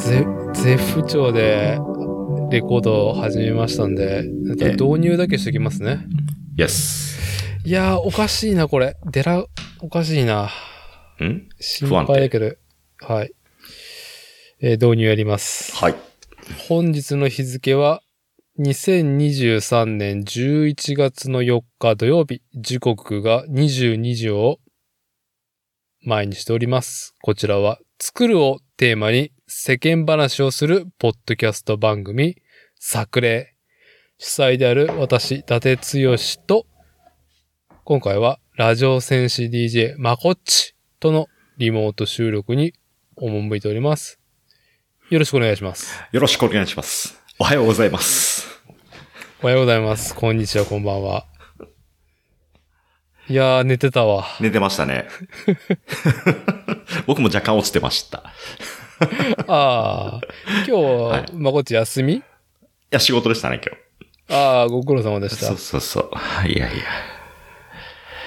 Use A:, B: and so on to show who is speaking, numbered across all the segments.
A: ゼゼ不調でレコードを始めましたんで、
B: ええ
A: 導入だけしておきますね。
B: Yes.
A: いやー、おかしいな、これ。デラ、おかしいな。
B: ん
A: 心配だけど。はい。えー導入やります。
B: はい。
A: 本日の日付は、2023年11月の4日土曜日、時刻が22時を前にしております。こちらは、作るをテーマに世間話をするポッドキャスト番組、作例。主催である私、伊達剛と、今回はラジオ戦士 DJ まこっちとのリモート収録に赴いております。よろしくお願いします。
B: よろしくお願いします。おはようございます。
A: おはようございます。こんにちは、こんばんは。いやー、寝てた わ。
B: 寝てましたね。僕も若干落ちてました。
A: ああ、今
B: い
A: 日、まこっち休み
B: いや、仕事でしたね、今
A: ああ、ご苦労様で
B: 日。
A: し
B: そ
A: た。
B: うそうそう。いやい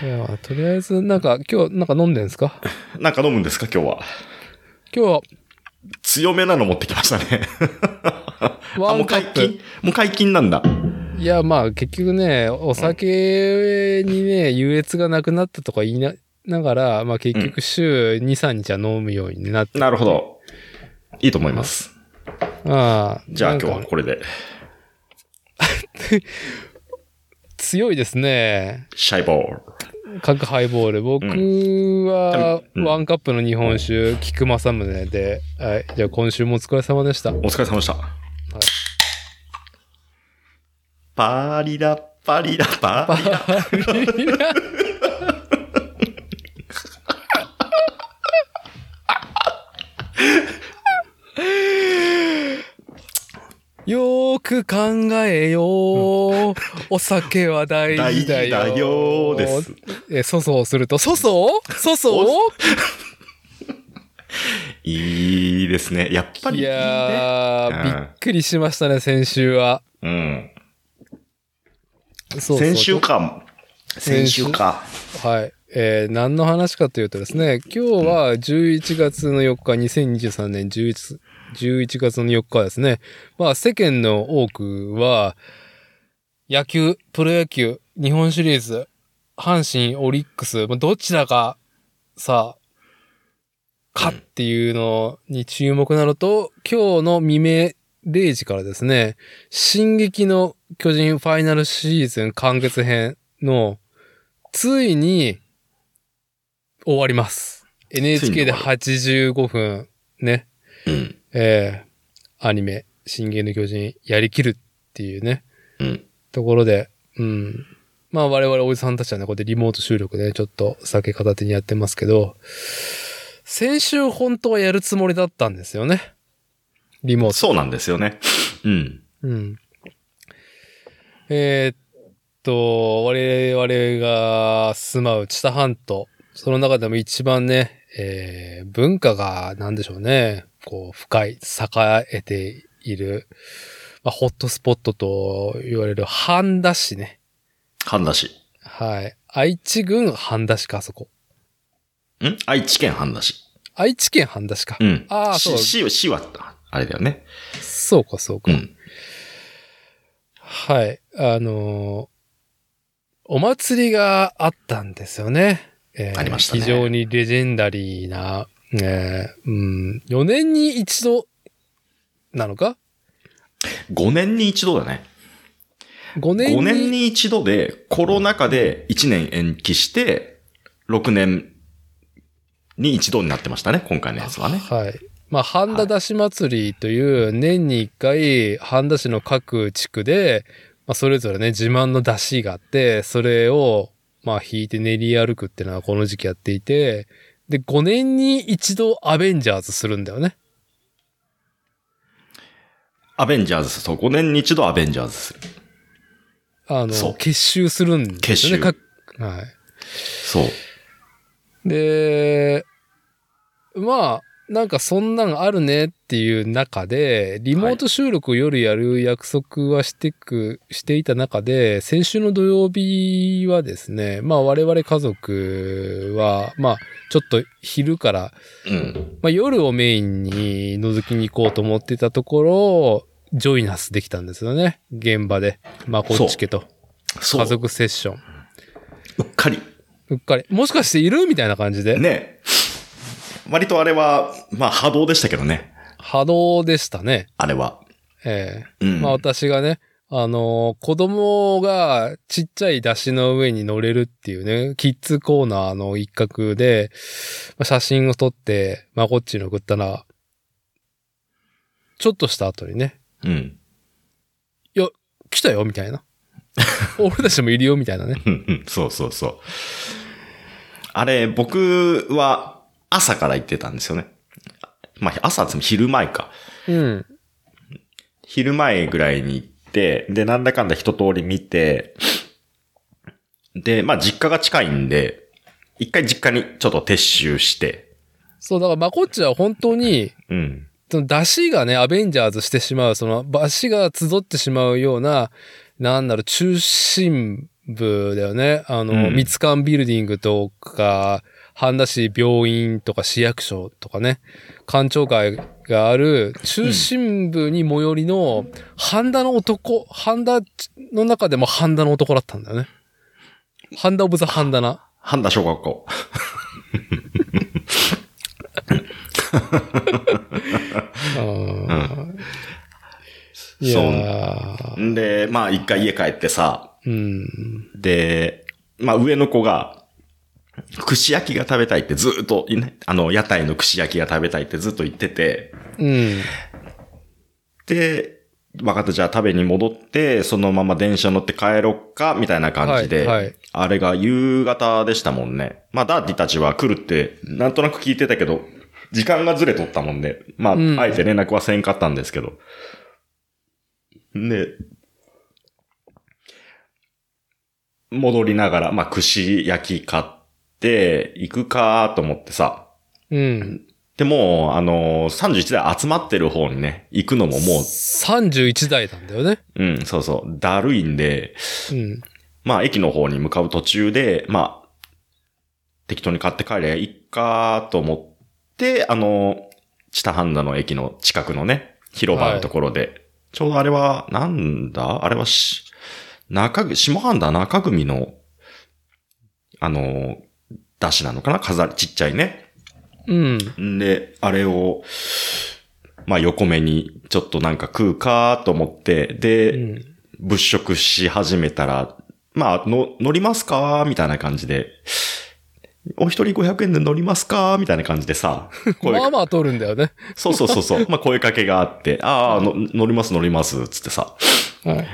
B: や。
A: いやーとりあえず、なんか、今日、なんか飲んでんすか
B: なんか飲むんですか、今日は。
A: 今日は、
B: 強めなの持ってきましたね。あ、
A: ワ
B: も
A: ン
B: う
A: カ
B: 解
A: ップ
B: 禁。もう解禁なんだ。
A: いや、まあ、結局ね、お酒にね、優越がなくなったとか言いな、ながら、まあ結局週2、3日は飲むようになって。
B: なるほど。いいと思います。
A: ああ。
B: じゃあ
A: なん
B: 今
A: か
B: 日はこれで、
A: 強いですね。
B: シャイボール。
A: 各ハイボール。僕は、
B: うん
A: ワンカップの日本酒、菊正宗で、はい。じゃあ今週もお疲れ様で した。
B: お疲れ様でした。パリラ、パリラ、パリラ。
A: よーく考えよう。お酒は大事だよ。
B: 大事だよーです。
A: え、粗相すると、粗相粗相
B: いいですね。やっぱりい
A: い
B: いね。
A: や
B: いい
A: ー、
B: ね
A: びっくりしましたね、先週は。
B: うん。
A: そうそう
B: 先週か。先週か。
A: はい。えー何の話かというとですね、今日は11月の4日、2023年11、11月の4日はですね、まあ世間の多くは、野球、プロ野球、日本シリーズ、阪神、オリックス、まあどちらが、さ、かっていうのに注目なのと、今日の未明0時からですね、進撃の巨人ファイナルシーズン完結編の、ついに、終わります。NHK で
B: 終
A: 85分、ね、
B: うん。
A: えー、アニメ、進撃の巨人、やりきるっていうね、
B: うん。
A: ところで、うん。まあ我々おじさんたちはね、こうやってリモート収録でね、ちょっと酒片手にやってますけど、先週本当はやるつもりだったんですよね。リモート。
B: そうなんですよね。うん。
A: うん。えーっと、我々が住まう知多半島、その中でも一番ね、えー文化が、なんでしょうね、こう、深い、栄えている、まあ、ホットスポットと言われる半田市ね。
B: 半田市。
A: はい。愛知郡半田市か、あそこ。
B: ん愛知県半田市。
A: 愛知県半田市か。
B: うん。
A: あーそう
B: 市市は、市は、あれだよね。
A: そうか、そうか。
B: うん。
A: はい。あのーお祭りがあったんですよね。えー
B: ありましたね
A: 非常にレジェンダリーな、えーうん、4年に一度なのか
B: 5年に一度だね。
A: ?5 年に。
B: 5年に一度で、コロナ禍で1年延期して、6年に一度になってましたね、今回のやつはね。
A: はい。まあ、半田だし祭りという年に一回、半田市の各地区で、まあ、それぞれね、自慢の出汁があって、それを、まあ、引いて練り歩くっていうのはこの時期やっていて、で、5年に一度アベンジャーズするんだよね。
B: アベンジャーズ、そう、5年に一度アベンジャーズする。
A: あ
B: そ
A: の、
B: う
A: 結集するんですよね。
B: 結
A: 各は
B: そう。
A: い。で、まあ、なんかそんなんあるねっていう中で、リモート収録を夜やる約束はしてく、していた中で、先週の土曜日はですね、まあ我々家族は、まあちょっと昼から、
B: うん。
A: まあ夜をメインに覗きに行こうと思ってたところ、ジョイナスできたんですよね。現場で。まあこっち家と。
B: そ
A: 家
B: う。
A: 族セッション。
B: うっかり。
A: うっかり。もしかしているみたいな感じで。
B: ね割とあれは、まあ波動でしたけどね。
A: 波動でしたね。
B: あれは。
A: ええ
B: うん。
A: まあ私がね、あのー子供がちっちゃい出汁の上に乗れるっていうね、キッズコーナーの一角で、まあ写真を撮って、まあこっちに送ったら、ちょっとした後にね、
B: うん。
A: 来たよみた いな。俺たちもいるよみたいなね。
B: うん うんそうそうそう。あれ、僕は朝から行ってたんですよね。まあ、朝つまり昼前か。
A: うん。
B: 昼前ぐらいに行って、で、なんだかんだ一通り見て、で、まあ、実家が近いんで、一回実家にちょっと撤収して、
A: そう、だからまあこっちは本当に、
B: うん。
A: その出汁がね、アベンジャーズしてしまう、その、出汁が集ってしまうような、なんだろう、中心部だよね。あの、
B: うん
A: 三つ館ビルディングとか、半田市病院とか市役所とかね、官庁会がある中心部に最寄りの、半田の男、半田の中でも半田の男だったんだよね。半田オブザ半田な。
B: 半田小学校。
A: うん
B: ん
A: いやー
B: んで、まあ、一回家帰ってさ、
A: うん。
B: で、まあ、上の子が、串焼きが食べたいってずっと、ね、あの、屋台の串焼きが食べたいってずっと言ってて、
A: うん。
B: で、分かった、じゃあ食べに戻って、そのまま電車乗って帰ろっか、みたいな感じ
A: は
B: で、
A: いはい
B: あれが夕方でしたもんね。まあ、ダーティたちは来るって、なんとなく聞いてたけど、時間がずれとったもんで、まあ、
A: うん
B: あえて連絡はせんかったんですけど。で、戻りながら、まあ、串焼き買って、行くかと思ってさ。
A: うん。
B: でも、あの31台集まってる方にね、行くのももう
A: 31台なんだよね。
B: うん、そうそう。だるいんで、
A: うん。
B: まあ、駅の方に向かう途中で、まあ、適当に買って帰れ、いっかと思って、あの、知多半田の駅の近くのね、広場のところで、ちょうどあれは、なんだあれはし、中ぐ、下半田中組の、あの、出汁なのかな飾り、ちっちゃいね。
A: うん。
B: んで、あれを、まあ横目にちょっとなんか食うかと思って、で、
A: うん
B: 物色し始めたら、まあ、の、乗りますかみたいな感じで、お一人500円で乗りますかみたいな感じでさ、声
A: まあ
B: か、
A: まあ取るんだよね。
B: そうそうそうそう、まあ声かけがあって、ああ、の乗ります乗ります、つってさ。
A: はい。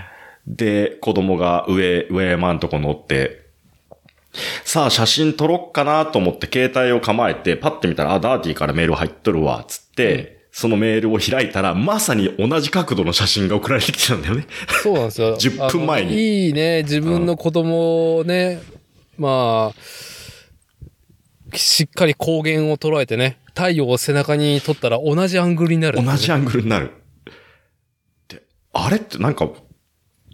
B: で、子供が上、上山んとこ乗って、さあ写真撮ろっかなと思って携帯を構えて、パッて見たら、あ、ダーティーからメール入っとるわ、つって、そのメールを開いたら、まさに同じ角度の写真が送られてきてたんだよね。
A: そうなんですよ。
B: 10分前に
A: あのいいね、自分の子供をね、まあ、しっかり光源を捉えてね、太陽を背中に撮ったら同じアングルになる。
B: 同じアングルになる。で、あれってなんか、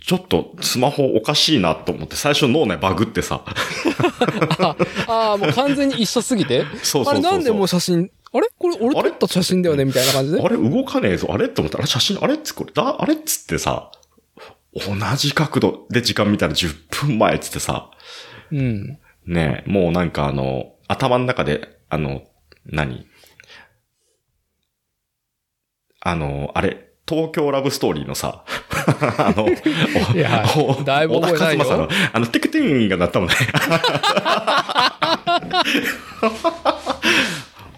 B: ちょっとスマホおかしいなと思って、最初脳内バグって さ、
A: ああー、もう完全に一緒すぎて。
B: そうそうそうそう
A: あれなんでもう写真、あれこれ俺撮った写真だよねみたいな感じで。
B: あれ動かねえぞ、あれって思ったら、あれ写真、あれっつ、これだ、あれっつってさ、同じ角度で時間見たら10分前っつってさ、
A: うん。
B: ねえ、もうなんかあの、頭の中で、あの、何あの、あれ、東京ラブストーリーのさ、 あの、
A: いや
B: お
A: だいぶ覚えないよ
B: 小田和正の、あの、テクテンが鳴ったもんね。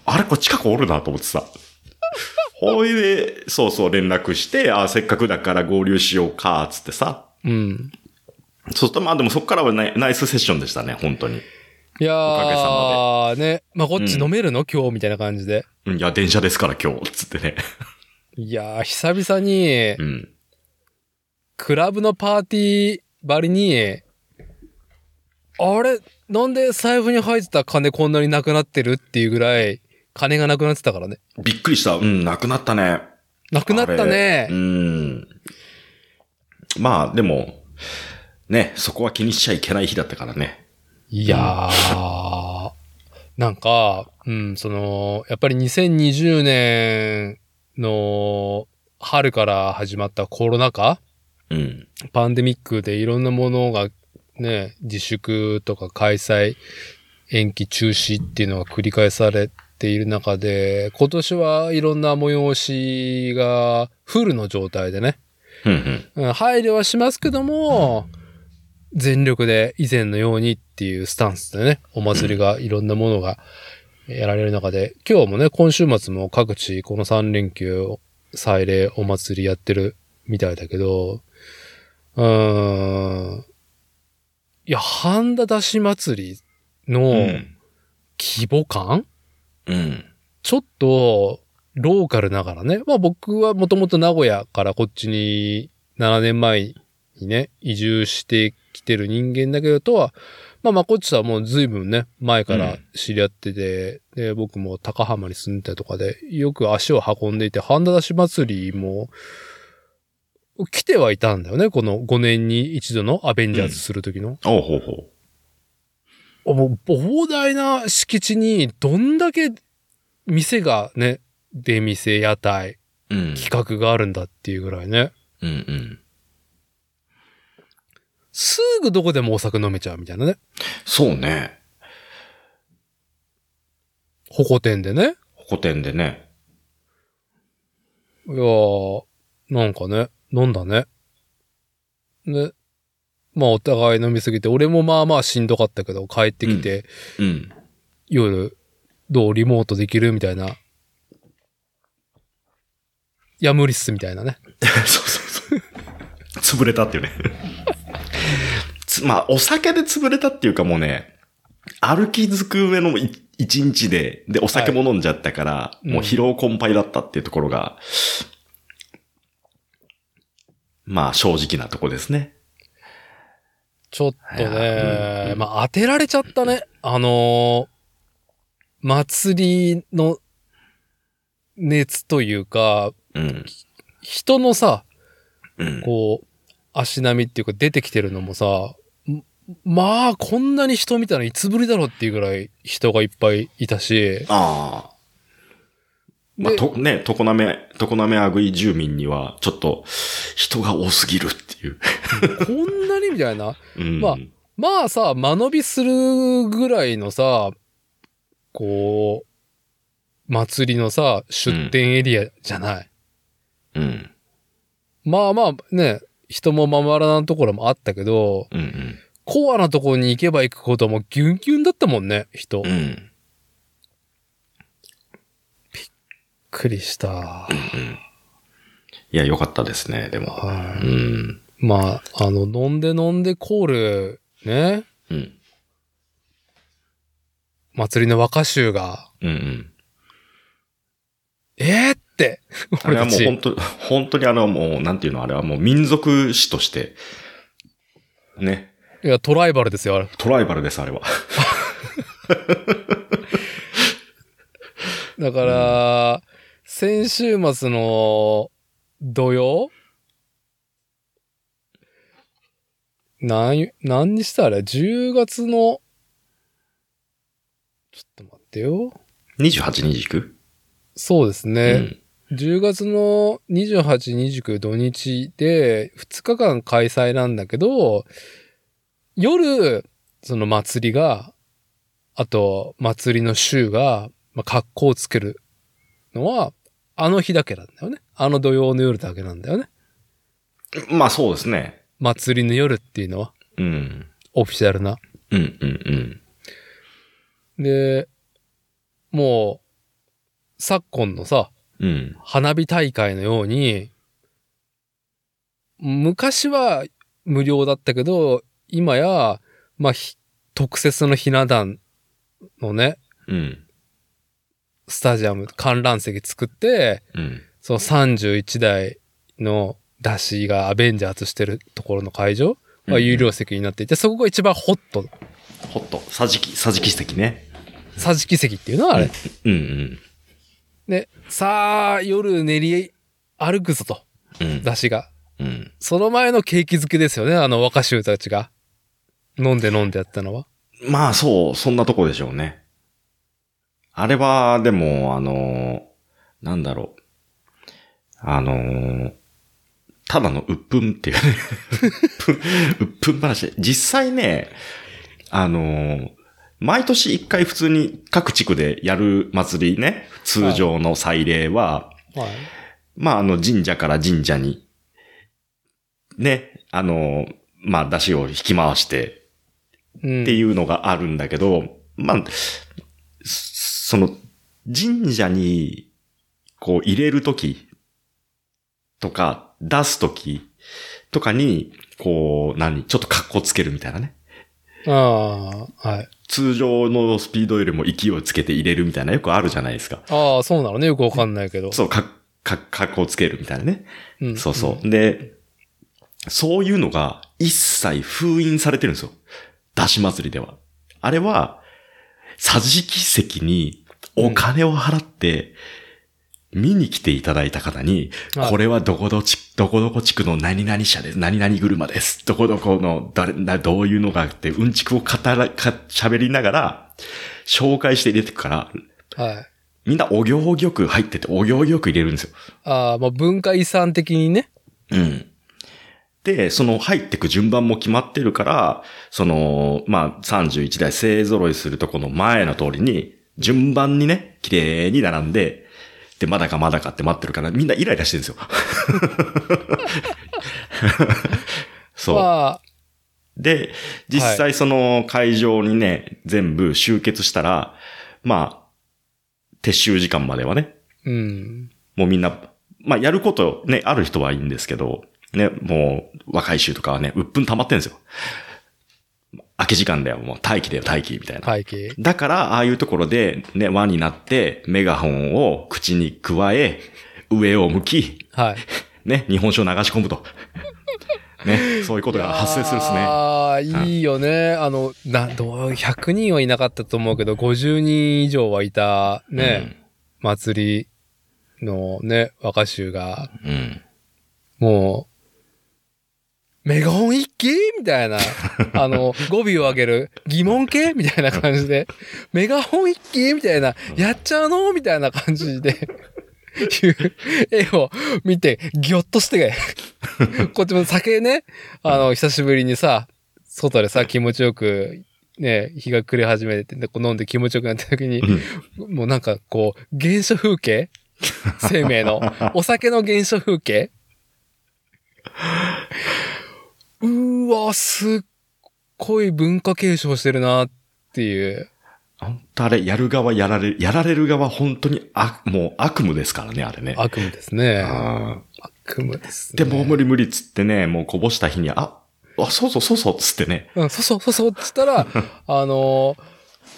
B: あれ、これ近くおるなと思ってさ。ほいで、そうそう連絡して、あ、せっかくだから合流しようか、つってさ。
A: うん。
B: そうすると、まあでもそっからはナイナイスセッションでしたね、本当に。
A: いや
B: おかげさ
A: ー、ね、まあこっち飲めるの、今日みたいな感じで。
B: うんいや、電車ですから今日、つってね。
A: いやー、久々に
B: う、ん。
A: クラブのパーティーばりに、あれなんで財布に入ってた金こんなになくなってるっていうぐらい、金がなくなってたからね。
B: びっくりした。うん、なくなったね。
A: なくなったね
B: う。ん。まあ、でも、ね、そこは気にしちゃいけない日だったからね。
A: いやー、なんか、うん、その、やっぱり2020年の春から始まったコロナ禍
B: うん。
A: パンデミックでいろんなものがね、自粛とか開催、延期中止っていうのが繰り返されている中で、今年はいろんな催しがフルの状態でね、
B: うんうん。
A: うん配慮はしますけども、全力で以前のようにっていうスタンスでね、お祭り がいろんなものがやられる中で、今日もね、今週末も各地この3連休、祭礼、お祭りやってるみたいだけど、うーん。いや、半田出し祭りの
B: うん。
A: 規模感、
B: うん。
A: ちょっと、ローカルながらね。まあ僕はもともと名古屋からこっちに7年前にね、移住してきてる人間だけどとは、まあまあこっちとはもう随分ね、前から知り合ってて、で、僕も高浜に住んでたとかで、よく足を運んでいて、半田出し祭りも、来てはいたんだよね、この5年に一度のアベンジャーズする時の。
B: おうほうほう。
A: あもう膨大な敷地にどんだけ店がね、出店、屋台、
B: うん。
A: 企画があるんだっていうぐらいね。
B: うんうん。
A: すぐどこでもお酒飲めちゃうみたいなね。
B: そうね。
A: ホコ店でね。
B: ホコ天でね。
A: いやー、なんかね、飲んだね。ね。まあお互い飲みすぎて、俺もまあまあしんどかったけど、帰ってきて、
B: うん。
A: 夜、どうリモートできるみたいな。いや、無理っす、みたいなね。
B: そうそうそう。潰れたっていうね。 つまあ、お酒で潰れたっていうかもうね、歩きづく上のい一日で、で、お酒も飲んじゃったから、
A: い
B: もう疲労困憊だったっていうところが、まあ、正直なとこですね。
A: ちょっと
B: いやうん
A: ね
B: う、ん
A: まあ当てられちゃったね。あのー祭りの熱というか、
B: うん。
A: 人のさ、
B: うん。
A: こう、足並みっていうか出てきてるのもさ、んまあこんなに人見たのいつぶりだろうっていうぐらい人がいっぱいいたし、
B: ああ。まあ、
A: で
B: と、ね、常滑、常滑あぐい住民には、ちょっと、人が多すぎるっていう。
A: こんなにみたいな。
B: うん。
A: まあまあさ、間延びするぐらいのさ、こう、祭りのさ、出店エリアじゃない。
B: うん。
A: まあまあね、人もままらなところもあったけど、
B: うんうん。
A: コアなところに行けば行くほどもうギュンギュンだったもんね、人。
B: う
A: びっ
B: ん。
A: くりした。
B: いや、良かったですね、でも。
A: は
B: う
A: い。
B: ん。
A: まあ、あの、飲んで飲んでコール、ね、
B: うん。祭
A: 祭りの若衆が、
B: うんうん。
A: えー、って、
B: あ
A: 俺
B: れは
A: た
B: もう
A: ち
B: 本。当に、本当にあれはもう、なんていうの、あれはもう民族史として、ね、
A: いや、トライバルですよ、あれ。
B: トライバルです、あれは。
A: だから、先週末の土曜何、何にしたあれ ?10 月の、ちょっと待ってよ。
B: 28、29?
A: そうです
B: う
A: ね。
B: ん。
A: 10月の28、29土日で2日間開催なんだけど、夜、その祭りが、あと祭りの週が、まあ、格好をつけるのは、あの日だけなんだよね。あの土曜の夜だけなんだよね。
B: まあそうですね。
A: 祭りの夜っていうのは、
B: うん。
A: オフィシャルな。
B: うん、うん、
A: で、もう、昨今のさ、
B: うん。うん。
A: 花火大会のように、昔は無料だったけど、今や、まあ、ひ特設のひな壇のね、
B: うん。
A: スタジアム、観覧席作って、
B: うん。
A: その31台の出しがアベンジャーズしてるところの会場は有料席になっていて、そこが一番ホット、
B: ほっと、さじき、さじき席ね。
A: 桟敷席っていうのはあれ、
B: うん、うん。
A: ね、さあ、夜練り歩くぞと、
B: うん。
A: 雑誌が。
B: うん。
A: その前の景気づけですよね、あの若衆たちが。飲んで飲んでやったのは。
B: まあそう、そんなとこでしょうね。あれは、でも、あのー、なんだろう。あのー、ただの鬱憤っていうね。 鬱憤話。実際ね、あのー、毎年一回普通に各地区でやる祭りね、通常の祭礼は、
A: はい。
B: まあ、あの、神社から神社に、ね、あの、まあ、出汁を引き回して
A: うん。
B: っていうのがあるんだけど、まあ、その、神社に、こう、入れるとき、とか、出すとき、とかに、こう、何、ちょっと格好つけるみたいなね。
A: ああ、はい。
B: 通常のスピードよりも勢いつけて入れるみたいな、よくあるじゃないですか。
A: ああ、そうなのね。よくわかんないけど。
B: そう、か、か、格好つけるみたいなね。
A: うん
B: そうそう。で、そういうのが一切封印されてるんですよ。出し祭りでは。あれは、桟敷席にお金を払って、見に来ていただいた方に、
A: はい
B: これはどこどち、どこどこ地区の何々社です。何々車です。どこどこの、誰、な、どういうのがあって、うんちくを語ら、か、喋りながら、紹介して入れてくから、
A: はい。
B: みんなお行儀よく入ってて、お行儀よく入れるんですよ。
A: ああ、まあ文化遺産的にね。
B: うん。で、その入ってく順番も決まってるから、その、まあ、31台勢揃いするとこの前の通りに、順番にね、綺麗に並んで、で、まだかまだかって待ってるから、みんなイライラしてるんですよ。 そう。
A: まあ、
B: で、実際その会場にね、全部集結したら、まあ、撤収時間まではね、
A: うん。
B: もうみんな、まあ、やることね、ある人はいいんですけど、ね、もう、若い衆とかはね、鬱憤溜まってんですよ。空き時間だよ、もう、待機だよ、待機、みたいな。
A: 背景。
B: だから、ああいうところで、ね、輪になって、メガホンを口に加え、上を向き、
A: はい。
B: ね、日本酒を流し込 むと。ね、そういうことが 発生するんですね。
A: ああ、いいよね。あの、な、どう、100人はいなかったと思うけど、50人以上はいた、ね、祭りのね、若衆が、
B: うん。うん。
A: もう、メガホン一気みたいな。あの、語尾を上げる。疑問系みたいな感じで。メガホン一気みたいな。やっちゃうのみたいな感じで。いう絵を見て、ぎょっとしてがこっちも酒ね、あの、久しぶりにさ、外でさ、気持ちよく、ね、日が暮れ始めて、でこう飲んで気持ちよくなった時に、
B: うん
A: もうなんかこう、原初風景生命の。お酒の原初風景うーわ、すっごい文化継承してるなっていう。
B: 本当あれ、やる側、やられる、やられる側、本当に、あ、もう悪夢ですからね、あれね。
A: 悪夢ですね。
B: あー
A: 悪夢です、ね。
B: で、もう無理無理っつってね、もうこぼした日に、あ、あ、そうそうそうそうっつってね。
A: うん、そうそうそうそうっつった ら、あの、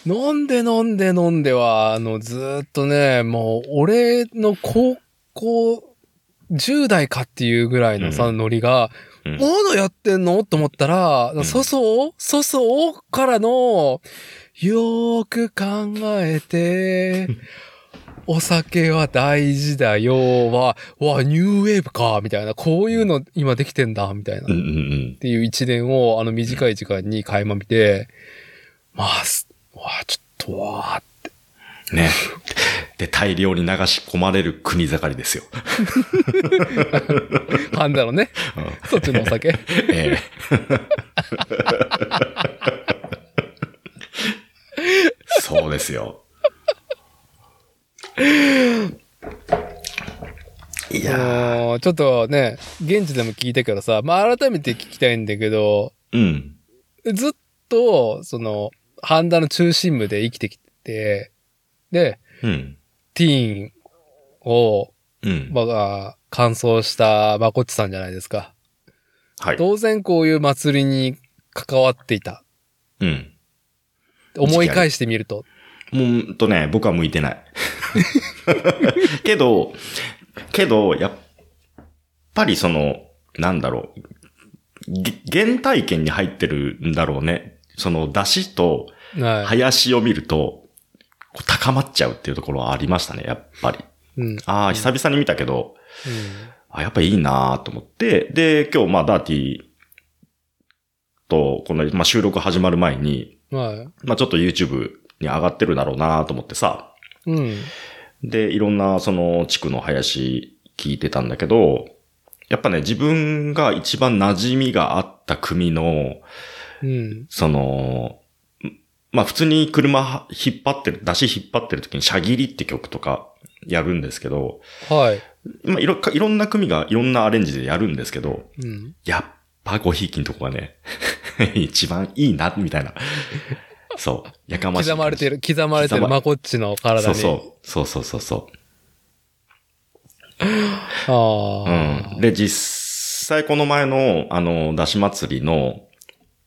A: 飲んで飲んで飲んでは、あの、ずーっとね、もう、俺の高校、10代かっていうぐらいのさ、
B: う
A: ノリが、
B: うん
A: まだやってんのと思ったら、
B: ん
A: そそそそからの、よーく考え て、お酒は大事だよは、わ、ニューウェーブか、みたいな、こういうの今できてんだ、みたいな
B: うん。うん
A: っていう一連をあの短い時間に垣間見て、まあ、すわあ、ちょっとわあ、
B: うん。ね。で、大量に流し込まれる国盛りですよ。
A: なんだろうね。そっちのお 酒。
B: ええそうですよ。いや
A: もうちょっとね、現地でも聞いたけどさ、まあ改めて聞きたいんだけど、
B: ー、うん。
A: ずっと、その、ハンダの中心部で生きてきて、で、
B: うん。
A: ティーンを、
B: うん。
A: まあ、完走したまこっちさんじゃないですか。
B: はい。
A: 当然こういう祭りに関わっていた。
B: うん。
A: 思い返してみると。
B: もうほんとね、僕は向いてない。 けど、けど、やっぱりその、なんだろう。げ原体験に入ってるんだろうね。その、出汁と、
A: はい。
B: 林を見ると、こう高まっちゃうっていうところはありましたね、やっぱり。
A: うん。うん。
B: ああ、久々に見たけど、あ、やっぱいいなーと思って、で、今日まあダーティーと、この、まあ、収録始まる前に、
A: はい。
B: まあちょっと YouTube に上がってるだろうなーと思ってさ、
A: うん。
B: で、いろんなその地区の林聞いてたんだけど、やっぱね、自分が一番馴染みがあった組の、
A: うん。
B: その、んまあ普通に車引っ張ってる、出し引っ張ってる時に、シャギリって曲とかやるんですけど、
A: はい。
B: まあいろ、いろんな組がいろんなアレンジでやるんですけど、
A: うん。
B: やっぱごひいきのとこがね、 一番いいな、みたいな。そう。やかましい。
A: 刻まれてる、刻まれて
B: 刻
A: る
B: ま
A: まこっちの体に。
B: そうそう。そうそうそうそう。
A: ああ。
B: うん。で、実際この前の、あの、出し祭りの、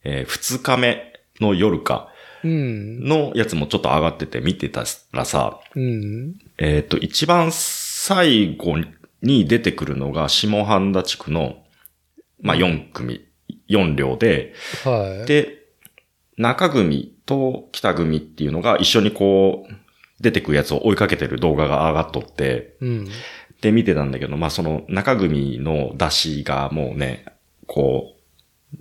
B: え2日目の夜か
A: うん。
B: のやつもちょっと上がってて見てたらさ、
A: うん。
B: えっ、と、一番最後に出てくるのが下半田地区の、まあ、4組、4両で、
A: はい。
B: で、中組と北組っていうのが一緒にこう、出てくるやつを追いかけてる動画が上がっとって、
A: うん。
B: で見てたんだけど、まあその中組の出しがもうね、こう、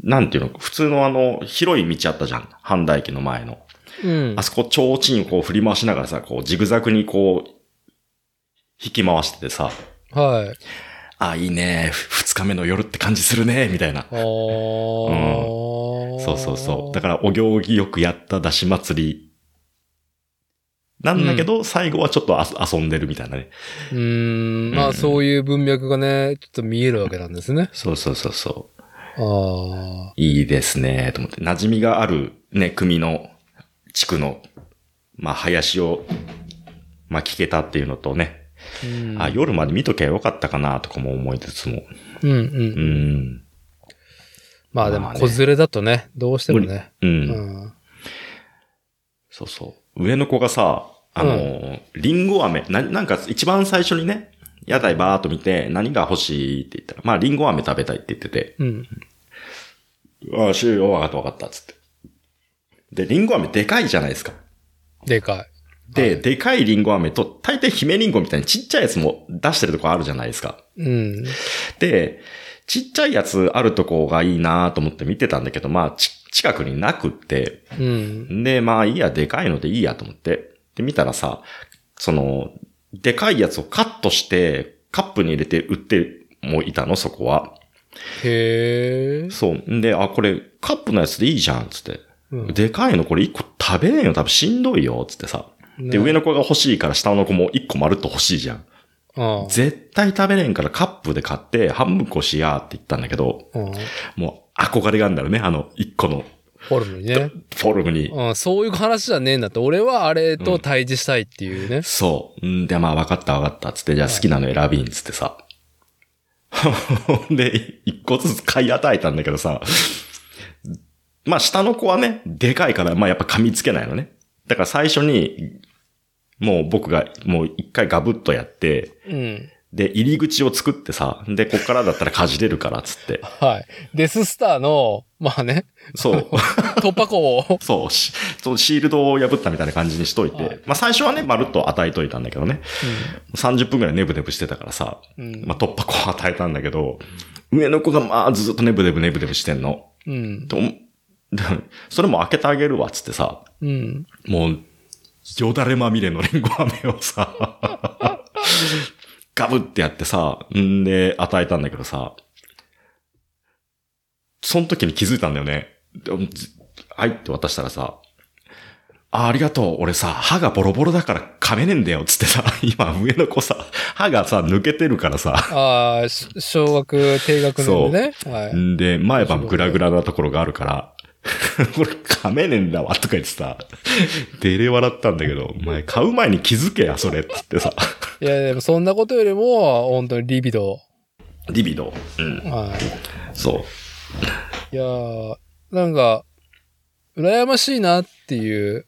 B: なんていうの、普通のあの、広い道あったじゃん。半田駅の前の。
A: うん
B: あ。そこ、提灯をこう振り回しながらさ、こう、ジグザグにこう、引き回しててさ、
A: はい。
B: あ、いいね、ふ二日目の夜って感じするね、みたいな。
A: ああ。そ
B: そうそうそう。だから、お行儀よくやった出し祭り。なんだけど、最後はちょっとあ遊んでるみたいなね。
A: うーん。まあ
B: うん
A: そういう文脈がね、ちょっと見えるわけなんですね。
B: そうそうそうそう。
A: ああ。
B: いいですね、と思って。馴染みがあるね、組の、地区の、まあ、林を、まあ、聞けたっていうのとね、
A: うん。
B: あ、夜まで見ときゃよかったかな、とかも思いつつも。
A: うんう。
B: うんん。
A: まあでも、
B: まあね
A: 子連れだとね、どうしてもね。
B: う。
A: うんん。
B: そうそう。上の子がさ、あのー、リンゴ飴、な、なんか一番最初にね、屋台バーっと見て、何が欲しいって言ったら、まあ、リンゴ飴食べたいって言ってて、
A: うん。
B: ああ、終了、わかったわかった、つって。で、リンゴ飴でかいじゃないですか。
A: でか
B: で、でかいリンゴ飴と、大抵姫リンゴみたいにちっちゃいやつも出してるとこあるじゃないですか。
A: い。うん。
B: で、ちっちゃいやつあるとこがいいなと思って見てたんだけど、まあ、ち、近くになくって、
A: うん。
B: で、まあいいや、でかいのでいいやと思って、で、見たらさ、その、でかいやつをカットして、カップに入れて売ってもいたの、そこは。
A: へえ。
B: そう。んで、あ、これ、カップのやつでいいじゃん、つって。
A: うん
B: でかいのこれ一個食べれんよ、多分しんどいよ、つってさ。
A: ね
B: で、上の子が欲しいから下の子も一個まるっと欲しいじゃん。
A: ああ。
B: 絶対食べれんからカップで買って半分こしやーって言ったんだけど、
A: うん
B: もう憧れがあるんだろうね、あの一個の
A: フォルムにね。
B: フォルムに。
A: うん、そういう話じゃねえんだって。俺はあれと対峙したいっていうね。
B: そう。んで、まあ分かった分かったっつって、じゃあ好きなの選びんっつってさ。 で、一個ずつ買い与えたんだけどさ、まあ下の子はね、でかいから、まあやっぱ噛みつけないのね。だから最初に、もう僕がもう一回ガブッとやって、
A: うん。
B: で、入り口を作ってさ、で、こっからだったらかじれるから、つって。
A: はい。デススターの、まあね、
B: そう。
A: 突破口を。
B: そう、しそうシールドを破ったみたいな感じにしといて、
A: はい
B: まあ最初はね、まるっと与えといたんだけどね、30分ぐらいネブネブしてたからさ、
A: うん
B: まあ突破口を与えたんだけど、上の子がまあずっとネブネブネブネブしてんの。
A: うん。
B: とで それも開けてあげるわ、つってさ、
A: うん。
B: もう、よだれまみれのリンゴ飴をさ、ガブってやってさ、んで、与えたんだけどさ、その時に気づいたんだよね。でずはいって渡したらさ、あありがとう。俺さ、歯がボロボロだから噛めねえんだよ。つってさ、今上の子さ、歯がさ、抜けてるからさ、
A: ああ、し小学、低学年でね。はい。
B: んで、前歯もグラグラなところがあるから、 これ噛めねえんだわとか言ってさ、デレ笑ったんだけど、お前買う前に気づけや、それっつってさ、
A: いや、でもそんなことよりも、本当にリビド。
B: リビド。うん。
A: はい。
B: そ
A: いやーなんか、羨ましいなっていう、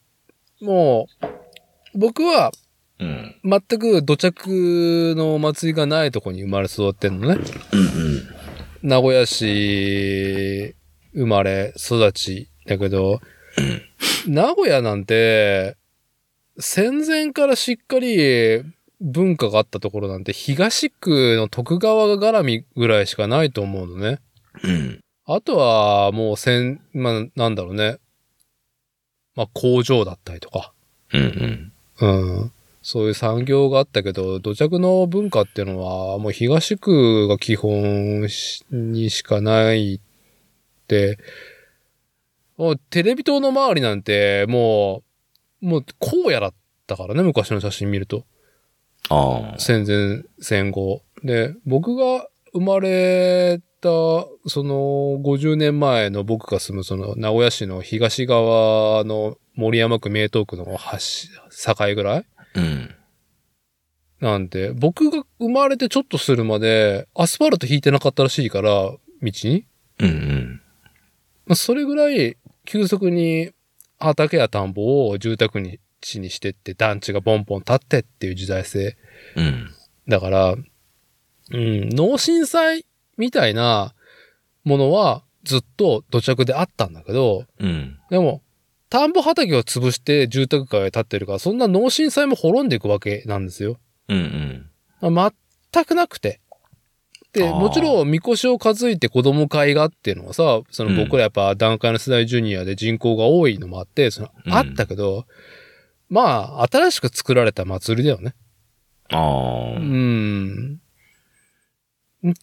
A: もう、僕は
B: う。うん。
A: 全く土着の祭りがないとこに生まれ育ってんのね。
B: うんうん。
A: 名古屋市生まれ育ちだけど、名古屋なんて戦前からしっかり文化があったところなんて、東区の徳川が絡みぐらいしかないと思うのね。
B: うん。
A: あとは、もう、せん、まあ、なんだろうね。まあ、工場だったりとか。
B: うんうん。
A: うん。そういう産業があったけど、土着の文化っていうのは、もう東区が基本しにしかないって、もうテレビ塔の周りなんて、もう、もう荒野だったからね、昔の写真見ると。
B: ああ。
A: 戦前、戦後。で、僕が生まれた、その、50年前の僕が住む、その、名古屋市の東側の森山区、名東区の橋、境ぐらい
B: うん。
A: なんで、僕が生まれてちょっとするまで、アスファルト引いてなかったらしいから、道に。
B: うんうん。
A: まあそれぐらい、急速に畑や田んぼを住宅に、地にしてって、団地がボンボン立ってっていう時代性
B: うん。
A: だから、うん、脳震災みたいなものはずっと土着であったんだけど、
B: うん。
A: でも、田んぼ畑を潰して住宅街が建ってるから、そんな脳震災も滅んでいくわけなんですよ。
B: うんうん。
A: 全くなくて。で、
B: あー
A: もちろん、みこしを担いて子供会がっていうのはさ、その僕らやっぱ段階の世代ジュニアで人口が多いのもあって、その
B: うん
A: あったけど、まあ、新しく作られた祭りだよね。う
B: ああ。うん
A: ん。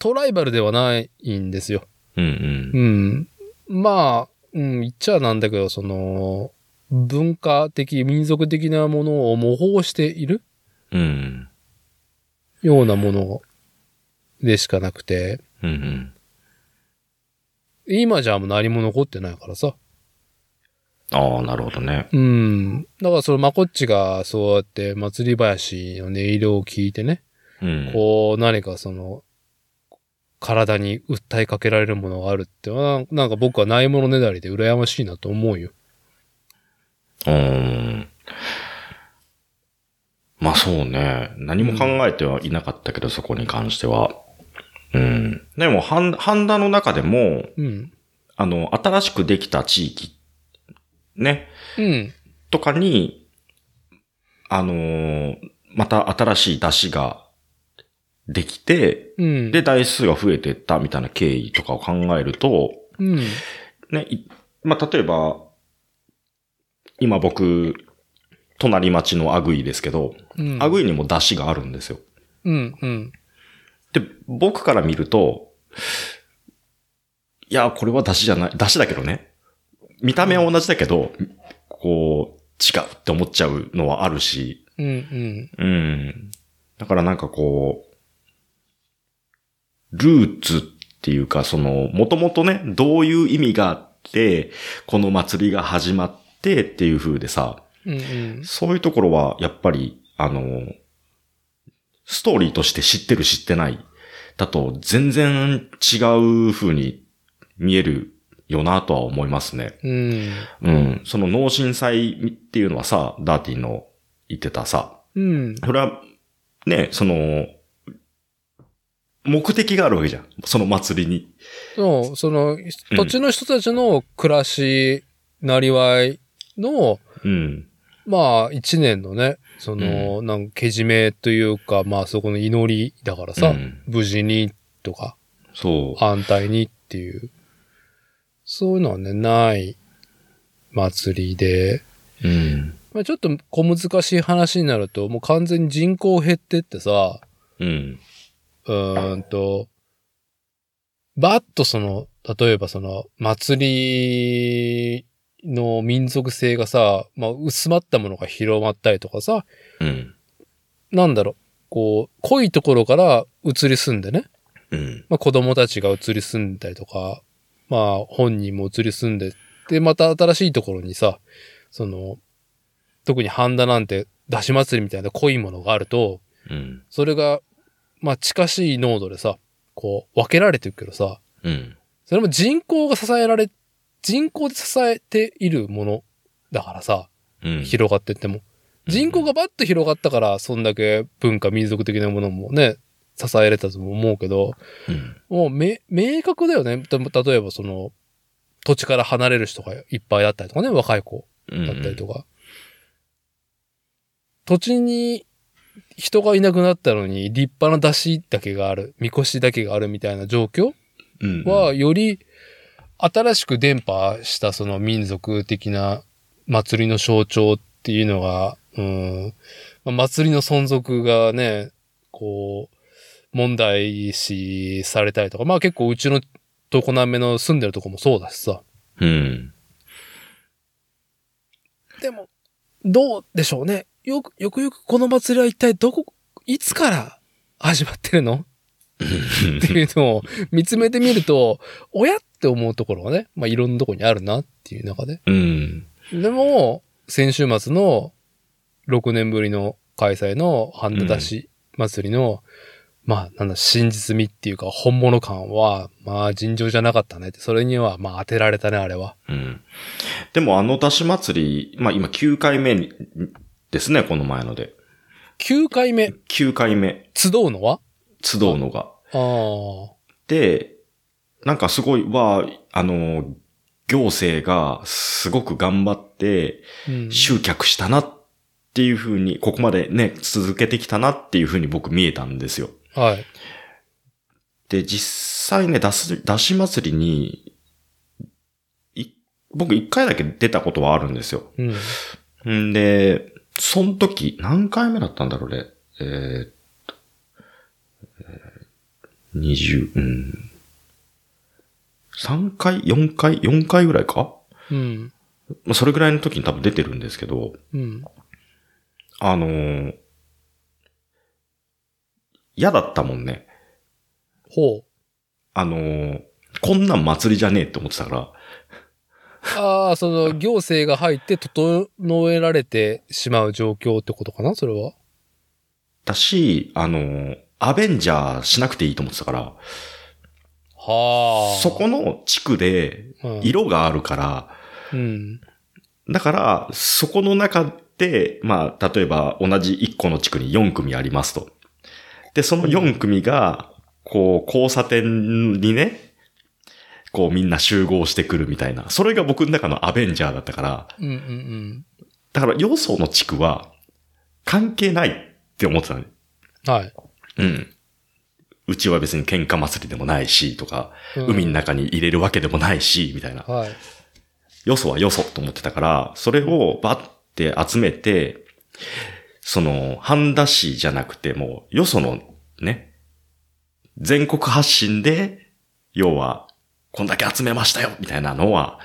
A: トライバルではないんですよ。
B: うん
A: う。ん。まあ、うん、言っちゃなんだけど、その、文化的、民族的なものを模倣している
B: うん。
A: ようなものでしかなくて、
B: うんうん。
A: 今じゃもう何も残ってないからさ。
B: ああ、なるほどね。
A: うん。だからそのまこっちがそうやって祭り林の音色を聞いてね、
B: うん。
A: こう何かその、体に訴えかけられるものがあるってのは、なんか僕はないものねだりで羨ましいなと思うよ。
B: うーん。まあそうね。何も考えてはいなかったけど、そこに関しては。うん。でも、ハンハンダの中でも、
A: うん。
B: あの、新しくできた地域、ね、
A: うん。
B: とかに、あのーまた新しい出汁ができて、
A: うん。
B: で、台数が増えてったみたいな経緯とかを考えると、
A: うん。
B: ね、いまあ、例えば、今僕、隣町のアグイですけど、
A: うん。
B: アグイにも出汁があるんですよ。
A: うん。うん。
B: で、僕から見ると、いや、これは出汁じゃない、出汁だけどね。見た目は同じだけど、こう、違うって思っちゃうのはあるし、
A: うん。うん。
B: うん。だからなんかこう、ルーツっていうか、その、もともとね、どういう意味があって、この祭りが始まってっていう風でさ、
A: うん。うん。
B: そういうところはやっぱり、あの、ストーリーとして知ってる知ってないだと全然違う風に見えるよなとは思いますね。
A: うん。
B: うん。その脳震災っていうのはさ、ダーティの言ってたさ、
A: うん。
B: それは、ね、その、目的があるわけじゃん。その祭りに。
A: そう、その、土地の人たちの暮らし、なりわいの、
B: うん。
A: まあ、一年のね、その、なんか、けじめというか、まあ、そこの祈りだからさ、
B: うん
A: 無事にとか、
B: そう。
A: 反対にっていう、そういうのはね、ない祭りで、
B: うん。
A: まあ、ちょっと小難しい話になると、もう完全に人口減ってってさ、
B: うん。
A: うーんと、バッとその、例えばその、祭りの民族性がさ、まあ、薄まったものが広まったりとかさ、
B: うん。
A: なんだろう、こう、濃いところから移り住んでね、
B: うん。
A: まあ、子供たちが移り住んだりとか、まあ、本人も移り住んで、で、また新しいところにさ、その、特にハンダなんて、出し祭りみたいな濃いものがあると、
B: うん。
A: それが、まあ、近しい濃度でさ、こう、分けられてるけどさ、
B: うん。
A: それも人口が支えられ、人口で支えているものだからさ、
B: うん。
A: 広がってっても。人口がバッと広がったから、そんだけ文化、民族的なものもね、支えられたとも思うけど、
B: うん。
A: もうめ、明確だよね。た例えばその、土地から離れる人がいっぱいだったりとかね、若い子
B: うん。
A: だったりとか。土地に人がいなくなったのに立派な出しだけがある、みこしだけがあるみたいな状況
B: うん、
A: は、より新しく伝播したその民族的な祭りの象徴っていうのが、うん、まあ祭りの存続がね、こう、問題視されたりとか、まあ結構うちの常滑の住んでるとこもそうだしさ。
B: うん。
A: でも、どうでしょうね。よく、よくよくこの祭りは一体どこ、いつから始まってるのっていうのを見つめてみると、親って思うところがね、まあ、いろんなとこにあるなっていう中で。
B: うん。
A: でも、先週末の6年ぶりの開催のハンダ出し祭りの、まあ、なんだ、真実味っていうか、本物感は、まあ、尋常じゃなかったねって、それには、まあ、当てられたね、あれは。
B: うん。でもあの出し祭り、まあ今9回目にですね、この前ので。
A: 9回目、
B: 9回目、
A: 集うのは
B: 集うのが。
A: ああ。
B: で、なんかすごい、は、あの、行政がすごく頑張って
A: うん
B: 集客したなっていうふうに、ここまでね、続けてきたなっていうふうに僕見えたんですよ。
A: はい。
B: で、実際ね、出す、出し祭りに、い僕一回だけ出たことはあるんですよ。
A: うん。
B: んで、その時、何回目だったんだろうね。えーっと、二十、うん。3回 ?4 回 ?4 回ぐらいか
A: うん。
B: まあ、それぐらいの時に多分出てるんですけど、
A: うん。
B: あのー嫌だったもんね。
A: ほう。
B: あのーこんなん祭りじゃねえって思ってたから、
A: ああ、その、行政が入って整えられてしまう状況ってことかなそれは。
B: だし、あのーアベンジャーしなくていいと思ってたから、
A: はあ。
B: そこの地区で
A: うん、
B: 色があるから、
A: うん。
B: だから、そこの中で、まあ、例えば同じ1個の地区に4組ありますと。で、その4組が、こう、交差点にね、こうみんな集合してくるみたいな。それが僕の中のアベンジャーだったから、
A: うんうんうん。
B: だから要素の地区は関係ないって思ってたね。
A: はい。
B: うん。うちは別に喧嘩祭りでもないし、とか、
A: うん
B: 海の中に入れるわけでもないし、みたいな。
A: はい。
B: よそはよそと思ってたから、それをバッて集めて、その、半田市じゃなくてもう、よそのね、全国発信で、要は、こんだけ集めましたよみたいなのは、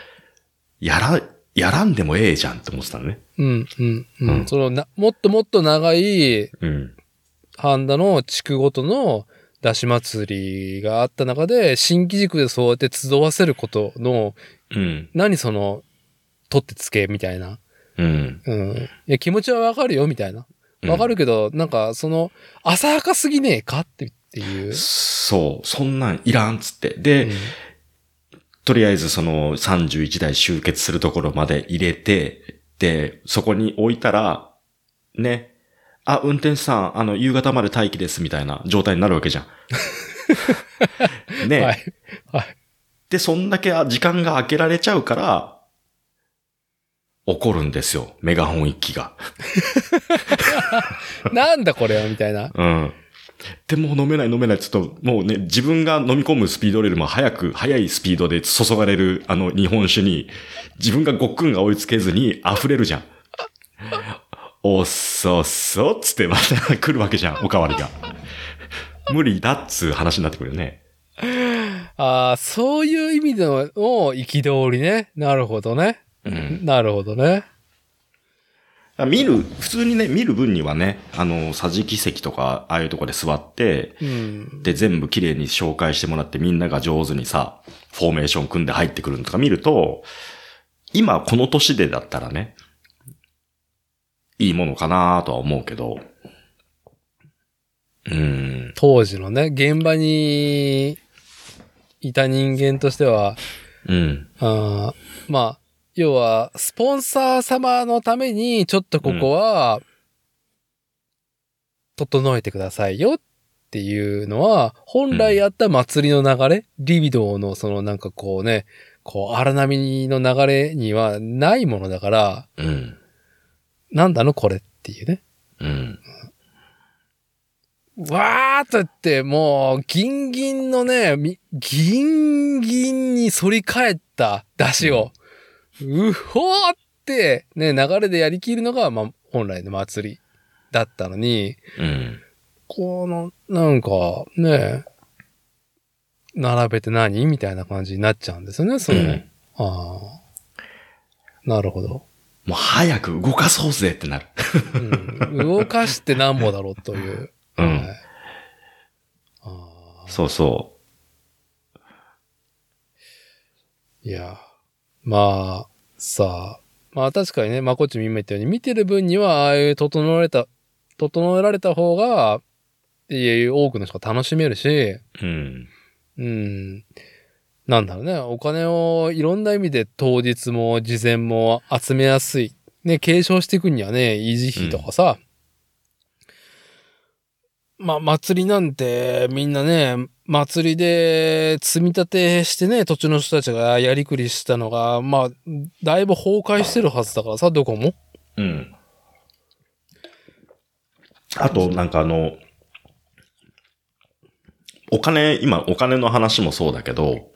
B: やら、やらんでもええじゃんって思ってたのね。
A: うんうんう
B: うん
A: ん。そのな、もっともっと長い、
B: うん。
A: ハンダの地区ごとの出し祭りがあった中で、新規軸でそうやって集わせることの、
B: うん。
A: 何その、取ってつけみたいな。
B: うん。
A: うん。いや、気持ちはわかるよ、みたいな。わかるけど、なんか、その、浅はかすぎねえかってっていう。
B: そう。そんなんいらんっつって。で、とりあえずその31台集結するところまで入れて、で、そこに置いたら、ね、あ、運転手さん、あの、夕方まで待機です、みたいな状態になるわけじゃ ん。
A: うん
B: ね、
A: はい。はい。
B: で、そんだけあ時間が空けられちゃうから、怒るんですよ、メガホン一機が。
A: なんだこれは、みたいな。
B: うん。でもう飲めない飲めないっつうと、もうね、自分が飲み込むスピードよりも早く、早いスピードで注がれる、あの、日本酒に、自分がごっくんが追いつけずに溢れるじゃん。おっそっそっつってまた来るわけじゃん、おかわりが。無理だっつう話になってくるよね。
A: ああ、そういう意味での憤りね。なるほどね。
B: うん。
A: なるほどね。
B: 見る、普通にね、見る分にはね、あの、桟敷席とか、ああいうとこで座って、
A: うん。
B: で、全部綺麗に紹介してもらってみんなが上手にさ、フォーメーション組んで入ってくるのとか見ると、今この年でだったらね、いいものかなとは思うけど、うーん、
A: 当時のね、現場にいた人間としては、
B: うん、
A: あーまあ、要は、スポンサー様のために、ちょっとここは、整えてくださいよっていうのは、本来あった祭りの流れ、リビドーのそのなんかこうね、こう荒波の流れにはないものだから、
B: うん、
A: なんだのこれっていうね。
B: うん。
A: わーっとやって、もう、ギンギンのね、みギンギンに反り返った出汁を、うほーって、ね、流れでやりきるのが、まあ、本来の祭りだったのに、
B: うん。
A: この、なんか、ね、並べて何みたいな感じになっちゃうんですよね、その、
B: うん
A: ああ。なるほど。
B: もう早く動かそうぜってなる。
A: うん、動かしてなんぼだろうという。
B: うん
A: はいああ
B: そうそ
A: いや、まあ、さあ、まあ確かにね、まあこっちも今言ったように、見てる分には、ああいう整えた、整えられた方が、いえ多くの人が楽しめるし、
B: う。うん。
A: うん、なんだろうね、お金をいろんな意味で当日も事前も集めやすい。ね、継承していくにはね、維持費とかさ、まあ、祭りなんて、みんなね、祭りで積み立てしてね、土地の人たちがやりくりしたのが、まあ、だいぶ崩壊してるはずだからさ、どこも。
B: うん。あと、なんかあの、お金、今お金の話もそうだけど、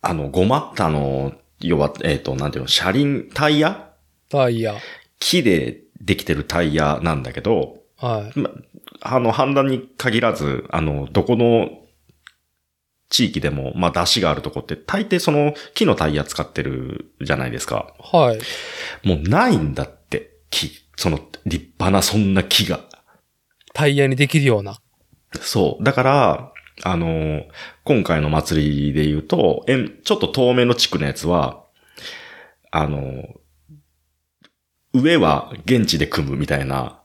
B: あの、ごまったの、要は、えっ、と、なんていうの、車輪、タイヤ
A: タイヤ。
B: 木でできてるタイヤなんだけど、
A: はい。
B: あの、判断に限らず、あの、どこの地域でも、まあ、出汁があるとこって、大抵その木のタイヤ使ってるじゃないですか。
A: はい。
B: もうないんだって、木。その、立派なそんな木が。
A: タイヤにできるような。
B: そう。だから、あの、今回の祭りで言うと、えんちょっと透明の地区のやつは、あの、上は現地で組むみたいな、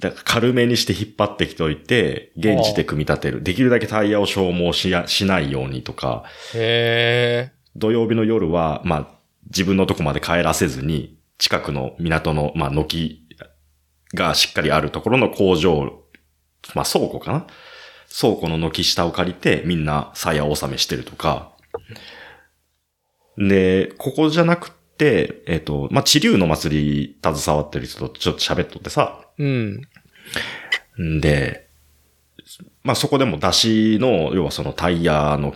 B: だから軽めにして引っ張ってきといて、現地で組み立てる。できるだけタイヤを消耗しやしないようにとか、
A: へえ。
B: 土曜日の夜は、まあ、自分のとこまで帰らせずに、近くの港の、まあ、軒がしっかりあるところの工場、まあ、倉庫かな倉庫の軒下を借りて、みんな鞘納めしてるとか。で、ここじゃなくて、えっ、と、まあ、地流の祭り携わってる人とちょっと喋っとってさ、
A: うん。
B: んで、まあそこでも出汁の、要はそのタイヤの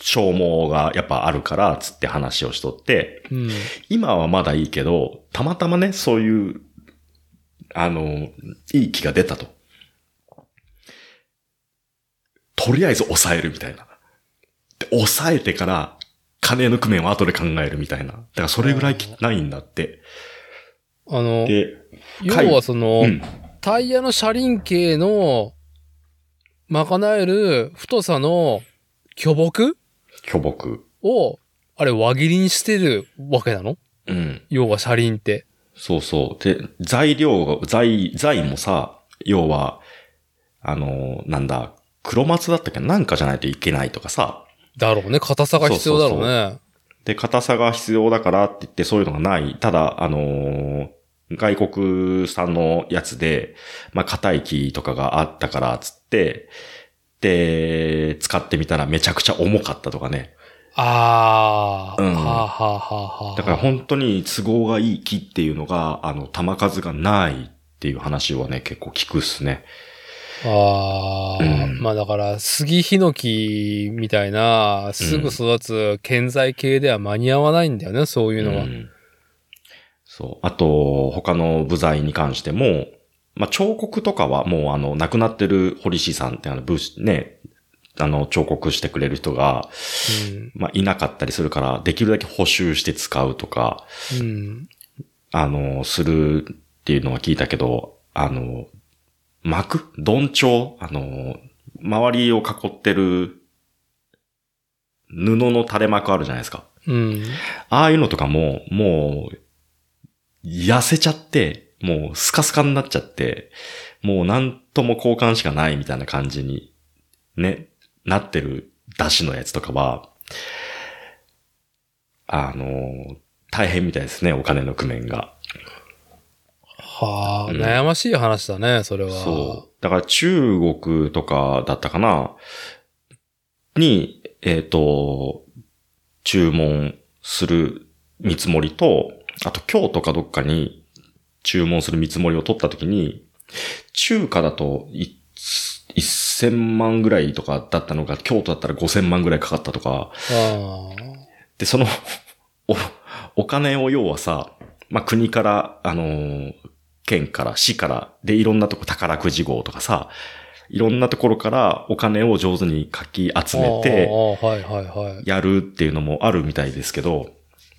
B: 消耗がやっぱあるから、つって話をしとって、
A: うん。
B: 今はまだいいけど、たまたまね、そういう、あの、いい気が出たと。とりあえず抑えるみたいな。で、抑えてから、金の工面は後で考えるみたいな。だからそれぐらいないんだって。
A: あの、
B: で、
A: 要は
B: か
A: いその、
B: うん。
A: タイヤの車輪径の、賄える太さの巨木
B: 巨木。
A: を、あれ輪切りにしてるわけなの
B: うん。
A: 要は車輪って。
B: そうそう。で、材料が、材、材もさ、要は、あの、なんだ、黒松だったっけなんかじゃないといけないとかさ。
A: だろうね。硬さが必要だろうね。
B: そうで、硬さが必要だからって言ってそういうのがない。ただ、あの外国産のやつで、まあ、硬い木とかがあったから、つって、で、使ってみたらめちゃくちゃ重かったとかね。
A: あー。
B: うん
A: はあ、はあはあはあ、
B: だから本当に都合がいい木っていうのが、あの、玉数がないっていう話はね、結構聞くっすね。
A: あー、
B: うん
A: まあだから、杉ヒノキみたいな、すぐ育つ建材系では間に合わないんだよね、そういうのは。
B: んそう。あと、他の部材に関しても、まあ、彫刻とかはもうあの、亡くなってる堀師さんってあの、武士、ね、あの、彫刻してくれる人が、
A: うん
B: まあ、いなかったりするから、できるだけ補修して使うとか、
A: うん
B: あの、するっていうのは聞いたけど、あの、幕鈍調あの、周りを囲ってる布の垂れ幕あるじゃないですか。
A: うん。
B: ああいうのとかも、もう、痩せちゃって、もうスカスカになっちゃって、もうなんとも交換しかないみたいな感じに、ね、なってる出汁のやつとかは、あの、大変みたいですね、お金の工面が。
A: はあ、
B: うん
A: 悩ましい話だね、それは。
B: そう。だから中国とかだったかな、に、えっ、と、注文する見積もりと、あと京都かどっかに注文する見積もりを取ったときに、中華だと、い1000万ぐらいとかだったのが、京都だったら5000万ぐらいかかったとか、
A: あ
B: で、その お、お金を要はさ、まあ、国から、あのー県から、市から、で、いろんなとこ、宝くじ号とかさ、いろんなところからお金を上手にかき
A: あ。
B: 集めて
A: あ、あ、はいはいはい。
B: やるっていうのもあるみたいですけど、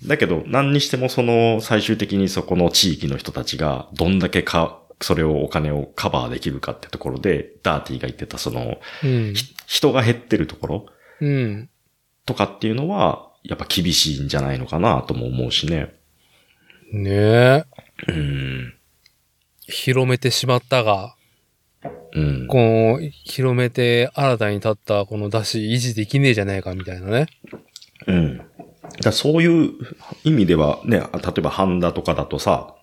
B: だけど、何にしてもその、最終的にそこの地域の人たちが、どんだけか、それをお金をカバーできるかってところで、ダーティが言ってた、その、
A: うん。
B: 人が減ってるところ
A: うん。
B: とかっていうのは、やっぱ厳しいんじゃないのかなとも思うしね。
A: ねえ。
B: うん。
A: 広めてしまったが、
B: うん。
A: この、広めて新たに立ったこの出汁維持できねえじゃねえかみたいなね。
B: うん。だからそういう意味ではね、あ例えばハンダとかだとさ、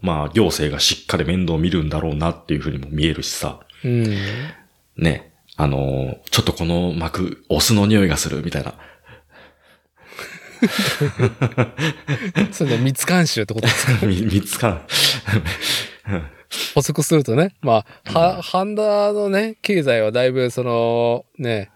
B: まあ行政がしっかり面倒見るんだろうなっていうふうにも見えるしさ、
A: うん。
B: ね、あのーちょっとこの膜、お酢の匂いがするみたいな。
A: それで密監修ってことですか
B: み見つかん。
A: 補足するとね。まあ、は、ハンダのね、経済はだいぶその、ね、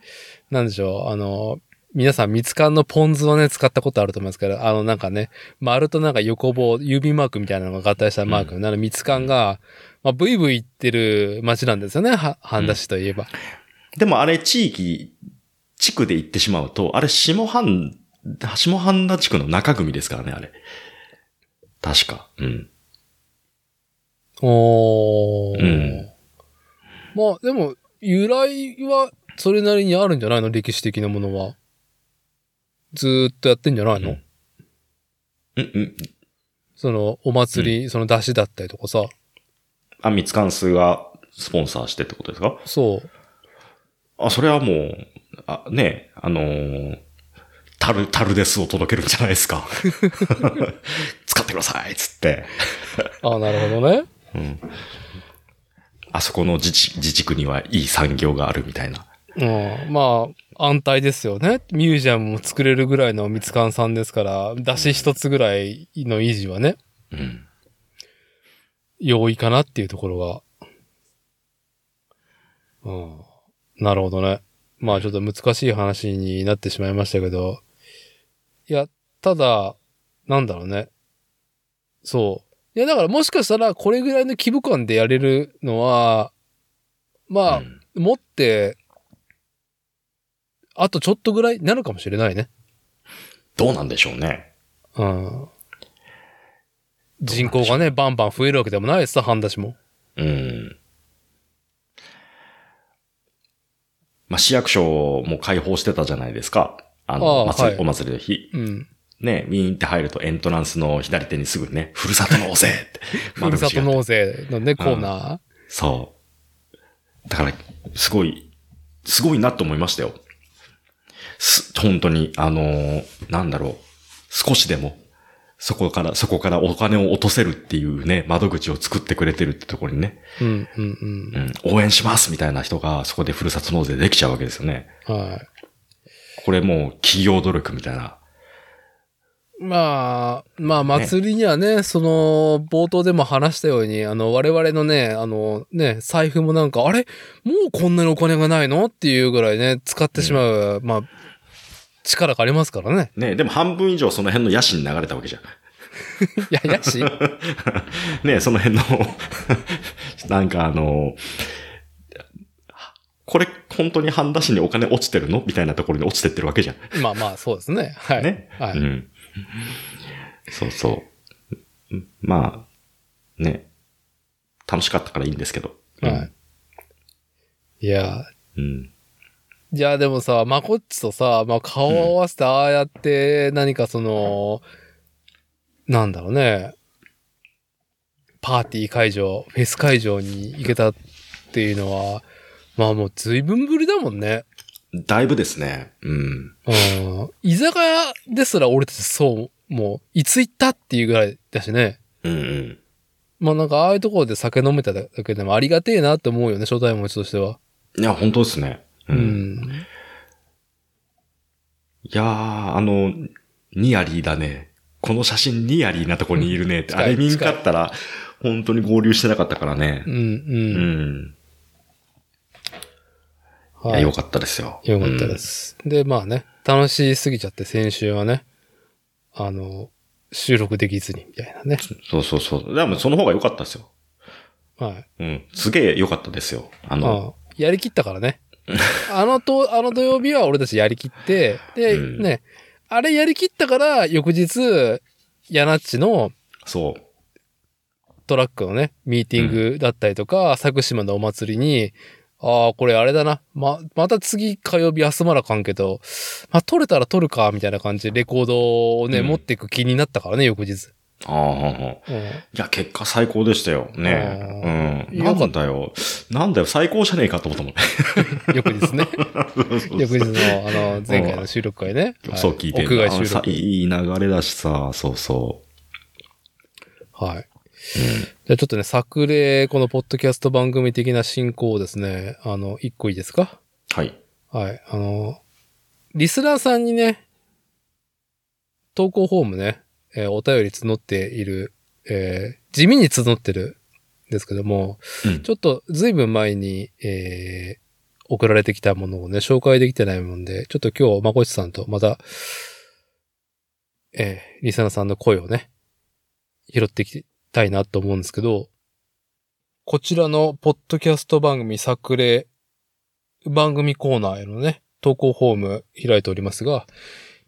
A: なんでしょう、あの、皆さん、蜜缶のポン酢をね、使ったことあると思いますけど、あの、なんかね、丸となんか横棒、指マークみたいなのが合体したマーク、なの蜜缶が、まあ、ブイブイ言ってる街なんですよね、は、半田市といえば。
B: でもあれ地域、地区で行ってしまうと、あれ下半、下半田地区の中組ですからね、あれ。確か。うん。
A: おー。
B: うん
A: まあ、でも、由来はそれなりにあるんじゃないの歴史的なものは。ずーっとやってんじゃないの、
B: うんうん、うん。
A: その、お祭り、その出汁だったりとかさ。
B: あ、みつかんすがスポンサーしてってことですか
A: そう。
B: あ、それはもう、あね、あのー、タル、タルデスを届けるんじゃないですか。 使ってくださいっつって。
A: ああ、なるほどね。
B: うん。あそこの自治、自治区にはいい産業があるみたいな。
A: うん。まあ、安泰ですよね。ミュージアムも作れるぐらいの蜜缶さんですから、出汁一つぐらいの維持はね、
B: うん。
A: 容易かなっていうところは。うん。なるほどね。まあちょっと難しい話になってしまいましたけど。いや、ただ、なんだろうね。そう。いや、だからもしかしたらこれぐらいの規模感でやれるのは、まあ、
B: うん
A: 持って、あとちょっとぐらいになるかもしれないね。
B: どうなんでしょうね。
A: うん。人口がね、バンバン増えるわけでもないしさ、半田市も。
B: うん。まあ、市役所も開放してたじゃないですか。あの、
A: あー
B: 祭り
A: はい
B: お祭りの日。
A: うん。
B: ね、ウィーンって入るとエントランスの左手にすぐね、ふるさと納税って。
A: ふるさと
B: 丸口が
A: 納税のね、コーナ
B: そう。だから、すごい、すごいなと思いましたよ。す、本当に、あのーなんだろう。少しでも、そこから、そこからお金を落とせるっていうね、窓口を作ってくれてるってところにね、
A: ー。うん、うん、
B: うん、応援しますみたいな人が、そこでふるさと納税できちゃうわけですよね。
A: うん。はい。
B: これもう企業努力みたいな。
A: まあ、まあ、祭りにはね、その、冒頭でも話したように、あの、我々のね、あの、ね、財布もなんか、あれもうこんなにお金がないのっていうぐらいね、使ってしまう、まあ、力がありますから ね。
B: ね、でも半分以上その辺の野心流れたわけじゃん。
A: いや、やし。
B: ねその辺の、 なんかあの、これ本当に半田市にお金落ちてるのみたいなところに落ちてってるわけじゃん。
A: まあまあ、そうですね。はい。
B: ね。
A: は
B: う
A: い。
B: ん。そうそう。うんまあ、ね。楽しかったからいいんですけど。うん
A: はい。いや、
B: うん。
A: いや、でもさ、まこっちとさ、まあ、顔を合わせて、ああやって、何かその、なんだろうね、パーティー会場、フェス会場に行けたっていうのは、まあもう随分ぶりだもんね。
B: だいぶですね。うん。
A: うん。居酒屋ですら俺たちそう、もう、いつ行ったっていうぐらいだしね。
B: うんうん。
A: まあなんかああいうところで酒飲めただけでもありがてえなって思うよね、初代持ちとしては。
B: いや、本当ですね。う。
A: うんん。
B: いやー、あの、ニアリーだね。この写真ニアリーなとこにいるねって、
A: 近い
B: あれ見んかったら、本当に合流してなかったからね
A: うん、。
B: う
A: うん。
B: ん。い
A: は
B: や、
A: い
B: よかったですよ。
A: よかったです。で、まあね、楽しすぎちゃって、先週はね、あの、収録できずに、みたいなね。
B: うん。そうそうそう。でもその方が良かったですよ。
A: はい。
B: うん。すげえ良かったですよ。あの、
A: ああやりきったから ね。あのと、あの土曜日は俺たちやりきって、で、
B: うん
A: ね、あれやりきったから、翌日、ヤナッチの
B: そう。
A: トラックのね、ミーティングだったりとか、佐久島のお祭りに、ああ、これあれだな。ま、また次火曜日休まなあかんけど、まあ、撮れたら撮るか、みたいな感じでレコードをね、
B: うん
A: 持っていく気になったからね、翌日。
B: ああ、はんはん
A: うん
B: いや、結果最高でしたよ。ね
A: あ
B: え。
A: ー
B: うん。
A: よ
B: な
A: かった
B: んだよ。なんだよ、最高じゃねえかと思ったもんね。
A: 翌日 ね。翌日の、あの、前回の収録会ね。はい
B: そう聞いて
A: 屋外
B: あの
A: 収
B: さ
A: 録。
B: いい流れだしさ、そうそ
A: はい。じゃあちょっとね、作例、このポッドキャスト番組的な進行をですね、あの、一個いいですか
B: う。はい。
A: はい。あの、リスナーさんにね、投稿フォームね、えーお便り募っている、えー地味に募ってるんですけども、
B: うん
A: ちょっと随分前に、えー送られてきたものをね、紹介できてないもんで、ちょっと今日、まこちさんとまた、えーリスナーさんの声をね、拾っていきたいなと思うんですけど、こちらのポッドキャスト番組作例番組コーナーへのね、投稿フォーム開いておりますが、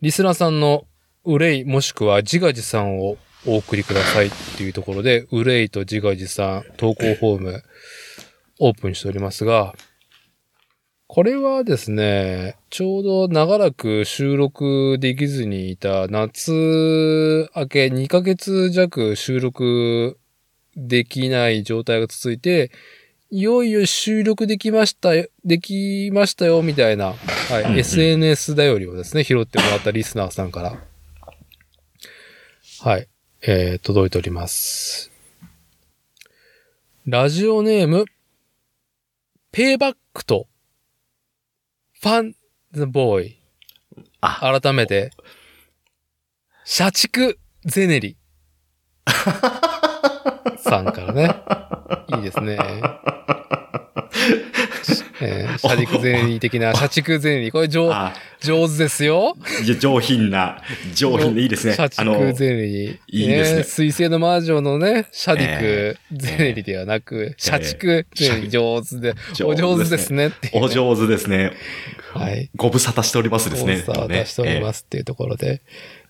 A: リスナーさんの憂いもしくは自画自賛をお送りくださいっていうところで、憂いと自画自賛投稿フォームオープンしておりますが、これはですね、ちょうど長らく収録できずにいた夏明け2ヶ月弱収録できない状態が続いて、いよいよ収録できましたよ、できましたよ、みたいな、はい、
B: うんうん
A: SNS だよりをですね、拾ってもらったリスナーさんから、はい、えー、届いております。ラジオネーム、ペイバックと、ファン、ズボーイ。
B: あ、
A: 改めて、社畜ゼネリ。さんからね。いいです ね。しえー社畜ゼネリ的な、社畜ゼネリ。これ上
B: あ、
A: 上手ですよ。
B: いや上品な、上品でいいですね。
A: 社
B: あの
A: 畜、ゼネリ。
B: いいですね
A: 水星の魔女のね、社畜
B: え
A: ゼネリではなく、社畜ゼネリ上手で、
B: 社
A: お上手ですねっていうね
B: お上手ですね。
A: はい。
B: ご無沙汰しておりますですね。。
A: スターを出しておりますすっていうところで、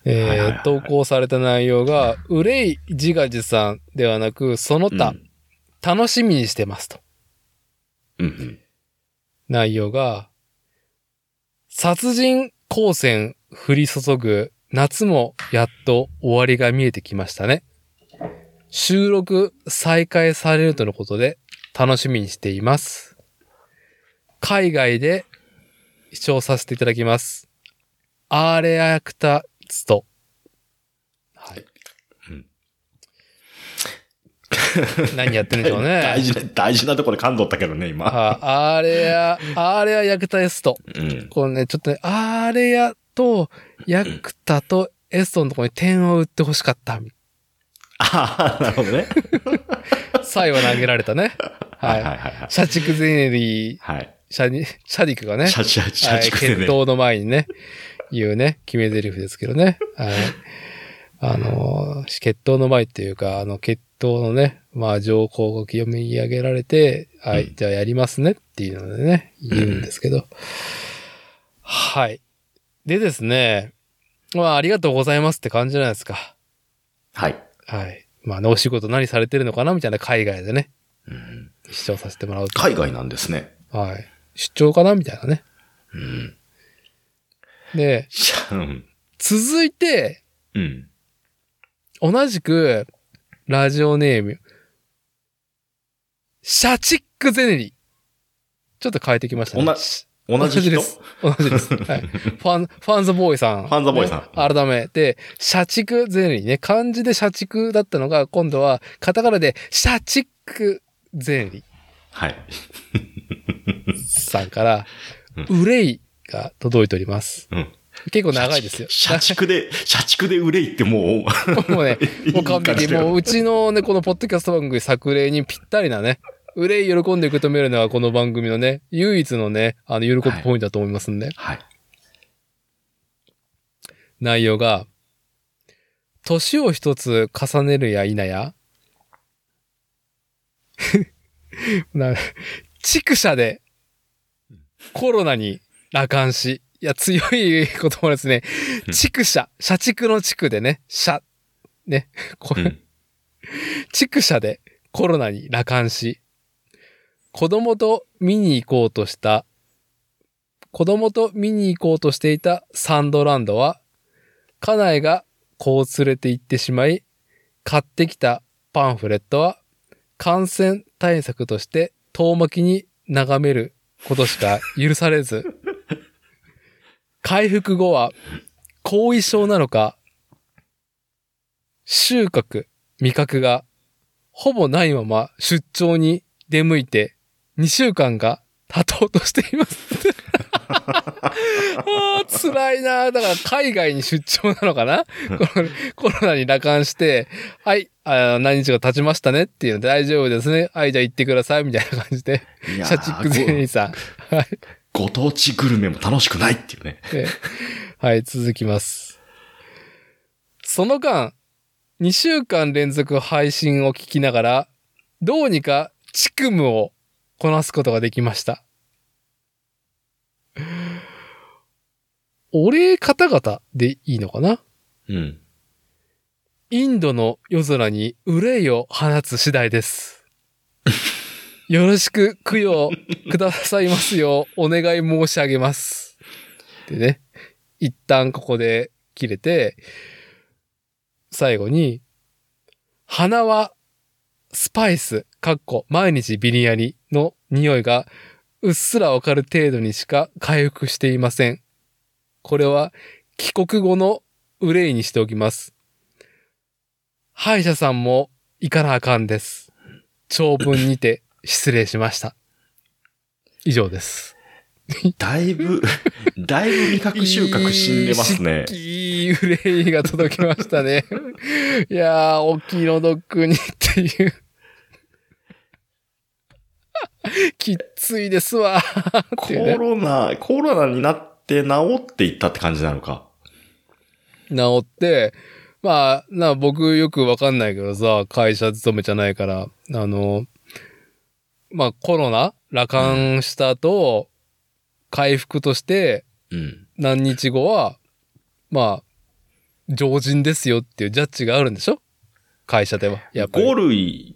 B: はいはいは
A: え
B: い
A: ー投稿された内容が、憂い自画自賛ではなく、その
B: うん
A: 他、楽しみにしてますと。
B: うんうん。
A: 内容が、殺人光線降り注ぐ夏もやっと終わりが見えてきましたね。収録再開されるとのことで楽しみにしています。海外で視聴させていただきます。アーレアクタツト。はい
B: うん。
A: 何やってるんでしょうね。
B: 大事な、大事なところで噛んどったけどね、今。
A: あアーレア、アーレアヤクタエスト。
B: うん。
A: このね、ちょっとね、アーレヤとヤクタとエストのところに点を打ってほしかった。
B: ああ、なるほどね。
A: 最後投げられたね。
B: はい
A: は。
B: はいいはいはい。
A: 社畜ゼネリー、
B: はい。
A: シャニシャディクがね、
B: 社畜、社
A: はい
B: 畜
A: 決
B: でね。
A: 闘の前にね、言うね、決め台詞ですけどね。はい。あのー、決闘の前っていうか、あの、決闘のね、まあ、条項が読み上げられて、はい、
B: うん
A: じゃあやりますねっていうのでね、言うんですけど。はい。でですね、まあ、ありがとうございますって感じじゃないですか。
B: はい。
A: はい。まあね、お仕事何されてるのかなみたいな海外でね、
B: うん
A: 視聴させてもらうと。
B: 海外なんですね。
A: はい。出張かなみたいなね。
B: うん。
A: で、
B: しゃうん。
A: 続いて、
B: うん。
A: 同じく、ラジオネーム、シャチックゼネリ。ちょっと変えてきましたね。
B: 同じ同じ人
A: です。同じです。はい。ファン、ファンザボーイさん。
B: ファンザボーイさん
A: ね改めて、社畜ゼネリね。漢字で社畜だったのが、今度は、カタカナで、シャチックゼネリ
B: はい。
A: さんから、憂いが届いております。
B: うん。
A: 結構長いですよ。
B: 社畜で、社畜で憂いってもう、
A: もうね、もう完
B: いい感じ
A: 璧。
B: だよ
A: もううちのね、このポッドキャスト番組作例にぴったりなね、憂い喜んで受け止めるのはこの番組のね、唯一のね、あの、喜ぶポイントだと思いますんで。
B: はい。
A: 内容が、年を一つ重ねるや否や、 な、畜舎でコロナに羅漢し、いや、強い言葉ですね
B: う。ん
A: 畜舎、社畜の地区でね、社、ね、こ
B: うん
A: 畜舎でコロナに羅漢し、子供と見に行こうとした、子供と見に行こうとしていたサンドランドは、家内がこう連れて行ってしまい、買ってきたパンフレットは、感染対策として遠巻きに眺めることしか許されず、回復後は、後遺症なのか、収穫、味覚がほぼないまま出張に出向いて2週間が経とうとしてい ます。あー辛いなーだから海外に出張なのかなこのコロナに羅漢して、はい、あー何日が経ちましたねっていうので大丈夫ですね。はい、じゃあ行ってくださいみたいな感じで、
B: いやー
A: 社畜ゼリーさん。
B: ごご当地グルメも楽しくないっていうね。
A: ええ はい、続きます。その間、2週間連続配信を聞きながら、どうにかチクムをこなすことができました。お礼方々でいいのかな
B: うん。
A: インドの夜空に憂いを放つ次第です。 よろしく供養くださいますようお願い申し上げます。でね、一旦ここで切れて、最後に、花はスパイス、かっこ毎日ビリヤニの匂いがうっすらわかる程度にしか回復していません。これは帰国後の憂いにしておきます。歯医者さんも行かなあかんです。長文にて失礼しました。以上です。
B: だい ぶ、だいぶ味覚収穫死んでますね。
A: いい憂いが届きました ね。いやー、お気の毒にっていう。 きっついですわーって
B: コ
A: いうね。
B: ロナ、コロナになって治っていったって感じなのか。
A: 治って、まあ、な、僕よくわかんないけどさ、会社勤めじゃないから、あの、まあコロナ、羅漢した後、回復として
B: うん。
A: 何日後は、まあ、常人ですよっていうジャッジがあるんでしょ会社では。やっぱり。
B: 5類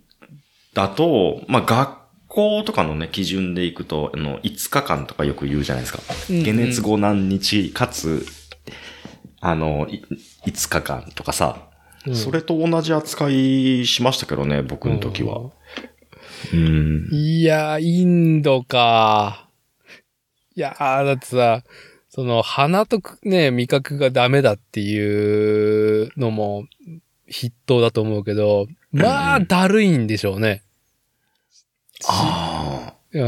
B: だと、まあ、学校とかのね、基準でいくと、あの、5日間とかよく言うじゃないですか。
A: うんうん
B: 解熱後何日、かつ、あの、い5日間とかさ、
A: うん
B: それと同じ扱いしましたけどね、僕の時は。うん。
A: いやー、インドか。いやー、だってさ、その、鼻とくね、味覚がダメだっていうのも筆頭だと思うけど、まあ、
B: うんうん
A: だるいんでしょうね。
B: ああ。
A: う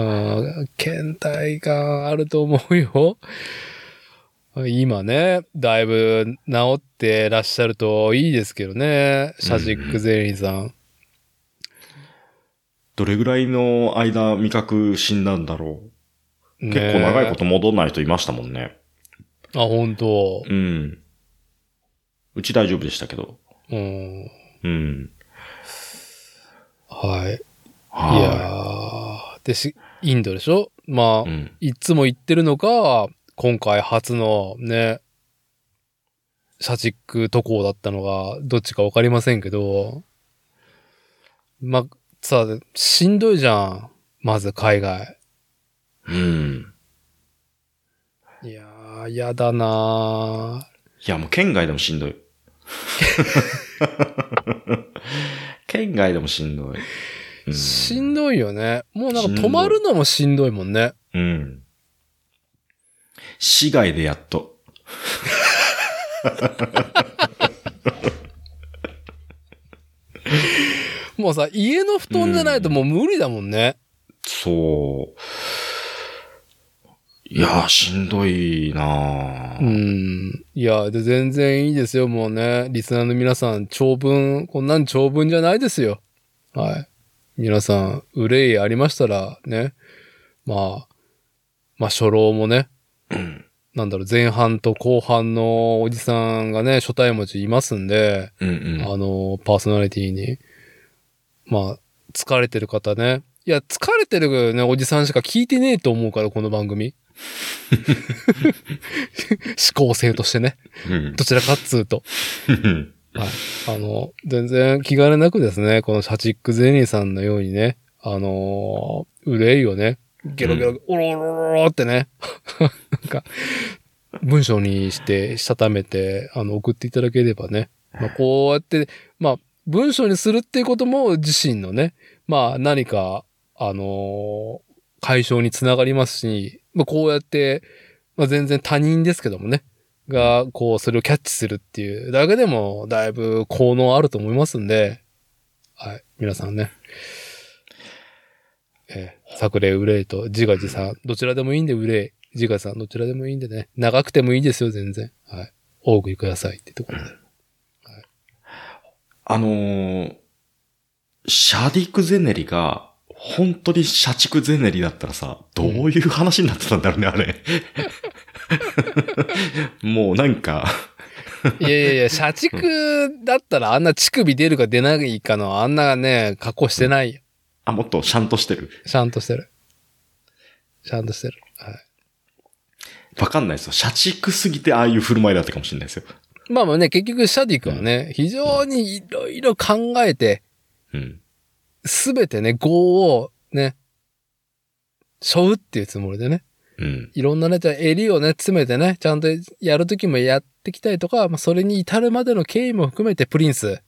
A: ん、倦怠感あると思うよ。今ね、だいぶ治ってらっしゃるといいですけどね、シャジックゼリーさん。
B: どれぐらいの間味覚死んだんだろう。
A: ね
B: 結構長いこと戻んない人いましたもんね。
A: あ、本当。
B: うん。うち大丈夫でしたけど。
A: うん。
B: うん。
A: はい。
B: はい
A: やー、でし、インドでしょまあ、
B: うん。
A: いつも行ってるのか、今回初のね、社畜渡航だったのが、どっちかわかりませんけど、まあ、さ、しんどいじゃん。まず海外。
B: うん。
A: いやー、やだない
B: や、もう県外でもしんどい。県外でもしんどい。う
A: ー。
B: ん。
A: しんどいよね。もうなん
B: しん
A: か
B: どい
A: 泊まるのもしんどいもんね。
B: うん。市外でやっと。
A: もうさ、家の布団じゃないともう無理だもんね。
B: そう。いやー、しんどいな
A: う
B: ー
A: ん。いや、で、全然いいですよ、もうね。リスナーの皆さん、長文、こんなん長文じゃないですよ。はい。皆さん、憂いありましたら、ね。まあ、まあ、初老もね、
B: うん。
A: なんだろう、前半と後半のおじさんがね、初対持ちいますんで、
B: うん
A: あの、パーソナリティに。まあ、疲れてる方ね。いや、疲れてるね、おじさんしか聞いてねえと思うから、この番 組。思考性としてね。
B: うん。
A: どちらかっつうと。
B: うん。
A: はい。あの、全然気兼ねなくですね、このシャチックゼニーさんのようにね、あのー憂いをね、ゲロゲ
B: う
A: ロ、おろろろろってね、 なんか、文章にして、したためて、あの、送っていただければね、まあ、こうやって、まあ、文章にするっていうことも自身のね、まあ、何か、あのー解消につながりますし、まあ、こうやって、まあ、全然他人ですけどもね、が、こう、それをキャッチするっていうだけでも、だいぶ効能あると思いますんで、はい、皆さんね。えー、作例、憂いと、自画自賛、どちらでもいいんで、憂い、自画自賛、どちらでもいいんでね、長くてもいいですよ、全然。はい。お送りくださいってところで。
B: あのー、シャディクゼネリが、本当に社畜ゼネリだったらさ、どういう話になってたんだろうね、あれ。 もうなんか、
A: いやいやいや、社畜だったらあんな乳首出るか出ないかのあんなね、加工してないよ。
B: あ、もっとシャンとしてる。
A: ちゃんとしてる。ちゃんとしてる。はい。
B: わかんないですよ。社畜すぎてああいう振る舞いだったかもしれないですよ。
A: まあまあね、結局シャディ君はね、非常にいろいろ考えて、
B: うん。
A: すべてね、業をね、背負うっていうつもりでね、
B: うん。
A: いろんなね、じゃあ襟をね、詰めてね、ちゃんとやるときもやってきたりとか、まあそれに至るまでの経緯も含めてプリンス、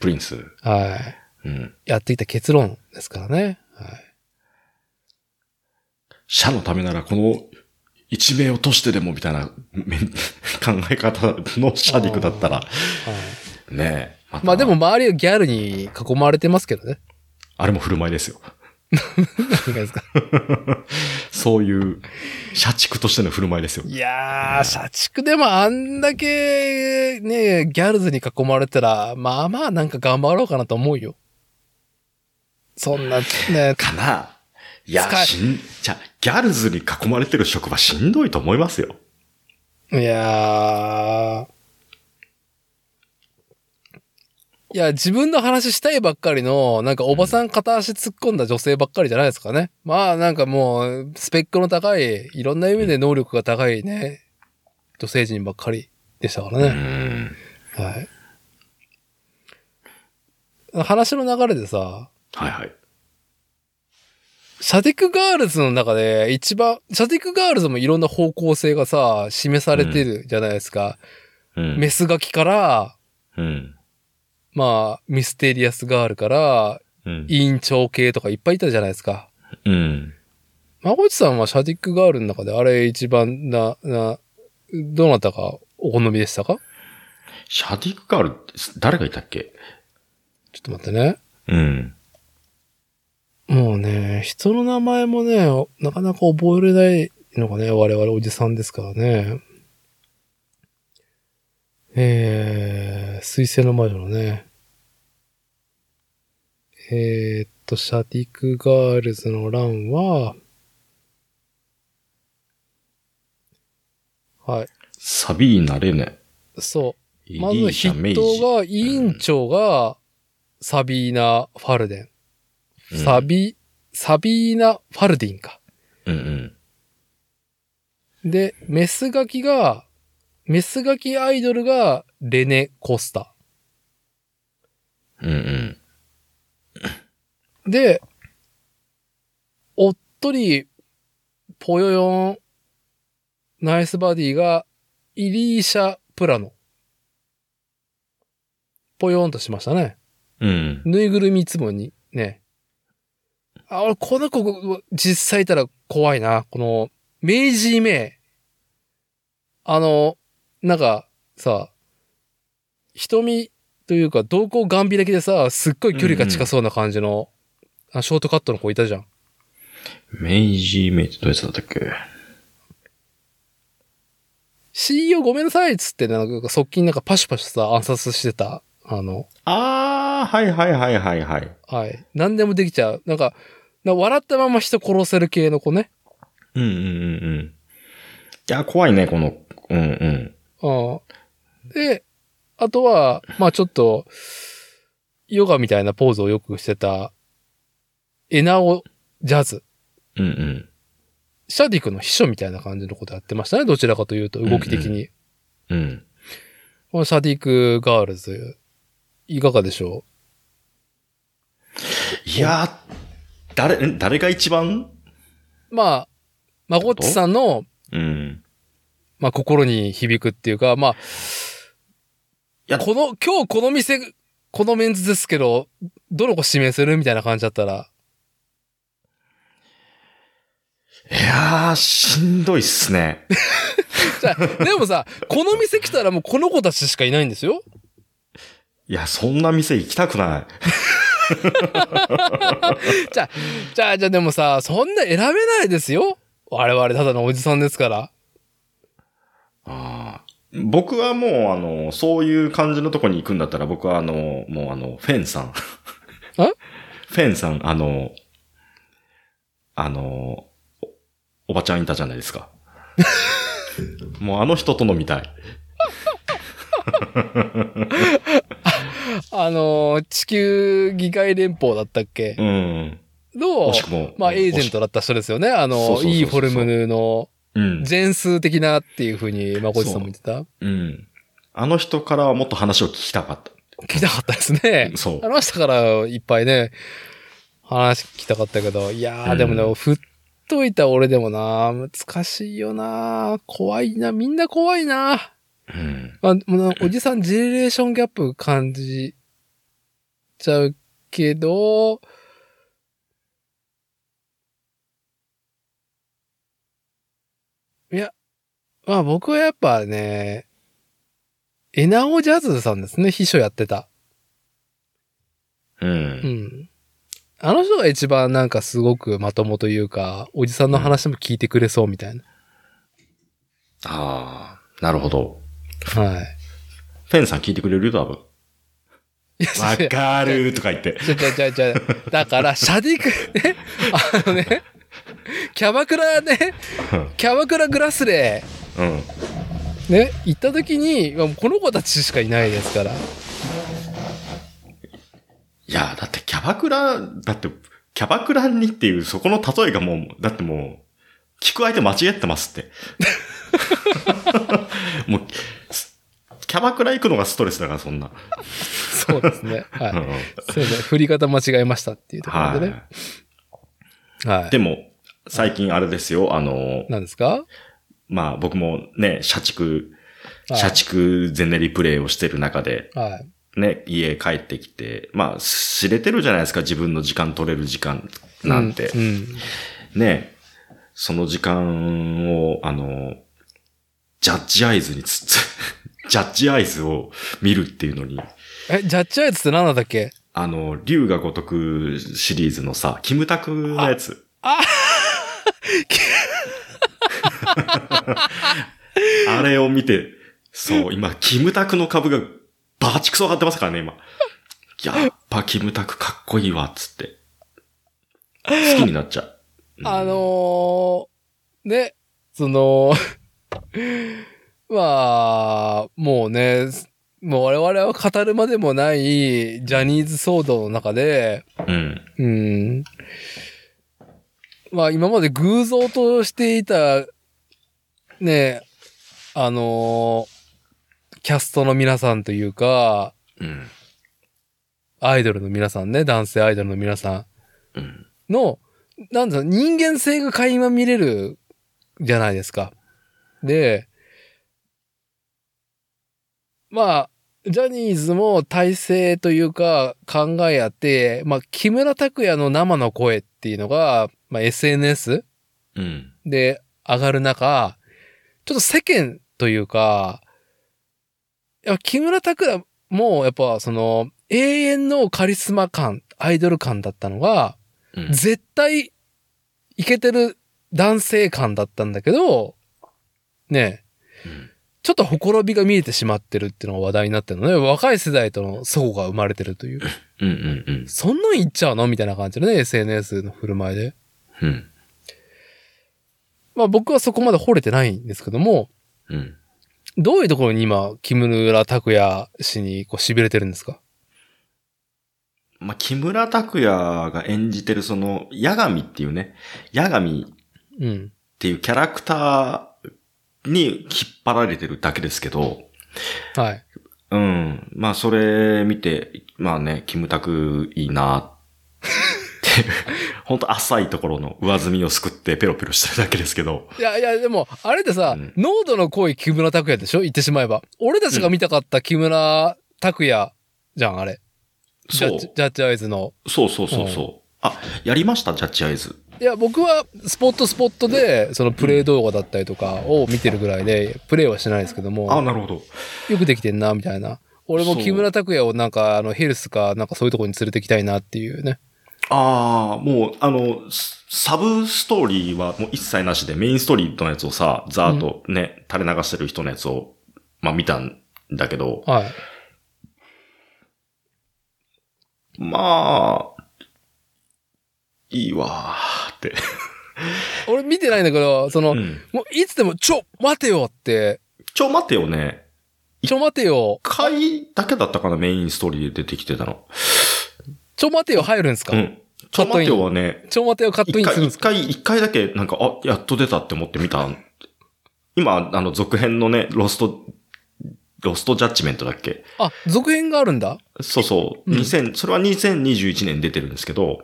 B: プリンス。
A: はい。
B: うん。
A: やってきた結論ですからね。はい。
B: 社のためならこの一命を落としてでもみたいなめ 考え方のシャディクだったら、
A: はい
B: ねえ。た
A: まあでも、周りはギャルに囲まれてますけ どね。
B: あれも振る舞いですよ。
A: 何がですか
B: そういう、社畜としての振る舞いですよ。
A: いやー、社畜でもあんだけね、ギャルズに囲まれたら、まあまあなんか頑張ろうかなと思うよ。そんな、ね、
B: かないや、
A: 使い
B: しん、じゃあ、ギャルズに囲まれてる職場しんどいと思いますよ。
A: いやー。いや、自分の話したいばっかりの、なんかおばさん片足突っ込んだ女性ばっかりじゃないですかね。まあなんかもう、スペックの高い、いろんな意味で能力が高いね、女性陣ばっかりでしたから
B: う
A: ね。
B: ん。
A: はい。話の流れでさ、
B: はいはい。
A: シャディクガールズの中で一番、シャディクガールズもいろんな方向性がさ、示されてるじゃないですか。
B: うん。
A: メスガキから、
B: うん。
A: まあ、ミステリアスガールから、
B: うん。
A: 委員長系とかいっぱいいたじゃないですか。
B: うん。
A: まこちさんはシャディックガールの中であれ一番な、な、どなたかお好みでしたか
B: シャディクガールって、誰がいたっけ
A: ちょっと待ってね。
B: うん。
A: もうね、人の名前もね、なかなか覚えれないのがね、我々おじさんですからね。えー、水星の魔女のね。えー、っと、シャディクガールズの欄は、はい、
B: サビーナ・レネ。
A: そう。
B: イリ
A: まず
B: ーシ
A: 筆
B: ャ・メイジ。
A: 頭が、委員長が、サビーナ・ファルデン。
B: うん
A: サビ、サビーナ・ファルディンか。
B: うんうん。
A: で、メスガキが、メスガキアイドルが、レネ・コスタ。
B: うんうん。
A: で、おっとり、ぽよよん、ナイスバディが、イリーシャ・プラノ。ぽよんとしましたね。
B: うん。
A: ぬいぐるみいつもに、ね。あ、俺、この子、実際いたら怖いな。この、明治名。あの、なんか、さ、瞳というか、瞳孔眼開きでさ、すっごい距離が近そうな感じの、あショートカットの子いたじゃん。
B: メイジー・メイジどうやってだったっけ
A: CEO ごめんなさいっつって、なんか側近なんかパシュパシュさ暗殺してた、あの、
B: あー、はいはいはいはいはい。
A: はい。何でもできちゃう。なんか、な笑ったまま人殺せる系の子ね。
B: うんうんうんうん。いや、怖いね、この、うんうん。
A: ああで、あとは、まあちょっと、ヨガみたいなポーズをよくしてた、エナオ・ジャズ。
B: うんうん。
A: シャディクの秘書みたいな感じのことやってましたね。どちらかというと、動き的に。
B: うん。
A: このシャディク・ガールズ、いかがでしょ
B: いやー、誰、ん誰が一番
A: うまあ、まこっちさんの、
B: うん。
A: まあ心に響くっていうか、まあ、
B: いや
A: この、今日この店、このメンズですけど、どの子指名するみたいな感じだったら、
B: いやー、しんどいっすね。
A: じゃあでもさ、この店来たらもうこの子たちしかいないんですよ。
B: いや、そんな店行きたくない。
A: じゃあ、じゃあ、じゃあでもさ、そんな選べないですよ。我々ただのおじさんですから。
B: あー僕はもう、あの、そういう感じのとこに行くんだったら、僕はあの、もうあの、フェンさん。
A: え
B: フェンさん、あの、あの、おおばちゃんいたじゃないで すか。もうあの人と飲みたい。
A: あのー地球議会連邦だったっけ
B: うん。
A: の
B: 惜し、くも。
A: まあ、エージェント
B: だ。
A: だった人ですよね。あ
B: そう
A: の
B: そうそう
A: ー、
B: そう
A: いいフォルムの、
B: うん。
A: 全数的なっていうふうに、まこじさんも言ってた。
B: うん。あの人からはもっと話を聞きたかった。
A: 聞きたかったですね。
B: そう
A: あ。の人からいっぱいね、話聞きたかったけど、いや
B: う
A: ー
B: ん
A: でもね、振っといた俺でもな、難しいよな、怖いな、みんな怖いな。
B: うん。
A: まあ、もうなおじさんジェネレーションギャップ感じちゃうけど、いや、まあ僕はやっぱね、エナオジャズさんですね、秘書やってた。
B: う。
A: うんん。あの人が一番なんかすごくまともというか、おじさんの話も聞いてくれそうみたいな。
B: ああ、なるほど。
A: はい。
B: フェンさん聞いてくれる多分。
A: いや
B: わかるとか言って。
A: ちゃちゃちゃちゃ。だから、シャディク、ね、あのね、キャバクラね、キャバクラグラスレ
B: うん。
A: ー、ね、行った時に、まあこの子たちしかいないですから。
B: いや、だってキャバクラ、だって、キャバクラにっていう、そこの例えがもう、だってもう、聞く相手間違ってま すって。もう、すキャバクラ行くのがストレスだから、そんな。
A: そうですね。はい。
B: うん
A: すいません。振り方間違えましたっていうところでね
B: は。
A: はい。
B: い。でも、最近あれですよ、あの、
A: 何ですか
B: まあ僕もね、社畜、
A: はい
B: 社畜ゼネリプレイをしてる中で、
A: はい。
B: ね、家帰ってきて、まあ知れてるじゃないですか、自分の時間取れる時間なんて。
A: うん。うん
B: ね、その時間を、あの、ジャッジアイズにつつ、 ジャッジアイズを見るっていうのに、
A: え、ジャッジアイズって何なんだっけ
B: あの、竜が如くシリーズのさ、キムタクのやつ。 あれを見て、そう、今、キムタクの株がバチクソ上がってますからね、今。やっぱキムタクかっこいいわ、つって。好きになっちゃう。うん
A: あのー、ね、その、 まあ、もうね、もう我々は語るまでもないジャニーズ騒動の中で、
B: うん。
A: うん。まあ今まで偶像としていた、ね、あのーキャストの皆さんというか、
B: うん。
A: アイドルの皆さんね、男性アイドルの皆さん。
B: うん。
A: の、なんだろう人間性が垣間見れるじゃないですか。で、まあ、ジャニーズも体制というか考えあって、まあ、木村拓哉の生の声っていうのが、まあ、SNS
B: うん。
A: で上がる中、ちょっと世間というか、やっぱ木村拓哉もやっぱその永遠のカリスマ感、アイドル感だったのが、
B: うん
A: 絶対、イケてる男性感だったんだけど、ねえ、ちょっとほころびが見えてしまってるっていうのが話題になってるのね。若い世代との相互が生まれてるという。
B: うんうんうん。
A: そんなん言っちゃうのみたいな感じでね、SNS の振る舞いで。
B: うん。
A: まあ僕はそこまで惚れてないんですけども、
B: うん。
A: どういうところに今、木村拓哉氏にこう痺れてるんですか
B: まあ、木村拓哉が演じてるその、八神っていうね、八神っ
A: うん。
B: ていうキャラクターに引っ張られてるだけですけど、
A: はい。
B: うん。まあ、それ見て、まあね、キムタクいいなって、 本当浅いところの上積みをすくってペロペロしてるだけですけど、
A: いやいや、でも、あれってさ、
B: うん
A: 濃度の濃い木村拓哉でしょ言ってしまえば。俺たちが見たかった木村拓哉じゃん、あれ。ジ
B: そ
A: ャ
B: う
A: ッジ、ジャッジアイズの。
B: そうそうそうそう。あ、やりましたジャッジアイズ。
A: いや、僕はスポットスポットで、そのプレイ動画だったりとかを見てるぐらいで、プレイはしてないですけど
B: あ、
A: も、
B: なるほど。
A: よくできてんな、みたいな。俺も木村拓哉をなんか、あの、ヘルスか、なんかそういうとこに連れてきたいなっていうね。
B: ああ、もう、あの、スサブストーリーはもう一切なしで、メインストーリーのやつをさ、ざーっとね、垂れ流してる人のやつを、まあ見たんだけど、
A: はい。
B: まあ、いいわーって。
A: 俺見てないんだけど、その、
B: うん。
A: もういつでも、ちょ、待てよって、
B: ちょ、待ってよね。
A: ちょ待てよ、
B: 一回だけだったかな、メインストーリーで出てきてたの。
A: ちょ待てよ入るんですか、
B: うん。ちょ、待ってよはね、
A: ちょ待てよカットイ
B: 一
A: ンするん
B: 回、
A: です
B: 一
A: か
B: 回、一回だけ、なんか、あ、やっと出たって思って見た。今、あの、続編のね、ロスト、ロストジャッジメントだっけ
A: あ、続編があるんだ
B: そうそう。
A: うん
B: 2000、それは2021年出てるんですけど、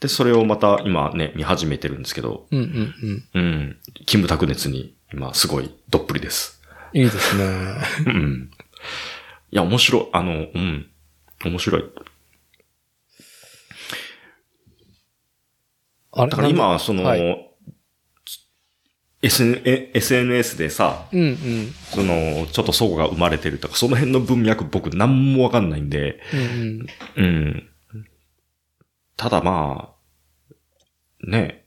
B: で、それをまた今ね、見始めてるんですけど、
A: うんうんうん。
B: うん。キムタク熱に今すごいどっぷりです。
A: いいですね。
B: うん。いや、面白い。あの、うん。面白い。
A: あれ
B: だから今、はその、
A: は
B: SN SNS でさ、
A: うんうん。うん
B: その、ちょっと相互が生まれてるとか、その辺の文脈僕何もわかんないんで、
A: うん。
B: うん。ただまあ、ねえ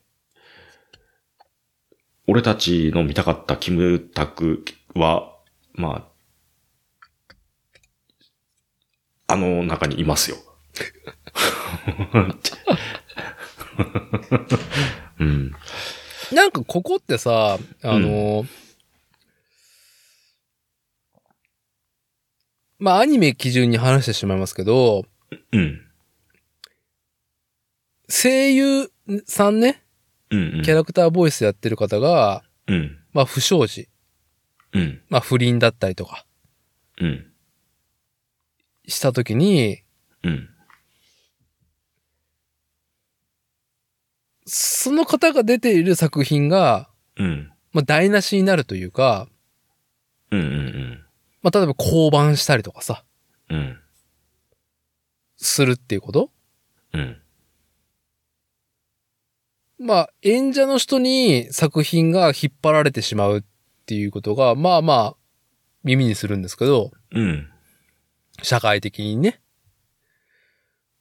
B: 俺たちの見たかったキムタクは、まあ、あの中にいますよ。うん。
A: なんかここってさ、あの、まあアニメ基準に話してしまいますけど、
B: うん。
A: 声優さんね、
B: うん。うん
A: キャラクターボイスやってる方が、
B: うん。
A: まあ不祥事、
B: うん。
A: まあ不倫だったりとか
B: うん。
A: した時に、
B: うん。
A: その方が出ている作品が、
B: うん。
A: まあ台無しになるというか、
B: うん。うん。
A: まあ例えば降板したりとかさ、
B: うん。
A: するっていうこと
B: うん。
A: まあ、演者の人に作品が引っ張られてしまうっていうことが、まあまあ、耳にするんですけど、
B: うん。
A: 社会的にね。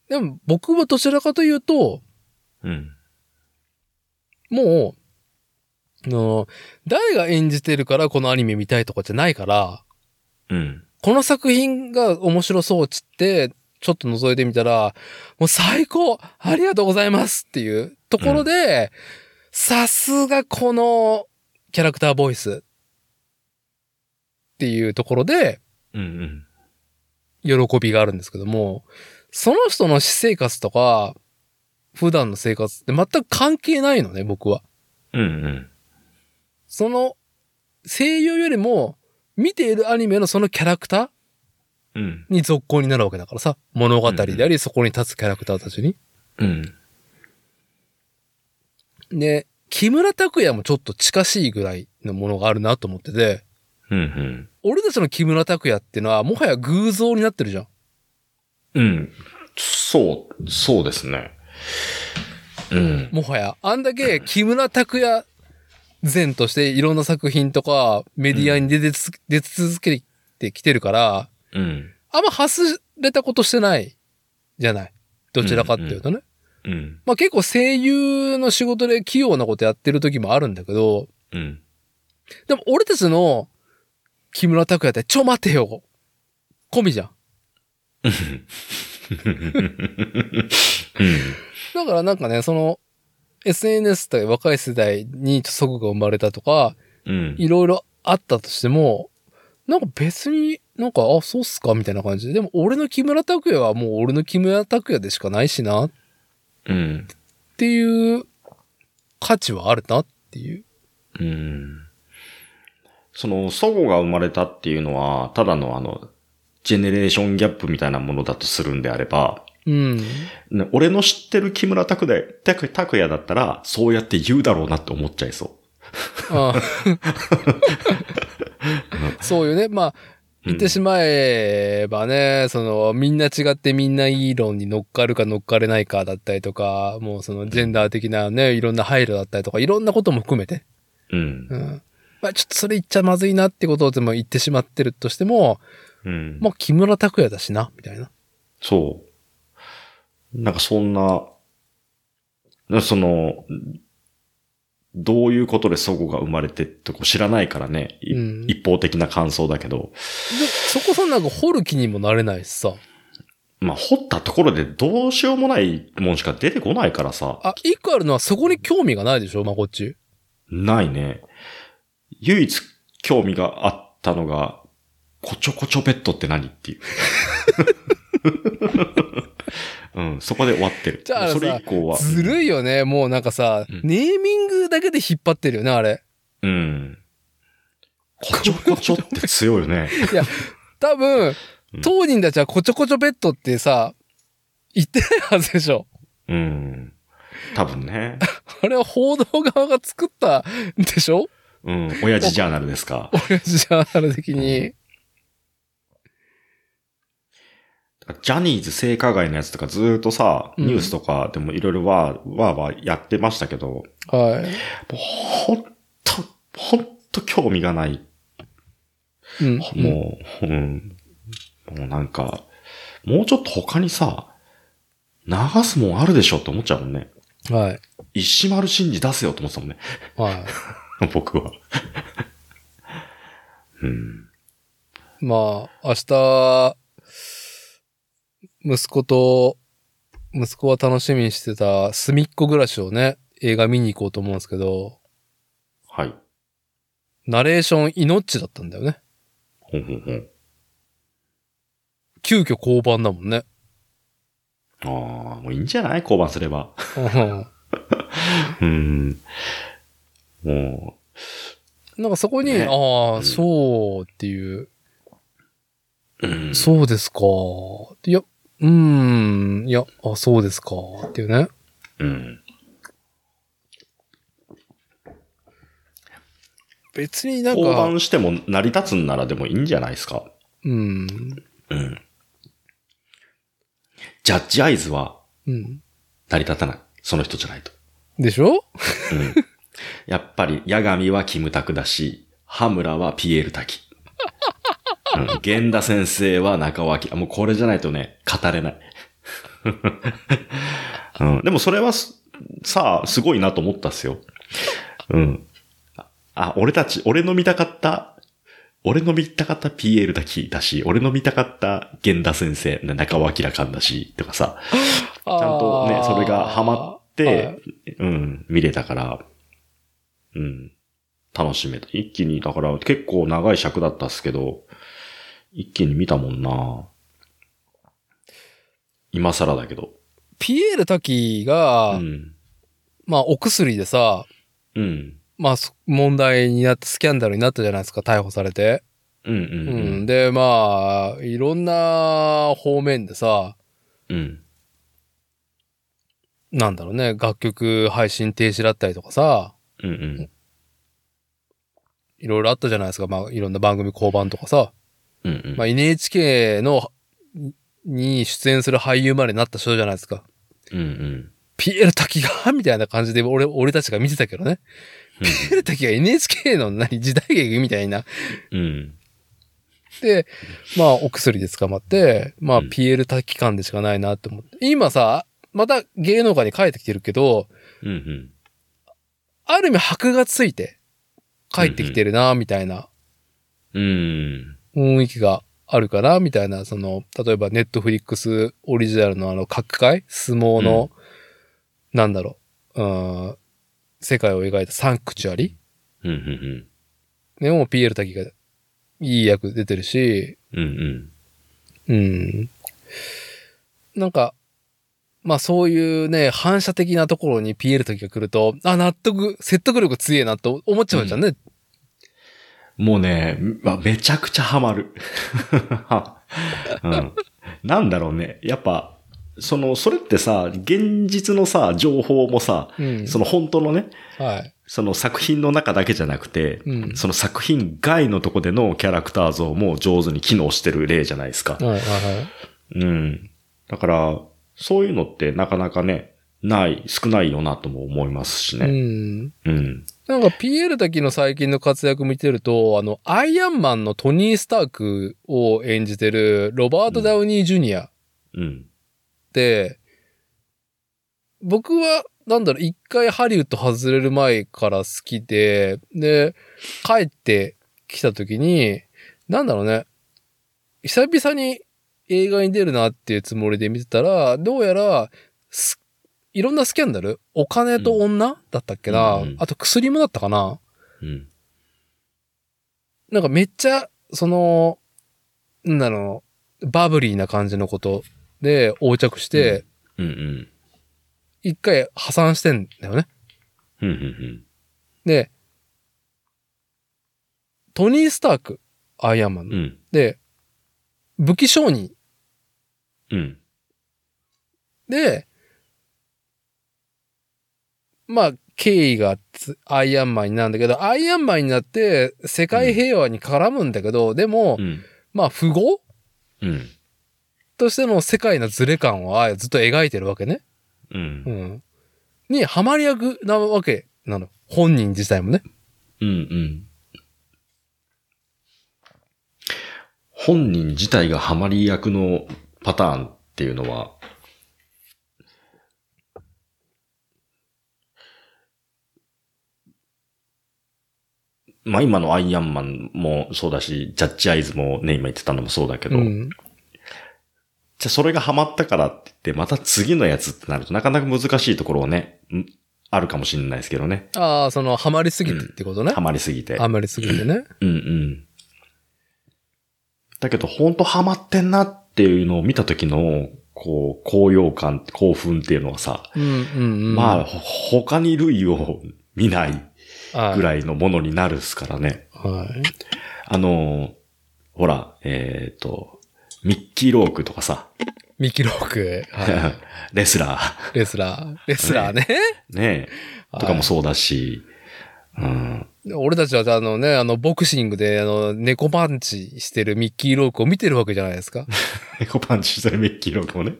A: でも僕はどちらかというと、
B: うん。
A: もう、あの誰が演じてるからこのアニメ見たいとかじゃないから、
B: うん。
A: この作品が面白そうっつって、ちょっと覗いてみたら、もう最高ありがとうございますっていうところで、さすがこのキャラクターボイスっていうところで
B: うん。
A: 喜びがあるんですけども、その人の私生活とか、普段の生活って全く関係ないのね、僕は。
B: うん。
A: その声優よりも見ているアニメのそのキャラクター
B: うん。
A: に続行になるわけだからさ。物語であり、そこに立つキャラクターたちに。
B: うん。
A: で、木村拓哉もちょっと近しいぐらいのものがあるなと思ってて、
B: うん
A: 俺たちの木村拓哉ってのはもはや偶像になってるじゃん。
B: うん。うん。そう、そうですね。うん。
A: もはや。あんだけ木村拓哉前としていろんな作品とかメディアに出てつ、出続けてきてるから、
B: うん。
A: あんま外れたことしてないじゃない。どちらかっていうとね。
B: うん。
A: まあ結構声優の仕事で器用なことやってる時もあるんだけど、
B: うん。
A: でも俺たちの木村拓哉って、ちょ待てよ込みじゃん。だからなんかね、その、SNS とか若い世代にそぐが生まれたとか、
B: うん。
A: いろいろあったとしても、なんか別になんか、あ、そうっすかみたいな感じで。でも俺の木村拓哉はもう俺の木村拓哉でしかないしなっ
B: うん。
A: ていう価値はあるなっていう。
B: うん。その、祖母が生まれたっていうのは、ただのあの、ジェネレーションギャップみたいなものだとするんであれば、
A: うん。
B: ね俺の知ってる木村拓哉、拓拓哉だったら、そうやって言うだろうなって思っちゃいそ
A: あそうよね。まあ、
B: う。
A: 言ってしまえばね、その、みんな違ってみんないい論に乗っかるか乗っかれないかだったりとか、もうそのジェンダー的なね、いろんな配慮だったりとか、いろんなことも含めて。
B: うん。
A: うん。まあちょっとそれ言っちゃまずいなってことをでも言ってしまってるとしても、
B: うん。
A: もう木村拓哉だしな、みたいな。
B: そう。なんかそんな、なその、どういうことで祖母が生まれてってこう知らないからね、い
A: うん
B: 一方的な感想だけど、
A: で、そこさ、なんか掘る気にもなれないしさ。
B: まあ、掘ったところでどうしようもないもんしか出てこないからさ、
A: あ、一個あるのはそこに興味がないでしょ、まこっち。
B: ないね。唯一興味があったのが、こちょこちょベッドって 何っていう。うん、そこで終わってる。
A: じゃあさ
B: それ以降は。
A: ずるいよね、もうなんかさ、
B: うん
A: ネーミングだけで引っ張ってるよね、あれ。
B: うん。こちょこちょって強いよね。
A: 多分
B: うん、
A: 当人たちはこちょこちょベッドってさ、言ってないはずでしょ。
B: うん。多分ね。
A: あれは報道側が作ったんでしょ
B: うん。親父ジャーナルですか。
A: 親父ジャーナル的に。
B: ジャニーズ性加害のやつとかずーっとさ、
A: うん
B: ニュースとかでもいろいろわー、わーわーやってましたけど、も
A: は
B: うほんと、ほんと興味がない。
A: い。うん。
B: もう、うん。もうなんか、もうちょっと他にさ、流すもんあるでしょって思っちゃうもんね。
A: うん。はい。
B: 石丸真二出せよって思ってたもんね。
A: はい。
B: 僕は。うん。
A: まあ、明日、息子と、息子は楽しみにしてた、すみっこ暮らしをね、映画見に行こうと思うんですけど、
B: はい。
A: ナレーション、イノッチだったんだよね。
B: ほんほんほん。
A: 急遽降板だもんね。
B: ああ、もういいんじゃない降板すれば。
A: うん
B: うん。も
A: なんかそこに、
B: ね
A: あ
B: う
A: あ、
B: ん
A: そうっていう、
B: う、うん
A: そうですか。いや、うーん、いや、あ、そうですか。っていうね。
B: うん。
A: 別になん
B: 降
A: か、
B: 板しても成り立つんならでもいいんじゃないですか。
A: うん、
B: うん。ジャッジアイズは
A: うん。
B: 成り立たない。その人じゃないと。
A: でしょ
B: うん。やっぱり、ヤガミはキムタクだし、ハムラはピエール滝。うん。源田先生は中脇。あもうこれじゃないとね、語れない。 うん。でもそれはす、さあ、すごいなと思ったっすよ。うん。あ、俺たち、俺の見たかった、俺の見たかったピエール滝だし、俺の見たかった源田先生、中尾明かんだし、とかさ。
A: ち
B: ちゃんとね、それがハマって、うん、見れたから、うん、楽しめた。一気に、だから結構長い尺だったっすけど、一気に見たもんな今更だけど。
A: ピエール滝が、
B: うん。
A: まあ、お薬でさ、
B: うん。
A: まあ、そ問題になって、スキャンダルになったじゃないですか、逮捕されて。
B: うんう
A: うん
B: ん。うん。
A: で、まあ、いろんな方面でさ、
B: うん。
A: なんだろうね、楽曲配信停止だったりとかさ、
B: うんうん。
A: いろいろあったじゃないですか、まあ、いろんな番組降板とかさ、
B: うんうん。
A: まあ、NHK の、に出演する俳優までなった人じゃないですか。
B: うんうん。
A: ピエール滝が、みたいな感じで、俺、俺たちが見てたけどね。ピエール滝が NHK の何、時代劇みたいな
B: うん。
A: で、まあ、お薬で捕まって、まあ、
B: うん
A: PL 短期間でしかないなって思って。今さ、また芸能界に帰ってきてるけど、
B: うんうん。
A: ある意味箔がついて帰ってきてるな、みたいな
B: うん。
A: 雰囲気があるから、みたいな、その、例えばネットフリックスオリジナルのあの、角界相撲の、なんだろう、うん、世界を描いたサンクチュアリ
B: うん、うん、
A: ね、もう PL 滝がいい役出てるし、
B: うん。うん、
A: うん。なんか、まあそういうね、反射的なところに PL 滝が来ると、あ、納得、説得力強えなと思っちゃうんじゃんね。
B: うん。もうね、まめちゃくちゃハマる。 うん。なんだろうね。やっぱ、その、それってさ、現実のさ、情報もさ、
A: うん。
B: その本当のね、
A: はい。
B: その作品の中だけじゃなくて、
A: うん
B: その作品外のとこでのキャラクター像も上手に機能してる例じゃないですか。
A: はいはいはい。
B: うん。だから、そういうのってなかなかね、ない、少ないよなとも思いますし
A: う
B: ね。
A: ん。
B: うん。
A: なんか PL だけの最近の活躍見てると、あの、アイアンマンのトニー・スタークを演じてるロバート・ダウニー・ジュニアっ
B: うん。
A: て、僕は、なんだろう、一回ハリウッド外れる前から好きで、で、帰ってきた時に、なんだろうね、久々に映画に出るなっていうつもりで見てたら、どうやら、すいろんなスキャンダルお金と女、だったっけな、
B: うんうん
A: あと薬もだったかな
B: うん。
A: なんかめっちゃ、その、なんだろう、バブリーな感じのことで横着して、
B: うんうん。
A: 一回破産してんだよね。
B: うんうん
A: で、トニー・スターク、アイアンマン
B: うん。う
A: の。
B: ん。
A: で、武器商人
B: うん。
A: で、まあ、経緯がつアイアンマンになるんだけど、アイアンマンになって世界平和に絡むんだけど、でも、
B: うん。
A: まあ、富豪
B: うん。
A: としての世界のズレ感をああずっと描いてるわけね。
B: う。
A: うんん。に、ハマり役なわけなの。本人自体もね。
B: うん。本人自体がハマり役のパターンっていうのは、まあ今のアイアンマンもそうだし、ジャッジアイズもね、今言ってたのもそうだけど、
A: うん。
B: じゃあそれがハマったからって言って、また次のやつってなるとなかなか難しいところをね、んあるかもしれないですけどね。
A: ああ、その、ハマりすぎてってことね
B: ハ。マりすぎて。
A: ハマりすぎてね。
B: うんうん。だけど、ほんとハマってんなっていうのを見た時の、こう、高揚感、興奮っていうのはさ、
A: うんうんうん。
B: まあ、ほ他に類を見ない
A: あ
B: ぐらいのものになるっすからね。
A: はい。
B: あの、ほら、えっ、と、ミッキー・ロークとかさ、
A: ミキローク、は
B: レスラー、
A: い、レスラー、レスラーね。
B: ねえ、とかもそうだし、うん、
A: 俺たちは、あのね、あの、ボクシングで、あの、猫パンチしてるミッキーロークを見てるわけじゃないです か。
B: エコパンチしてるミッキー・ロークもね。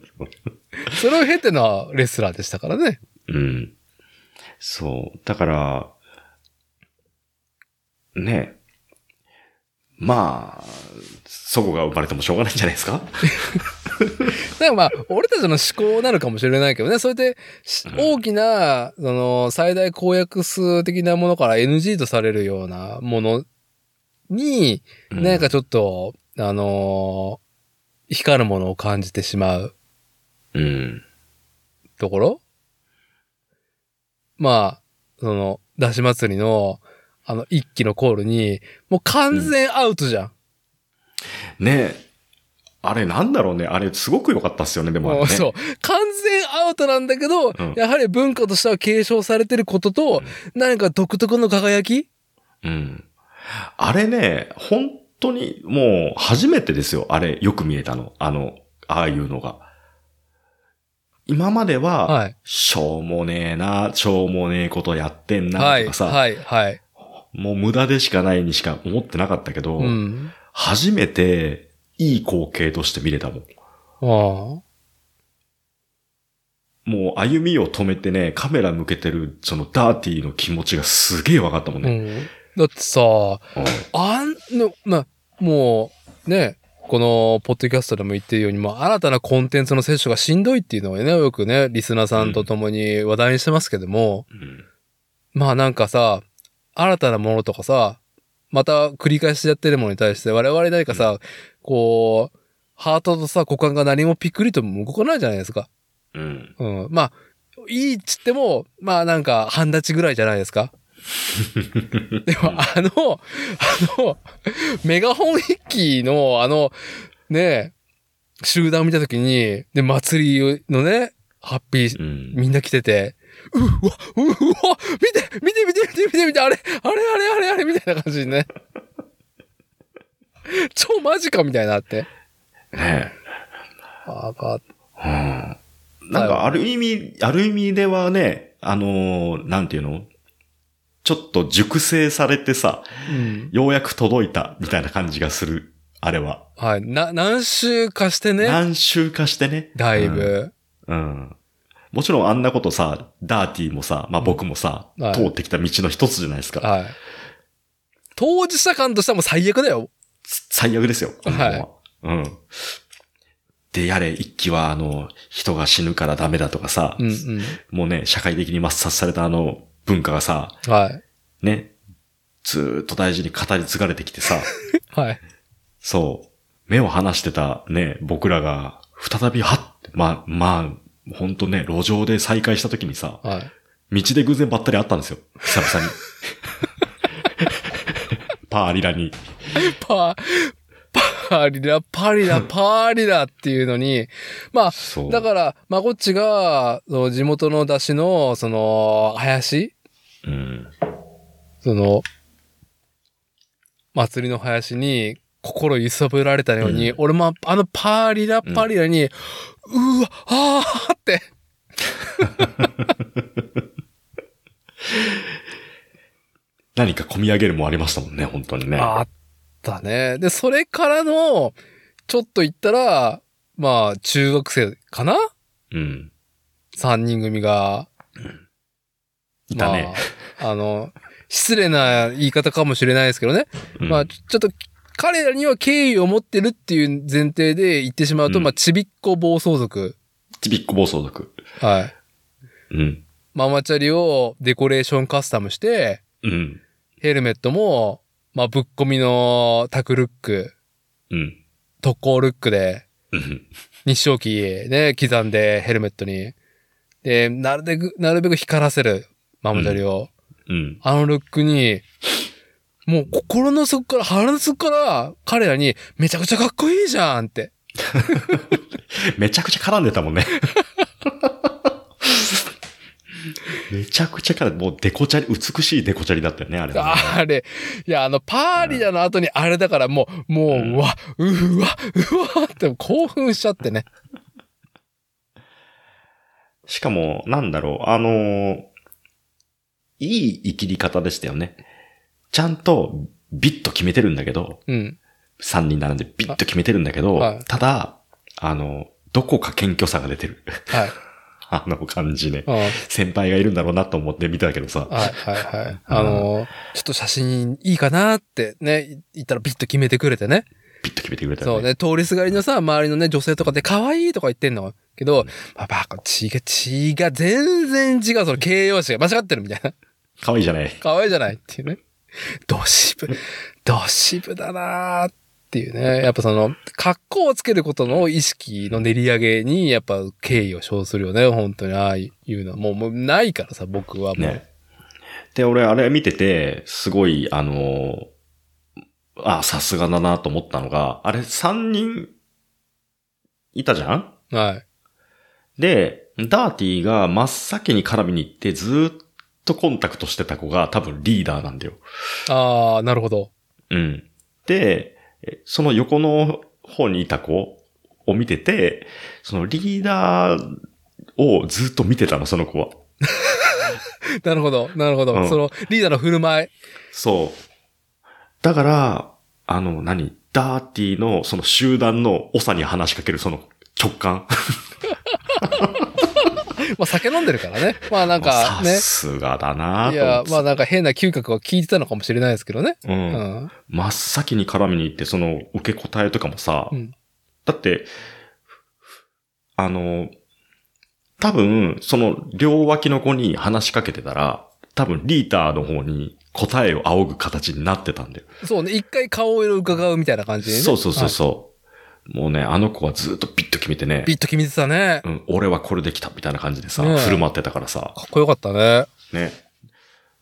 A: それを経てのレスラーでしたからね。
B: うん。そう。だから、ねまあ、そこが生まれてもしょうがないんじゃないです
A: だ
B: か
A: からまあ、俺たちの思考なのかもしれないけどね、それでし
B: うん
A: 大きな、その、最大公約数的なものから NG とされるようなものに、
B: う
A: なんか、ちょっと、あのー光るものを感じてしまう
B: うん。
A: ところまあ、その、出し祭りの、あの、一期のコールに、もう完全アウトじゃん。
B: ねあれなんだろうね。あれすごく良かったっすよね、でもあれ
A: も
B: ね。
A: うそう。完全アウトなんだけど、
B: ん
A: やはり文化としては継承されてることと、何か独特の輝き
B: うん。あれね、本当にもう初めてですよ。あれ、よく見えたの。あの、ああいうのが。今までは、
A: はい
B: しょうもねえな、しょうもねえことやってんな、
A: はい、
B: とかさ、
A: はい、はい。
B: もう無駄でしかないにしか思ってなかったけど、
A: うん。
B: 初めていい光景として見れたもん。
A: あ
B: もう歩みを止めてね、カメラ向けてるそのダーティーの気持ちがすげえわかったもん
A: あ。う
B: ね。
A: ん。だってさ、あんの、な、もう、ね、この、ポッドキャストでも言ってるように、もう新たなコンテンツの摂取がしんどいっていうのはね、よくね、リスナーさんと共に話題にしてますけども、
B: うん。
A: まあなんかさ、新たなものとかさ、また繰り返しやってるものに対して、我々何かさ、こう、ハートとさ、股間が何もピクリとも動かないじゃないですか。
B: うん。
A: うん。まあ、いいっつっても、まあなんか、半立ちぐらいじゃないですか。でも、あの、あの、メガホン一揆の、あの、ねえ、集団を見たときに、で、祭りのね、ハッピー、
B: うん。
A: みんな来てて、うわ、うわ、見て見て見て見て見て見てあれあれあれあれあれみたいな感じにね。 超マジかみたいになって。
B: ね
A: あば
B: え。うん。なんか、ある意味、ある意味ではね、あのーなんていうのちょっと熟成されてさ、
A: うん。
B: ようやく届いた、みたいな感じがする、あれは。
A: はい。な、何週かしてね。
B: 何週かしてね。
A: だいぶ。
B: うん。うん。もちろんあんなことさ、ダーティーもさ、まあ僕もさ、
A: うんはい
B: 通ってきた道の一つじゃないですか。
A: はい。当事者感としてはもう最悪だよ。
B: 最悪ですよ。あの
A: はい
B: うん。で、やれ、一期は、あの、人が死ぬからダメだとかさ、
A: うんうん。
B: もうね、社会的に抹殺されたあの文化がさ、
A: はい。
B: ね、ずーっと大事に語り継がれてき てさ、
A: はい。
B: そう、目を離してたね、僕らが、再び、はっ、まあ、まあ、ほんとね、路上で再会した時にさ、
A: はい。
B: 道で偶然ばったり会ったんですよ。久 々に。パーリラに。
A: パー、パーリラ、パーリラ、パーリラっていうのに、まあ、
B: そう。
A: だから、まこっちが、その地元の出汁の、その、林
B: うん。
A: その、祭りの林に心揺さぶられたように、
B: うん
A: 俺もあのパーリラパーリラに、うわ、あーって、
B: 何か込み上げるもんありましたもんね、本当にね。
A: あったね。で、それからの、ちょっと言ったら、まあ、中学生かな
B: うん。
A: 三人組が。
B: いたね。
A: まあ、あの、失礼な言い方かもしれないですけどね。
B: うん
A: まあ、ちょちょっと、彼らには敬意を持ってるっていう前提で言ってしまうと、
B: うん
A: まあ、ちびっこ暴走族。
B: ちびっこ暴走族。
A: はい。
B: うん。
A: ママチャリをデコレーションカスタムして、
B: うん。
A: ヘルメットも、まあ、ぶっ込みのタクルック、
B: うん。
A: 特攻ルックで、
B: うん。
A: 日照機ね、刻んでヘルメットに。で、なるべく、なるべく光らせる、ママチャリを。
B: うん。
A: あのルックに、もう心の底から、腹の底から、彼らに、めちゃくちゃかっこいいじゃんって。
B: めちゃくちゃ絡んでた もんね。めちゃくちゃ絡んで、もうデコチャリ、美しいデコチャリだったよね、あれはね、
A: あれ、いや、あの、パーリだの後にあれだから、もう、もう、
B: ん
A: うわ、うわ、うわって興奮しちゃってね。
B: しかも、なんだろう、あのーいい生きり方でしたよね。ちゃんと、ビッと決めてるんだけど、
A: うん。
B: 3人並んでビッと決めてるんだけど、
A: はい
B: ただ、あの、どこか謙虚さが出てる。
A: はい。
B: あの感じね
A: う。ん。はい、
B: 先輩がいるんだろうなと思って見たけどさ。
A: はい、はい。あのーちょっと写真いいかなってね、言ったらビッと決めてくれてね。
B: ピッと決めてくれた
A: そ
B: よ
A: う
B: ね。
A: ね、通りすがりのさ、周りのね、女性とかで可愛いとか言ってんの。けど、まあ、バカ、違う、違う、全然違う、その形容詞が間違ってるみたいな。
B: 可愛いじゃない。
A: 可愛いじゃないっていうね。ドシブ、ドシブだなーっていうね。やっぱその、格好をつけることの意識の練り上げに、やっぱ敬意を称するよね。本当に、ああいうのは。もう、もうないからさ、僕はもう。
B: ね。で、俺、あれ見てて、すごい、あのーあ、さすがだなと思ったのが、あれ、3人、いたじゃん
A: はい。
B: で、ダーティーが真っ先に絡みに行って、ずーっとコンタクトしてた子が多分リーダーなんだよ。
A: ああ、なるほど。
B: うん。で、えその横の方にいた子を見てて、そのリーダーをずっと見てたの、その子は。
A: なるほど。なるほど。
B: うん
A: その、リーダーの振る舞い。
B: そう。だから、あの、何ダーティーのその集団の長に話しかけるその直感。
A: まあ、酒飲んでるからね。まあ、なんか、
B: さ
A: ね。
B: すがだないと思
A: や
B: っ、て
A: まあなんか変な嗅覚は聞いてたのかもしれないですけどね。
B: う。
A: うんん。
B: 真っ先に絡みに行って、その受け答えとかもさ、
A: うん
B: だって、あの、多分、その両脇の子に話しかけてたら、多分リーターの方に答えを仰ぐ形になってたんだよ。
A: そうね、一回顔色伺うみたいな感じでね。
B: そうそうそう
A: は
B: そう、もうね、あの子はずっとビッと決めてね
A: い。、ビッと決めてたね。
B: うん、俺はこれできたみたいな感じでさ、
A: ねえ
B: 振る舞ってたからさ、
A: かっこよかったね。
B: ね。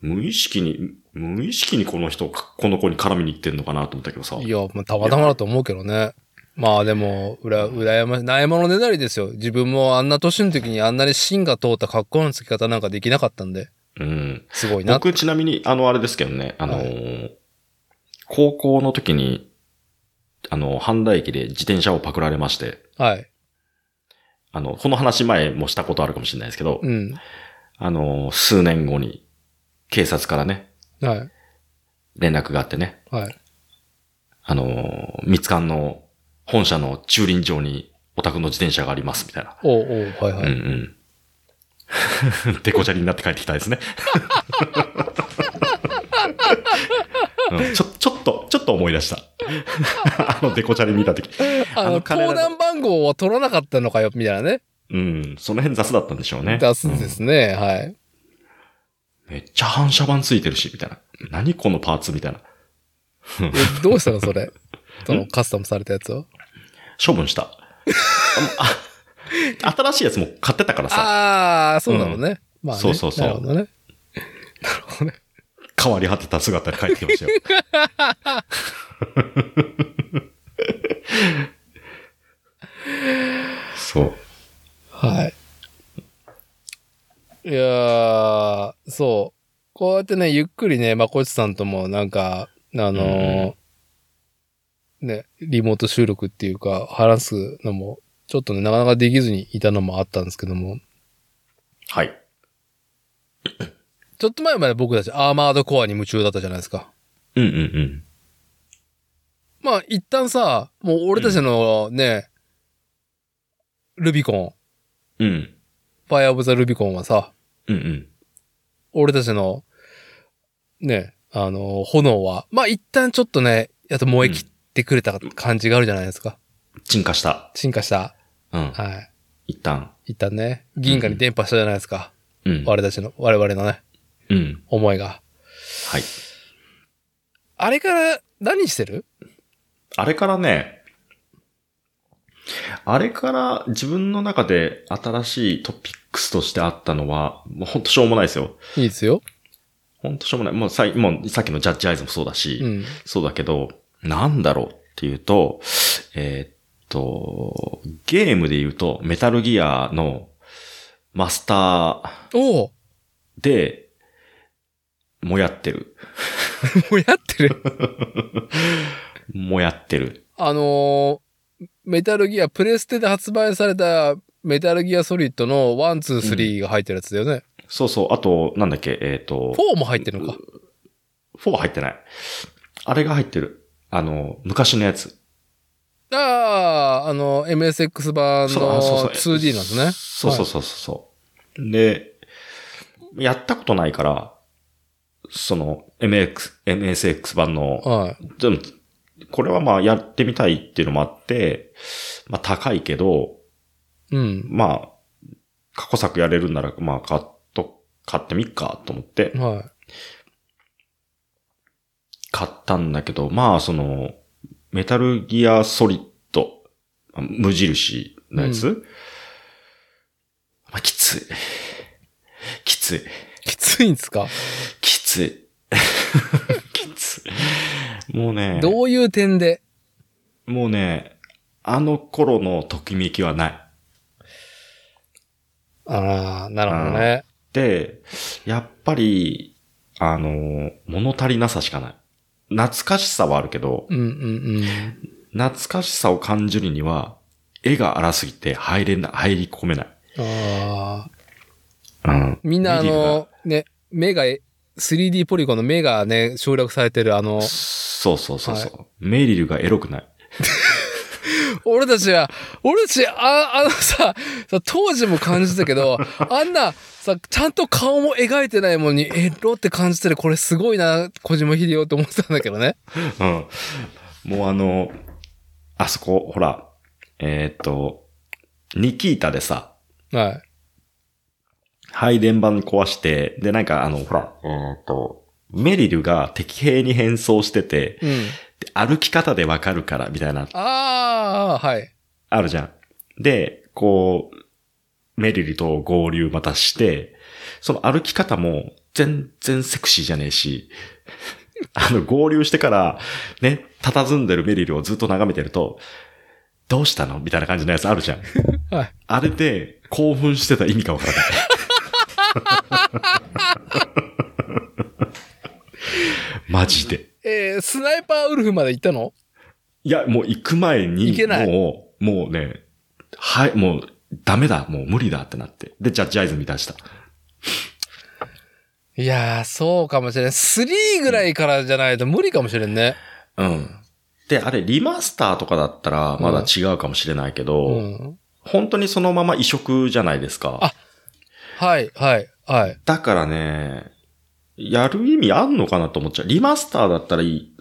B: 無意識に、無意識にこの人、この子に絡みに行ってんのかなと思ったけどさ。
A: いや、まあ、たまたまだと思うけどね。まあでも、うら、うらやましい。ないものねだりですよ。自分もあんな年の時にあんなに芯が通った格好のつき方なんかできなかったんで、
B: うん。
A: すごいな。
B: 僕ちなみに、あの、あれですけどね、あのー高校の時に、あの、半田駅で自転車をパクられまして、
A: はい。
B: あの、この話前もしたことあるかもしれないですけど、
A: うん。
B: あのー数年後に、警察からね、
A: はい。
B: 連絡があってね、
A: はい。
B: あの、三つ館の本社の駐輪場にお宅の自転車があります、みたいな。
A: おうおう、はいはい。
B: うん うん。でこじゃりになって帰ってきたです ね。うんちょ、ちょっと、ちょっと思い出した。 あのデコチャリ見たとき。
A: あ
B: あ
A: の、
B: の彼ら
A: 登
B: の
A: 壇番号は取らなかったのかよ、みたいなね。
B: うん、その辺雑だったんでしょうね。
A: 出すんですね。はい。
B: うんめっちゃ反射板ついてるし、みたいな。何このパーツみたいな。
A: えどうしたの、それ。そ のカスタムされたやつを。
B: 処分した。ああ新しいやつも買ってたからさ、
A: ああ、そうなのね。まあ、ね、
B: そうそうそう
A: なるほどね。なるほどね。
B: 変わり果てた姿で帰ってきましたよ。 そう。
A: はい。いやー、そう。こうやってね、ゆっくりね、まこちさんともなんか、あのーね、リモート収録っていうか、話すのも、ちょっとね、なかなかできずにいたのもあったんですけども、
B: はい。
A: ちょっと前まで僕たちアーマードコアに夢中だったじゃないですか。
B: うんうんうん。
A: まあ、一旦さ、もう俺たちのね、ルビコン、
B: うん。
A: ファイア・オブ・ザ・ルビコンはさ、
B: うんうん。
A: 俺たちの、ね、あの、炎は、まあ、一旦ちょっとね、やっと燃え切ってくれた感じがあるじゃないですか。
B: 沈下した。
A: 進化した。
B: うん。
A: はい。
B: 一旦。
A: 一旦ね、銀河に伝播したじゃないですか。
B: うん。
A: 我たちの、我々のね、
B: うん。
A: 思いが。
B: はい。
A: あれから何してる
B: あれからね、あれから自分の中で新しいトピックスとしてあったのは、もうほんとしょうもないですよ。
A: いいですよ。
B: ほんとしょうもない。もうさいもうさっきのジャッジアイズもそうだし、
A: うん。
B: そうだけど、なんだろうっていうと、えーっと、ゲームで言うと、メタルギアのマスター
A: おお
B: で、もやってる。
A: もうやって る。
B: もやってる。
A: あのーメタルギア、プレステで発売されたメタルギアソリッドの1、2、3が入ってるやつだよね。
B: そうそう。あと、なんだっけ、えーっと、
A: 4も入ってるのか。
B: フォーは入ってない。あれが入ってる。あの、昔のやつ。
A: ああ、あの、MSX 版
B: そうあそう
A: の
B: そう
A: 2D なんですね。
B: そうそうそうそう。で、やったことないから、その、MX、MSX 版の
A: はい。
B: でも、これはまあやってみたいっていうのもあって、まあ高いけど、
A: うん。
B: まあ、過去作やれるんなら、まあ買っと、買ってみっかと思って、
A: は
B: 買ったんだけど、まあその、メタルギアソリッド、あ無印のやつ、まあきつい。きつい。
A: い。きついんですか
B: きつい。 きつい。もうね、
A: どういう点で
B: もうね、あの頃のときめきはない。
A: ああ、なるほどね。
B: で、やっぱり、あの、物足りなさしかない。懐かしさはあるけど、
A: うんうん
B: 懐かしさを感じるには、絵が荒すぎて入れな、入り込めない。
A: うん。ああ。
B: うん。
A: みんなあ
B: メディア
A: の、ね、目が、3D ポリゴンの目がね、省略されてるあの
B: が、そうそうそうそう、メリルがエロくない。
A: 俺たちは、俺たち、あ、あのさ、さ当時も感じたけ ど、あんな、さ、ちゃんと顔も描いてないもんに、エロって感じてる、これすごいな、小島秀夫って思ってたんだけどね。
B: うん。もうあの、あそこ、ほら、えーっと、ニキータでさ、
A: はい。
B: 配電盤壊して、で、なんかあの、ほら、えーっと、メリルが敵兵に変装してて、
A: うん。
B: で歩き方でわかるから、みたいな、
A: ああ、はい。
B: あるじゃん。で、こう、メリルと合流またして、その歩き方も全然セクシーじゃねえし、 あの、合流してから、ね、佇んでるメリルをずっと眺めてると、どうしたのみたいな感じのやつあるじゃん。
A: はい。
B: あれで興奮してた意味がわからない。マジで。
A: えー、スナイパーウルフまで行ったの
B: いや、もう行く前に、
A: 行けない
B: もう、もうね、はい、もう、ダメだ、もう無理だってなって。で、ジャッジアイズ見出した。
A: いやー、そうかもしれん。3ぐらいからじゃないと無理かもしれんね。
B: うん。で、あれ、リマスターとかだったら、まだ違うかもしれないけど、
A: うん。
B: 本当にそのまま移植じゃないですか。
A: あはい、はい、はい。
B: だからね、やる意味あんのかなと思っちゃう。リマスターだったらいい。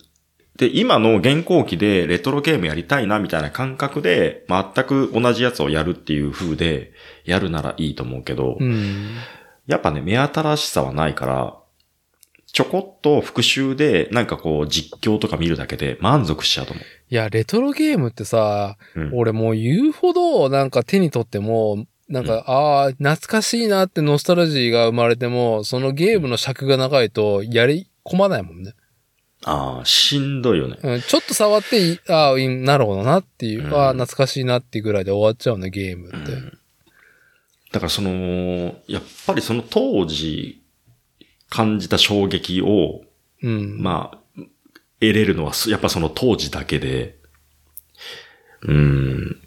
B: で、今の現行機でレトロゲームやりたいなみたいな感覚で、全く同じやつをやるっていう風で、やるならいいと思うけど、
A: うん。
B: やっぱね、目新しさはないから、ちょこっと復習で、なんかこう、実況とか見るだけで満足しちゃうと思
A: いや、レトロゲームってさ、
B: う。うん。
A: 俺もう言うほどなんか手に取っても、なんか、
B: うん
A: ああ、懐かしいなってノスタルジーが生まれても、そのゲームの尺が長いとやり込まないもんね。
B: ああ、しんどいよね。
A: うん、ちょっと触っていい、ああ、いいなるほどなっていう、
B: うん
A: ああ、懐かしいなっていうぐらいで終わっちゃうね、ゲームって。
B: うんだからその、やっぱりその当時感じた衝撃を、
A: うん。
B: まあ、得れるのはす、やっぱその当時だけで、うーん、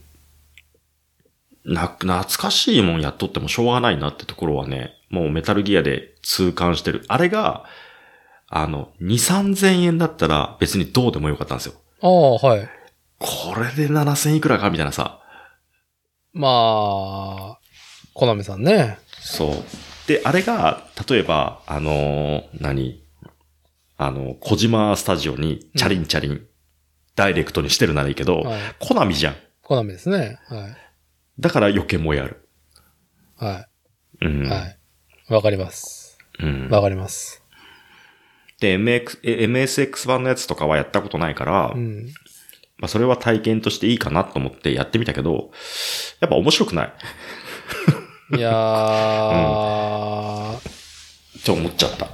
B: な、懐かしいもんやっとってもしょうがないなってところはね、もうメタルギアで痛感してる。あれが、あの、2、3000円だったら別にどうでもよかったんですよ。
A: ああ、はい。
B: これで7000いくらかみたいなさ。
A: まあ、コナミさんね。
B: そう。で、あれが、例えば、あのー何あの、小島スタジオに、チャリンチャリン、ダイレクトにしてるならいいけど、
A: はい。
B: コナミじゃん。
A: コナミですね。は
B: だから余計燃えある。
A: い。は
B: う
A: い。
B: ん。
A: はい。わかります。
B: うん、
A: わかります。
B: で、MX、え MSX 版のやつとかはやったことないから、
A: うん。
B: まあそれは体験としていいかなと思ってやってみたけど、やっぱ面白くない
A: いやー、
B: って思っちゃった。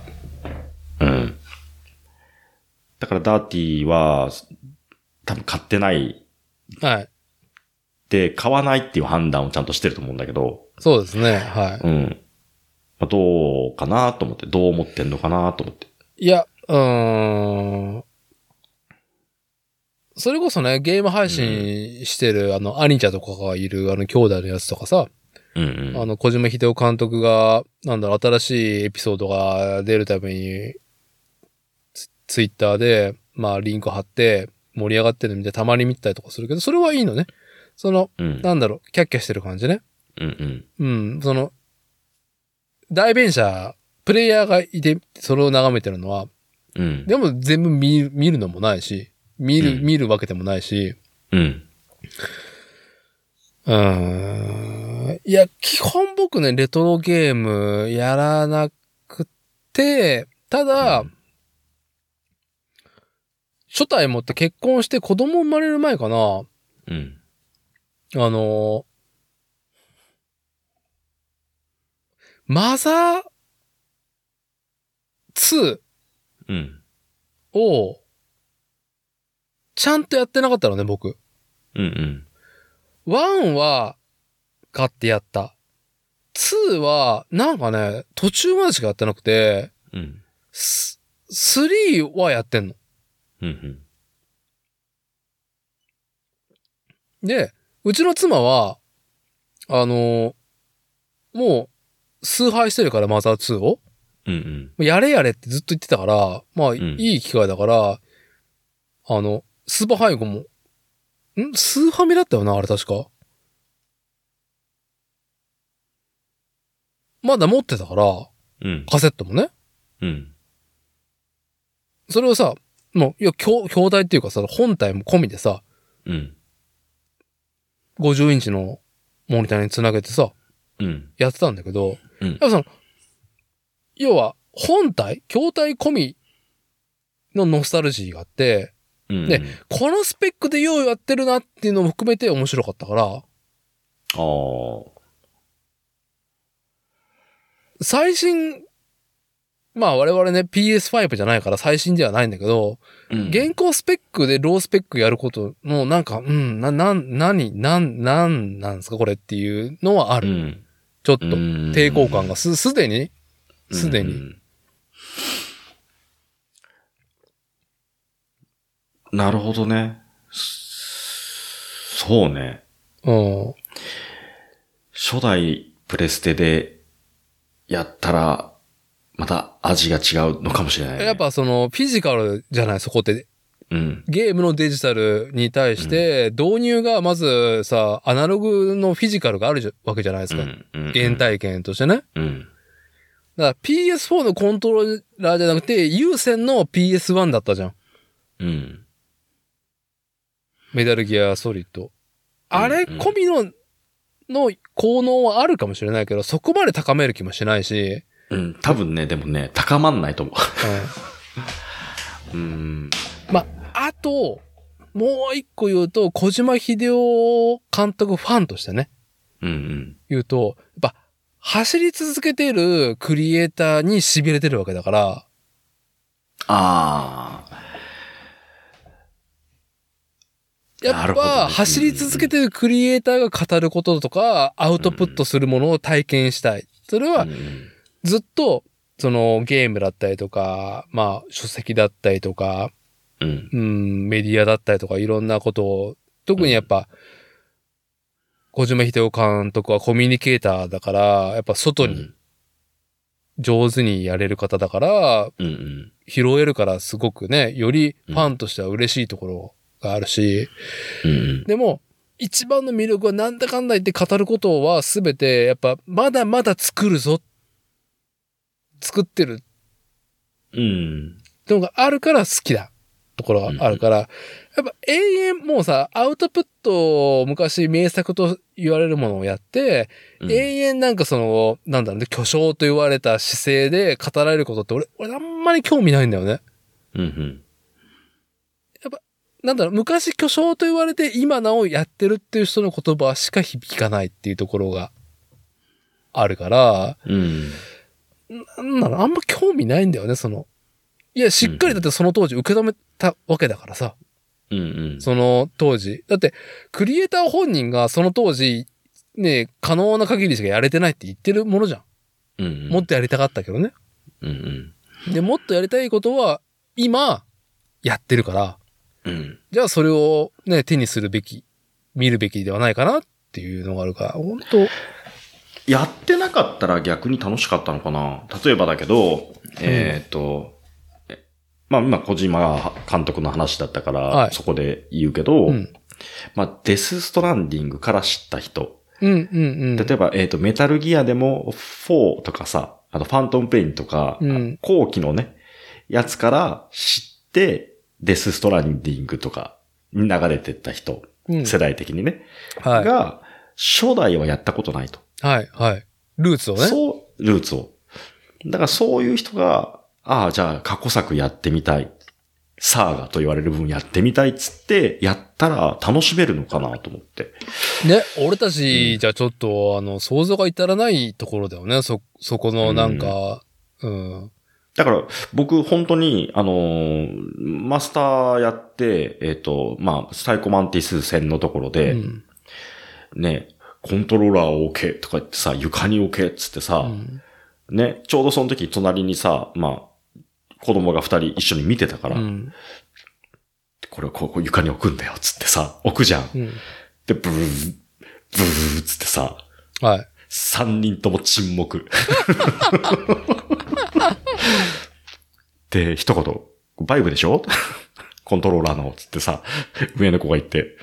B: うん。だからダーティーは、多分買ってない
A: はい。
B: で、買わないっていう判断をちゃんとしてると思うんだけど、
A: そうですね。は
B: うん。まあ、どうかなと思って、どう思ってんのかなと思って。
A: い。いや、うーん。それこそね、ゲーム配信してる、あの、アニちゃんとかがいる、あの、兄弟のやつとかさ、
B: うんう
A: あ
B: ん。
A: の、小島秀夫監督が、なんだろう、新しいエピソードが出るために、ツツイッターで、まあ、リンク貼って、盛り上がってるみたいな、たまに見たりとかするけど、それはいいのね。その、
B: うん。
A: なんだろう、キャッキャしてる感じね。
B: うんうん。
A: うん、その、代弁者、プレイヤーがいて、それを眺めてるのは、
B: うん。
A: でも全部見る見るのもないし、見る、
B: うん
A: 見るわけでもないし、
B: うん。
A: うーんいや、基本僕ね、レトロゲームやらなくて、ただ、
B: うん
A: 初代持って結婚して子供生まれる前かな、
B: うん。
A: あの、マザー2
B: うん。
A: を、ちゃんとやってなかったのね、僕。
B: うんうん。
A: 1は買ってやった。2は、なんかね、途中までしかやってなくて、
B: うん。
A: す3はやってんの。
B: うん。
A: で、うちの妻は、あの、もう、崇拝してるから、マザー2を。
B: うんうん。
A: やれやれってずっと言ってたから、まあ、
B: ん
A: いい機会だから、あの、スーパーハイゴも、んスーハミだったよな、あれ確か。まだ持ってたから、
B: うん。
A: カセットもね。
B: うん。
A: それをさ、もう、いや、兄兄弟っていうかさ、本体も込みでさ、
B: うん。
A: 50インチのモニターにつなげてさ、
B: うん。
A: やってたんだけど、
B: うん
A: やっぱその、要は、本体筐体込みのノスタルジーがあって、
B: うん。
A: ねこのスペックでようやってるなっていうのも含めて面白かったから、
B: ああ。
A: 最新、まあ我々ね PS5 じゃないから最新ではないんだけど、
B: うん
A: 現行スペックでロースペックやることの、なんか、うん、な、な、なに、なん、なんなんですかこれっていうのはあ
B: う
A: る。
B: ん。
A: ちょっと、
B: 抵
A: 抵抗感がす、すでにすでに
B: なるほどね。そうね。
A: うん。
B: 初代プレステでやったら、また味が違うのかもしれない、ね。
A: やっ、ぱその、フィジカルじゃない、そこって。
B: うん。
A: ゲームのデジタルに対して、導入がまずさ、アナログのフィジカルがあるじゃわけじゃないですか。
B: うん。
A: 原体験としてね。
B: うん。
A: だから PS4 のコントローラーじゃなくて、有線の PS1 だったじゃん。
B: うん。
A: メダルギアソリッド。あれ
B: うんうん
A: 込みの、の効能はあるかもしれないけど、そこまで高める気もしないし、
B: うん。多分ね、でもね、高まんないと思う。うん。
A: うん、まあ、あと、もう一個言うと、小島秀夫監督ファンとしてね、
B: うん
A: 言うと、やっぱ、走り続けてるクリエイターに痺れてるわけだから、
B: ああ。な
A: や
B: る
A: っ
B: ほど
A: ぱ、
B: ね
A: 走り続けてるクリエイターが語ることとか、アウトプットするものを体験したい。それは
B: うんうん
A: ずっと、そのゲームだったりとか、まあ書籍だったりとか、
B: うん。
A: うん、メディアだったりとかいろんなことを、特にやっぱ、小島秀夫監督はコミュニケーターだから、やっぱ外に上手にやれる方だから、
B: うんうん。
A: 拾えるからすごくね、よりファンとしては嬉しいところがあるし、
B: うんうん。
A: でも、一番の魅力はなんだかんだ言って語ることは全て、やっぱ、まだまだ作るぞ。作ってる
B: うん。
A: ってのがあるから好きだところがあるから、やっぱ永遠もうさ、アウトプットを昔名作と言われるものをやって、
B: うん
A: 永遠なんかその、なんだろうね、巨匠と言われた姿勢で語られることって俺、俺あんまり興味ないんだよね。
B: うんうん。
A: なんだろう、昔巨匠と言われて今なおやってるっていう人の言葉しか響かないっていうところがあるから、
B: うん。
A: なんだろう、あんま興味ないんだよね、その。いや、しっかりだってその当時受け止めたわけだからさ。
B: うんうん。
A: その当時。だって、クリエイター本人がその当時、ね、可能な限りしかやれてないって言ってるものじゃん。
B: うんうん。
A: もっとやりたかったけどね。
B: うんうん。
A: で、もっとやりたいことは、今、やってるから、
B: うん。
A: じゃあそれをね、手にするべき、見るべきではないかなっていうのがあるから、本当
B: やってなかったら逆に楽しかったのかな例えばだけど、えっ、と、えまあ今小島監督の話だったから、
A: はい
B: そこで言うけど、
A: うん。
B: まあデスストランディングから知った人。
A: うんうんうん。
B: 例えば、えっ、と、メタルギアでも4とかさ、あとファントムペインとか、
A: うん
B: 後期のね、やつから知って、デスストランディングとかに流れてった人、
A: うん
B: 世代的にね。
A: は
B: が、初代はやったことないと。
A: い。はい、はい。ルーツをね。
B: そう、ルーツを。だからそういう人が、ああ、じゃあ過去作やってみたい。サーガと言われる分やってみたいっつって、やったら楽しめるのかなと思って。
A: ね、俺たちじゃちょっと、あの、想像が至らないところだよね。そ、そこのなんか、うん
B: だから僕本当に、あのーマスターやって、えっ、と、まあ、サイコマンティス戦のところで、
A: うん
B: ね、コントローラーを置けとか言ってさ、床に置けっつってさ、
A: うん
B: ね、ちょうどその時隣にさ、まあ、子供が二人一緒に見てたから、
A: うん
B: これをこうこう床に置くんだよ、つってさ、置くじゃん。
A: うん
B: で、ブルー、ブルーっつってさ、
A: はい。
B: 三人とも沈黙。で、一言、バイブでしょ コントローラーの、つってさ、上の子が言って、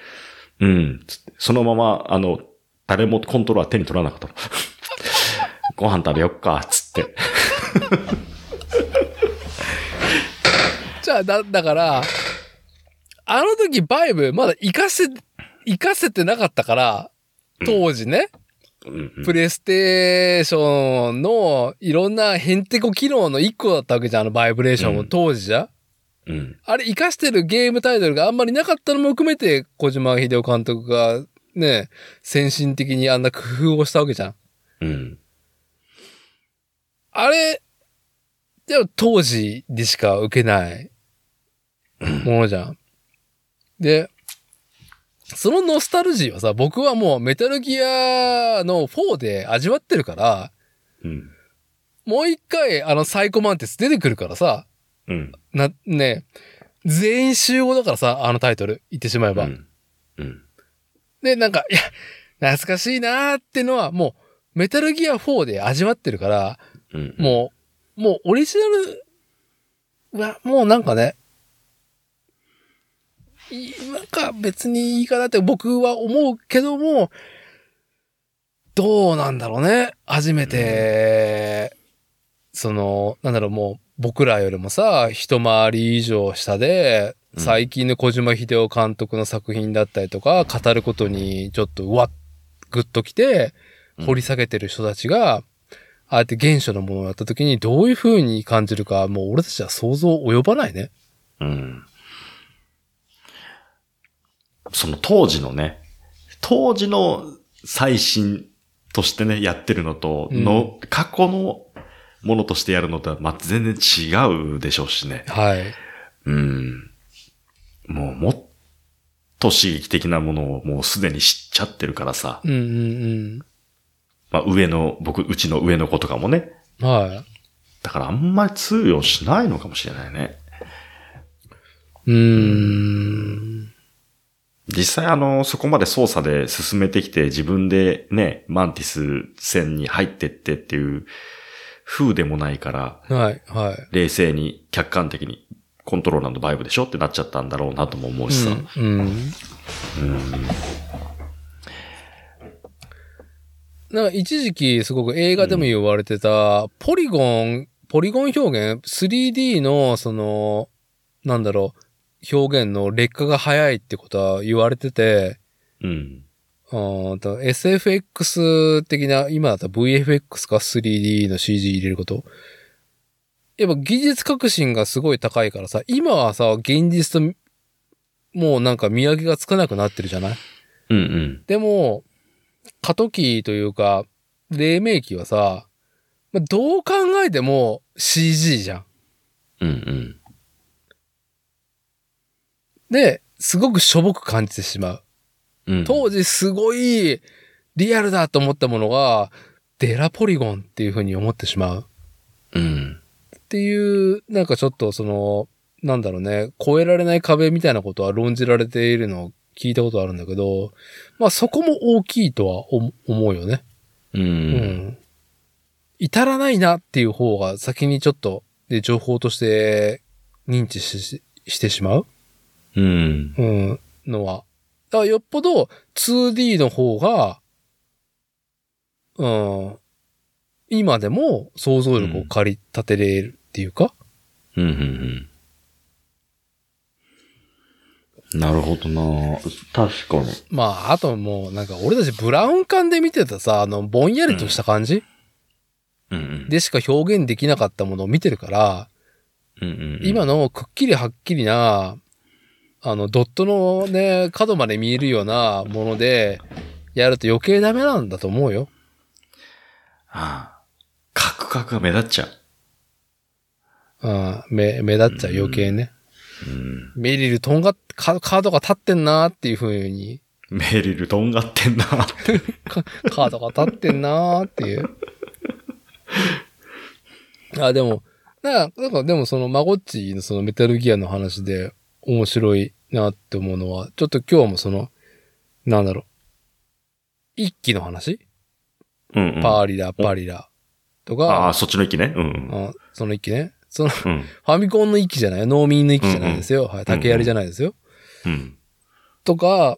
B: うん、つって、そのまま、あの、誰もコントローラー手に取らなかったの。 ご飯食べよっか、つって。
A: じゃあ、だ、だから、あの時バイブまだ活かせ、活かせてなかったから、当時ね。
B: うんうん
A: プレイステーションのいろんなヘンテコ機能の一個だったわけじゃん、あのバイブレーションも
B: うん
A: 当時じゃ。
B: うん。
A: あれ、活かしてるゲームタイトルがあんまりなかったのも含めて、小島秀夫監督が、ね、先進的にあんな工夫をしたわけじゃん。
B: うん。
A: あれ、でも当時でしか受けないものじゃん。で、そのノスタルジーはさ、僕はもうメタルギアの4で味わってるから、
B: うん。
A: もう一回あのサイコマンテス出てくるからさ、
B: うん。
A: な、ね、全員集合だからさ、あのタイトル言ってしまえば。
B: うん。うん。
A: で、なんか、いや、懐かしいなーってのは、もう、メタルギア4で味わってるから、
B: うん。
A: もう、もうオリジナルは、もうなんかね、いなんか別にいいかなって僕は思うけども、どうなんだろうね。初めて、その、なんだろう、もう僕らよりもさ、一回り以上下で、
B: うん
A: 最近の小島秀夫監督の作品だったりとか、語ることにちょっとうわっ、ぐっときて、掘り下げてる人たちが、ああやって原初のものをやった時にどういう風に感じるか、もう俺たちは想像及ばないね。
B: うん。その当時のね、当時の最新としてね、やってるのと、
A: うん
B: の、過去のものとしてやるのとは、まあ、全然違うでしょうしね。
A: はい。
B: うん。もう、もっと刺激的なものをもうすでに知っちゃってるからさ。
A: うんうん
B: まあ、上の、僕、うちの上の子とかもね。
A: うん。は
B: だからあんまり通用しないのかもしれないね。
A: い。うーん。
B: 実際あの、そこまで操作で進めてきて自分でね、マンティス戦に入ってってっていう風でもないから、
A: はい、はい。
B: 冷静に客観的にコントローラーのバイブでしょってなっちゃったんだろうなとも思うしさ。
A: うん。うんなんか一時期すごく映画でも言われてた、ポリゴン、ポリゴン表現 ?3D のその、なんだろう、表現の劣化が早いってことは言われてて、
B: うん。
A: うーんと SFX 的な、今だったら VFX か 3D の CG 入れること。やっぱ技術革新がすごい高いからさ、今はさ、現実と、もうなんか見分けがつかなくなってるじゃない
B: うんうん。
A: でも、過渡期というか、黎明期はさ、まあどう考えても CG じゃん。
B: うんうん。
A: で、すごくしょぼく感じてしまう。
B: うん、
A: 当時すごいリアルだと思ったものが、デラポリゴンっていう風に思ってしまう。
B: うん。
A: っていう、なんかちょっとその、なんだろうね、超えられない壁みたいなことは論じられているのを聞いたことあるんだけど、まあそこも大きいとは思思うよね。
B: うん。
A: う至らないなっていう方が先にちょっと、で、情報として認知ししてしまう
B: うん。
A: うん、のは。だからよっぽど 2D の方が、うん、今でも想像力を借り立てれるっていうか、
B: うんうんうん。なるほどな確かに。
A: まあ、あともう、なんか、俺たちブラウン管で見てたさ、あの、ぼんやりとした感じ、
B: うんうん。
A: でしか表現できなかったものを見てるから、
B: うんうんうん、
A: 今のくっきりはっきりな、あの、ドットのね、角まで見えるようなもので、やると余計ダメなんだと思うよ。
B: ああ。カクカクが目立っちゃう。
A: うん、目、目立っちゃう余計ね。
B: うん。
A: メリル、とんが、カカードが立ってんなーっていう風に、
B: メリルとんがってんなって。
A: カカードが立ってんなーっていう。あ、でも、なんか、なんかでもそのマゴッチのそのメタルギアの話で面白いなって思うのは、ちょっと今日もその、なんだろう。一期の話、
B: うん、うん。
A: パーリラ、パリラと
B: ああ、
A: か、
B: そっちの息ね。うんうん。
A: あその一期ね。その、フ
B: うん。
A: ァミコンの一期じゃない農民の一期じゃないですよ。はい。竹槍じゃないですよ。
B: うん。
A: とか、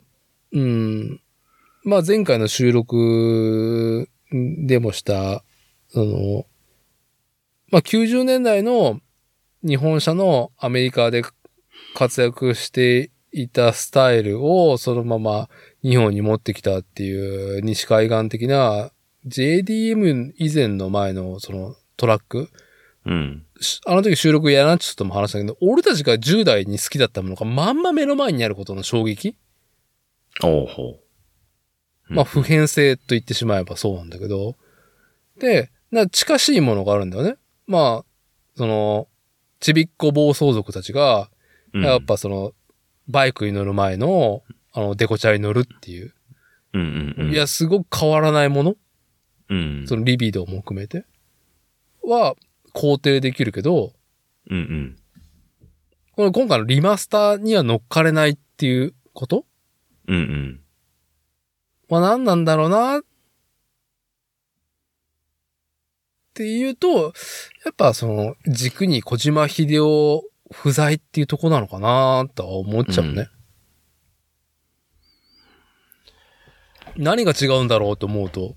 A: うん、まあ前回の収録でもした、その、まあ90年代の日本車のアメリカで活躍していたスタイルをそのまま日本に持ってきたっていう西海岸的な JDM 以前の前のそのトラック、
B: うん。
A: しあの時収録やらなっちょっとも話したけど、俺たちが10代に好きだったものがまんま目の前にあることの衝撃、
B: おうほうん
A: まあ普遍性と言ってしまえばそうなんだけど、で、な近しいものがあるんだよね。まあ、その、ちびっこ暴走族たちが、
B: う。うん
A: やっ、ぱその、バイクに乗る前の、あの、デコチャリ乗るっていう。
B: うんうんうん。
A: いや、、すごく変わらないもの
B: うん。
A: そのリビドーも含めて。は、肯定できるけど、
B: うんうん。
A: この今回のリマスターには乗っかれないっていうこと
B: うんうん。
A: は何なんだろうなっていうと、やっぱその軸に小島秀夫不在っていうとこなのかなとは思っちゃうね。何が違うんだろうと思うと、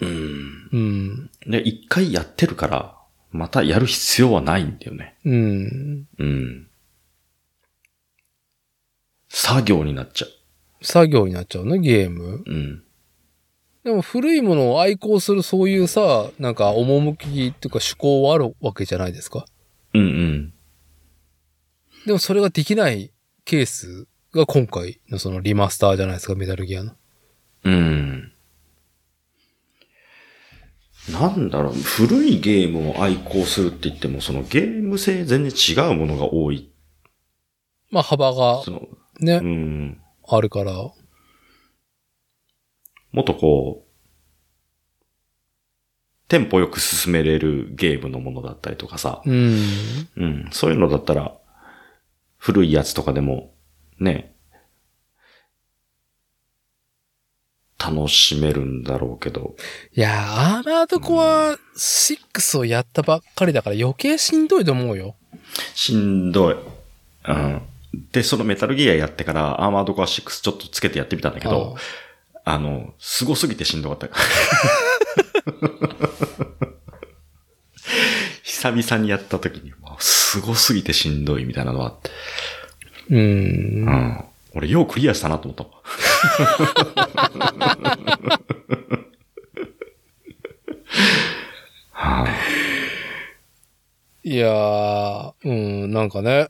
B: うん。
A: うん、
B: で、一回やってるから、またやる必要はないんだよね。
A: うん、
B: うん。作業になっちゃ
A: 作業になっちゃうね、ゲーム。
B: う。うん。
A: でも古いものを愛好するそういうさ、なんか趣っていうか趣向はあるわけじゃないですか。
B: うんうん。
A: でもそれができないケースが今回のそのリマスターじゃないですか、メタルギアの。
B: うん。なんだろう、古いゲームを愛好するって言っても、そのゲーム性全然違うものが多い。
A: まあ幅が
B: その、
A: ね
B: う、ん。
A: あるから。
B: もっとこう、テンポよく進めれるゲームのものだったりとかさ、
A: うん。
B: うん、そういうのだったら、古いやつとかでも、ね、楽しめるんだろうけど、
A: いやー、アーマードコア6をやったばっかりだから余計しんどいと思うよ。
B: しんどい。うん。で、そのメタルギアやってから、アーマードコア6ちょっとつけてやってみたんだけど、あの、凄すぎてしんどかった。久々にやった時に、もう凄すぎてしんどいみたいなのはあって、
A: う。
B: うんん。俺、ようクリアしたなと思ったもん。はあ
A: いやー、うん、なんかね。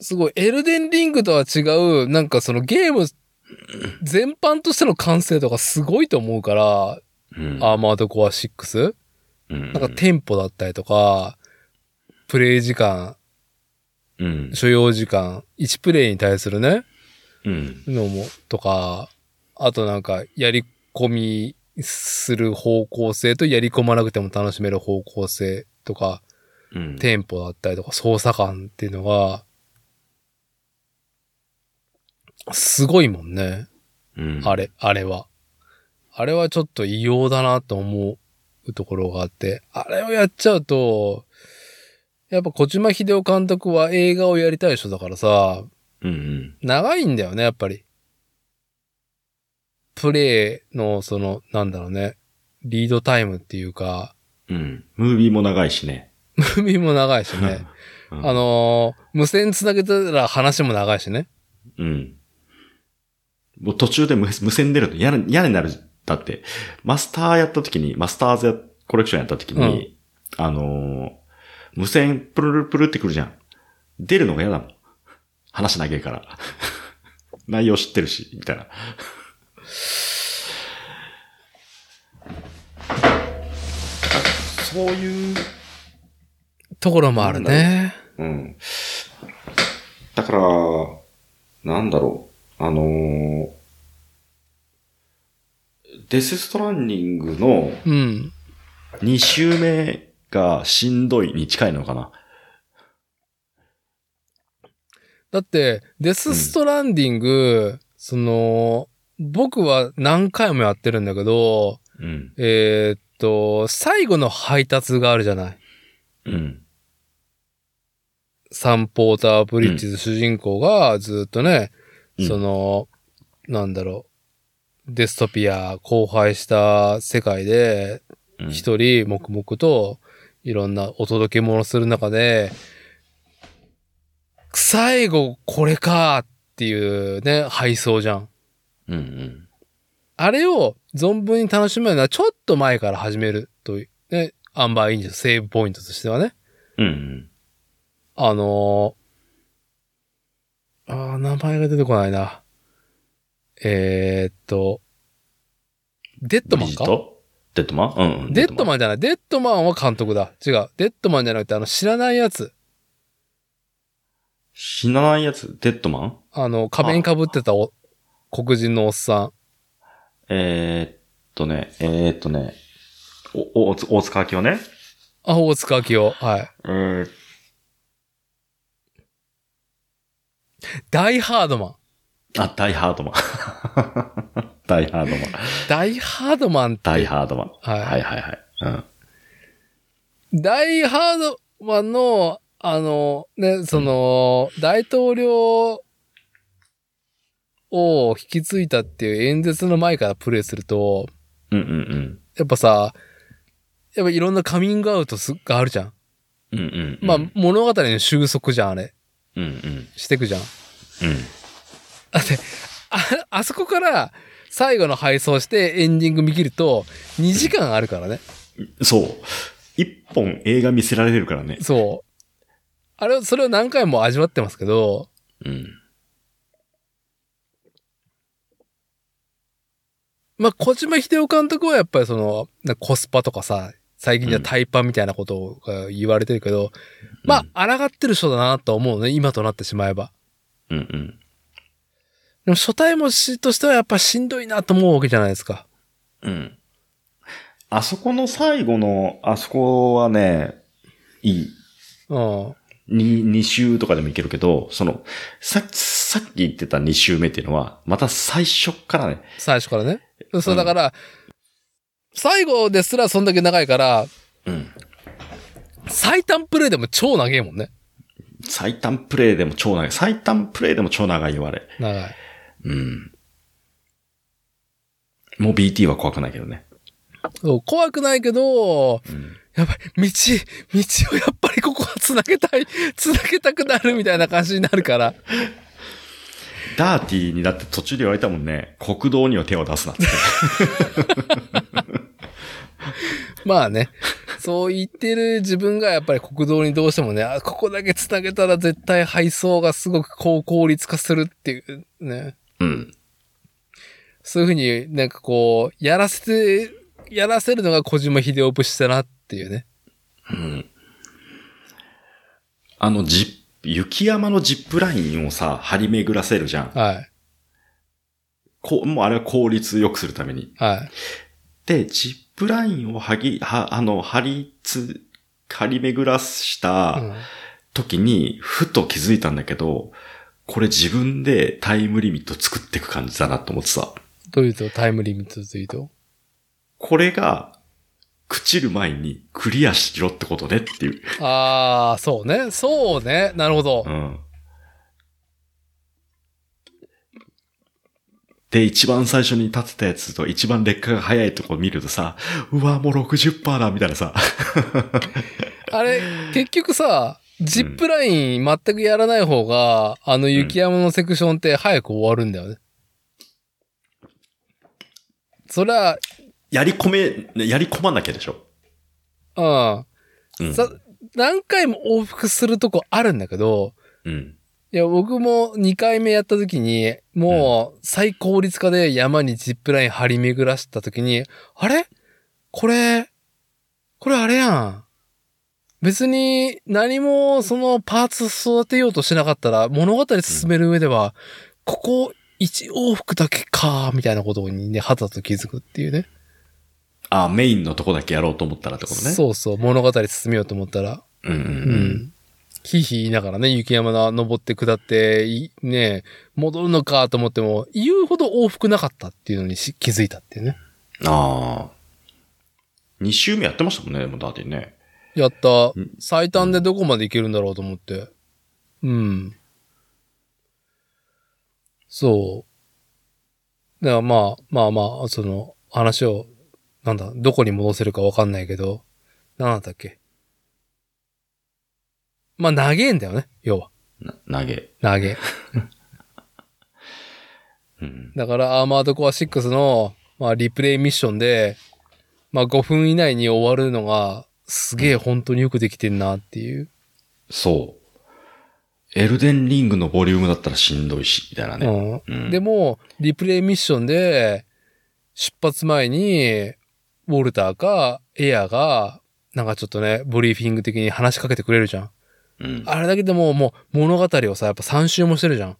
A: すごい、エルデンリングとは違う、なんかそのゲーム全般としての完成度がすごいと思うから、
B: うん
A: アーマードコア6。
B: うん
A: なんかテンポだったりとか、プレイ時間、
B: うん。
A: 所要時間、1プレイに対するね、
B: うん。
A: のも、とか、あとなんか、やり込みする方向性とやり込まなくても楽しめる方向性とか、
B: うん。
A: テンポだったりとか、操作感っていうのが、すごいもんね。
B: うん
A: あれ、あれは。あれはちょっと異様だなと思うところがあって、あれをやっちゃうと、やっぱ小島秀夫監督は映画をやりたい人だからさ、
B: うんうん。
A: 長いんだよね、やっぱり。プレイの、その、なんだろうね、リードタイムっていうか、
B: うん。ムービーも長いしね。
A: 海も長いしね。
B: うん
A: あ、のー無線つなげたら話も長いしね。
B: うん。もう途中で無無線出ると嫌な嫌になる。だって、マスターやった時に、マスターズやコレクションやった時に、あのー無線プルルプルってくるじゃん。出るのが嫌だもん。話長いから。 内容知ってるし、みたいな。そういう
A: ところもあるね。
B: うん。だから、なんだろう。あのーデスストランディングの
A: うん。
B: 2周目がしんどいに近いのかな。
A: だって、デスストランディング、その、僕は何回もやってるんだけど、
B: うん。
A: えーっと、最後の配達があるじゃない。
B: うん。
A: サンポーターブリッジズ主人公がずっとね、
B: うん
A: その、なんだろう、デストピア荒廃した世界で、
B: うん
A: 一人黙々といろんなお届け物する中で、最後これかっていうね、配送じゃん。
B: うん
A: あれを存分に楽しめるのはちょっと前から始めるという、ね、アンバーいいんですよ。セーブポイントとしてはね。
B: うん。
A: あのー、あー名前が出てこないな。えー、っと、デッドマン
B: ビジ
A: か
B: とデッドマンうんうん。
A: デッド
B: ン。
A: マンじゃない。デッドマンは監督だ。違う。デッドマンじゃなくて、あの、知らないやつ。
B: 死なないやつ、デッドマン
A: あの、壁に被ってたお黒人のおっさん。
B: えー、っとね、えー、っとね、お、お、大塚明夫ね。
A: あ、大塚明夫。はい。
B: うーん。
A: ダイハードマン。
B: あ、ダイハードマン。ダイハードマン。
A: ダイハードマンって。
B: ダイハードマン。
A: はい
B: はいはいはい。うん。
A: ダイハードマンの、あの、ね、その、大統領を引き継いだっていう演説の前からプレイすると、
B: うんうん
A: やっぱさ、やっぱいろんなカミングアウトすがあるじゃん。
B: うん。うんうん、うん。
A: まあ、
B: うん
A: 物語の収束じゃん、あれ。
B: うんうん。
A: してくじゃん。
B: うん。
A: だって、あ、あそこから最後の配送してエンディング見切ると、2時間あるからね。
B: そう。一本映画見せられるからね。
A: そう。あれを、それを何回も味わってますけど、
B: うん。
A: まあ、小島秀夫監督はやっぱりその、なコスパとかさ、最近じゃ
B: うん
A: タイパみたいなことをが言われてるけど、まあ、抗ってる人だなとは思うね、今となってしまえば。
B: うんうん。
A: でも初対もしとしてはやっぱしんどいなと思うわけじゃないですか。
B: うん。あそこの最後の、あそこはね、いい。
A: うん。
B: に、二週とかでもいけるけど、その、ささっき言ってた二週目っていうのは、また最初からね、
A: 最初からね。そうう、
B: ん
A: だから、最後ですらそんだけ長いから、
B: うん。
A: 最短プレイでも超長いもんね。
B: 最短プレイでも超長い。最短プレイでも超長い言われ。
A: 長い。
B: うん。もう BT は怖くないけどね。
A: そう怖くないけど、
B: うん。
A: やばい、道、道をやっぱりここは繋げたい、繋げたくなるみたいな感じになるから。
B: ダーティーにだって途中で言われたもんね、国道には手を出すなって。
A: まあね、そう言ってる自分がやっぱり国道にどうしてもね、あ、ここだけ繋げたら絶対配送がすごく高効率化するっていうね、
B: うん。
A: そういうふうになんかこう、やらせて、やらせるのが小島秀夫節だなっていうね。
B: うん。あの、ジップ雪山のジップラインをさ、張り巡らせるじゃん。
A: はい、
B: こう、もうあれは効率良くするために。
A: はい、
B: で、ジップラインをはぎ、は、あの、張りつ、張り巡らした
A: うん
B: 時に、ふと気づいたんだけど、これ自分でタイムリミット作っていく感じだなと思ってさ。
A: どういうと、タイムリミットというと。
B: これが、朽ちる前にクリアしろってことねっていう。
A: ああ、そうね、そうね、なるほど
B: う。ん。で、一番最初に立てたやつと一番劣化が早いとこ見るとさ、うわ、もう60%だ、みたいなさ。
A: あれ、結局さ、ジップライン全くやらない方が、あの雪山のセクションって早く終わるんだよね。そりゃ、
B: やり込め、やり込まなきゃでしょ。
A: う
B: うん。
A: ん。さ、何回も往復するとこあるんだけど、
B: うん。
A: いや、僕も2回目やった時に、もう最効率化で山にジップライン張り巡らした時に、あれこれ、これあれやん。別に何もそのパーツ育てようとしなかったら物語進める上では、ここ1往復だけか、みたいなことにね、はたと気づくっていうね。
B: あ、メインのとこだけやろうと思ったらってことね。
A: そうそう、物語進めようと思ったら。
B: う。うんう
A: うんん。ひいひい言いながらね、雪山の登って下って、いね、戻るのかと思っても、言うほど往復なかったっていうのにし気づいたっていうね。
B: うん。ああ。2周目やってましたもんね、でもだってね。
A: やった
B: ん。
A: 最短でどこまで行けるんだろうと思って。うん。そう。だからまあ、まあまあ、その、話を、なんだ、どこに戻せるかわかんないけど、なんだったっけ。まあ、長えんだよね、要は。
B: な、投げ。
A: 長え。
B: うん。
A: だから、アーマードコア6のまあ、リプレイミッションで、まあ、5分以内に終わるのが、すげえ本当によくできてんなっていう。
B: そう。エルデンリングのボリュームだったらしんどいし、みたいな
A: う
B: ね。
A: ん。
B: うん
A: でも、リプレイミッションで、出発前に、ウォルターかエアが、なんかちょっとね、ブリーフィング的に話しかけてくれるじゃん。
B: うん。
A: あれだけでもう、もう物語をさ、やっぱ3周もしてるじゃん。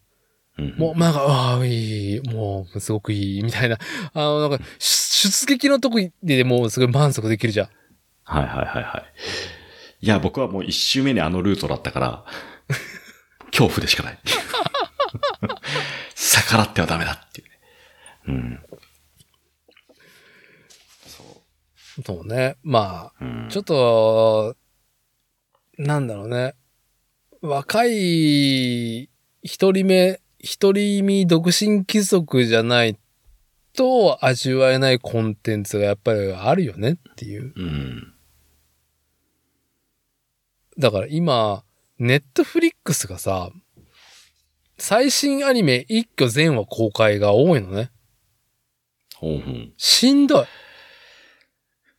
B: うん
A: もう、なんか、ああ、いい、もう、すごくいい、みたいな。あの、なんか、し出撃のとこでもうすごい満足できるじゃん。
B: はいはいはいはい。いや、僕はもう一周目にあのルートだったから、恐怖でしかない。 逆らってはダメだっていうね。うん。そ
A: そうね。ま
B: う。うん
A: あ、ちょっと、なんだろうね。若い、一人目、一人身独身貴族じゃないと味わえないコンテンツがやっぱりあるよねっていう。
B: うん。
A: だから今、ネットフリックスがさ、最新アニメ一挙全話公開が多いのね。
B: ほうほう。
A: しんどい。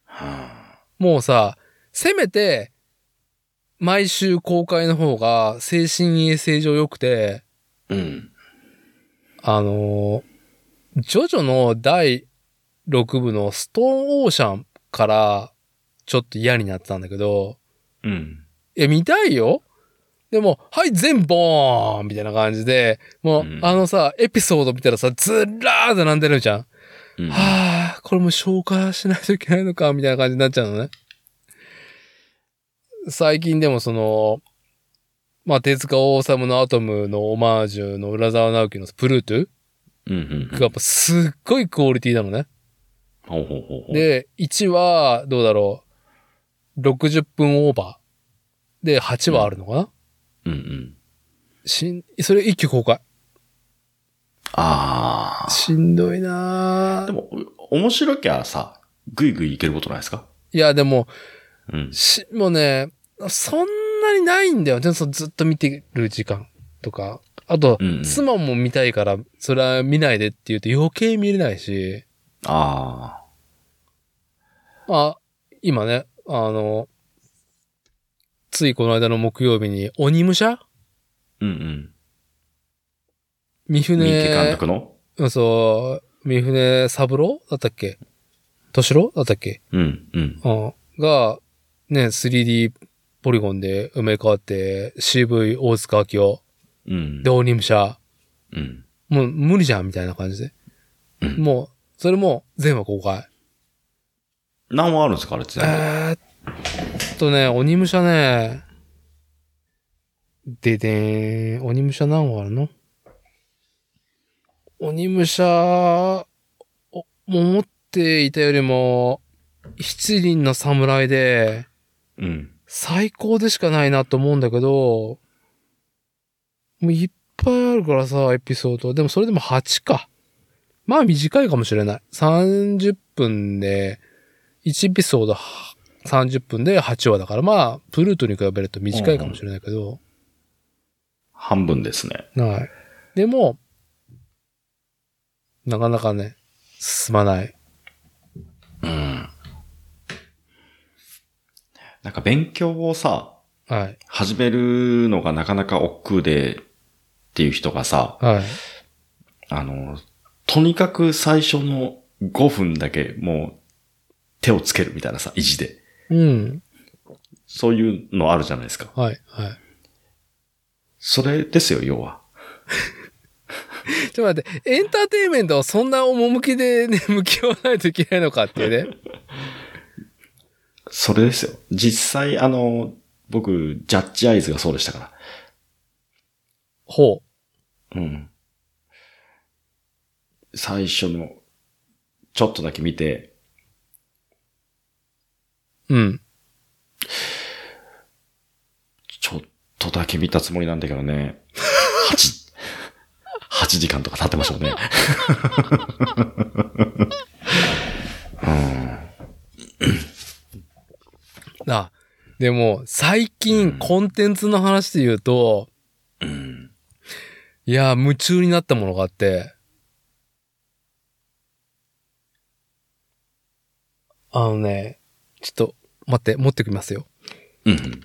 B: は
A: もうさ、せめて、毎週公開の方が精神衛生上良くて、
B: あ、うん。
A: あのージョジョの第6部のストーンオーシャンからちょっと嫌になってたんだけど、
B: うん。
A: いや、見たいよでも、はい、全ボーンみたいな感じで、もう、
B: うん
A: あのさ、エピソード見たらさ、ずらーって並んでるじゃん。
B: うん、
A: はあ、これも消化しないといけないのか、みたいな感じになっちゃうのね。最近でもその、まあ、手塚治虫のアトムのオマージュの浦沢直樹のプルートゥ
B: うんうん
A: がやっぱすっごいクオリティなのね。
B: ほうほうほうほう。
A: で、1はどうだろう。60分オーバー。で、8はあるのかな、
B: うんうん。
A: しん、それ一挙公開。
B: ああ。
A: しんどいな
B: で
A: ぁ
B: も、お面白きゃさ、ぐいぐいいけることないですか
A: いや、でも、
B: うん。
A: し、もうね、そんなにないんだよ。ちょっとずっと見てる時間とか。あと、
B: うんうん
A: 妻も見たいから、それは見ないでって言うと余計見れないし、
B: あ
A: まあ、今ね、あの、ついこの間の木曜日に、鬼武者
B: あ。うんうん。
A: 三
B: 三池監
A: 船、
B: 督の
A: うんそう、三船三郎だったっけ敏郎だったっけ
B: うんうん。
A: うん。が、ね、3D ポリゴンで埋め替わって、CV 大塚明夫、
B: うん
A: で、。鬼武者、
B: うん。
A: もう無理じゃんみたいな感じで。
B: うん
A: もう、それも全話公開。
B: 何話あるんですかあれって。
A: えーっとね、鬼武者ね、ででーん、鬼武者何話あるの鬼武者、お思っていたよりも、七輪の侍で、
B: うん。
A: 最高でしかないなと思うんだけど、もういっぱいあるからさ、エピソード。でもそれでも8か。まあ短いかもしれない。30分で、1エピソードは30分で8話だから、まあ、プルートに比べると短いかもしれないけど、
B: 半分ですね。
A: はい。でも、なかなかね、進まない。
B: うん。なんか勉強をさ、
A: はい。
B: 始めるのがなかなか億劫でっていう人がさ、
A: はい。
B: あの、とにかく最初の5分だけもう手をつけるみたいなさ、意地で。
A: うん。
B: そういうのあるじゃないですか。
A: はい。はい。
B: それですよ、要は。
A: ちょっと待って、エンターテインメントをそんな趣でね、向き合わないといけないのかっていうね。
B: それですよ。実際、あの、僕、ジャッジアイズがそうでしたから。
A: ほ
B: うん。最初の、ちょっとだけ見て、
A: う。うん。
B: ちょっとだけ見たつもりなんだけどね。8、8時間とか経ってましたもんね。
A: あ、でも、最近、コンテンツの話で言うと、
B: うん。
A: いや、夢中になったものがあって、あのね、ちょっと待って、持ってきますよ。
B: うんうん。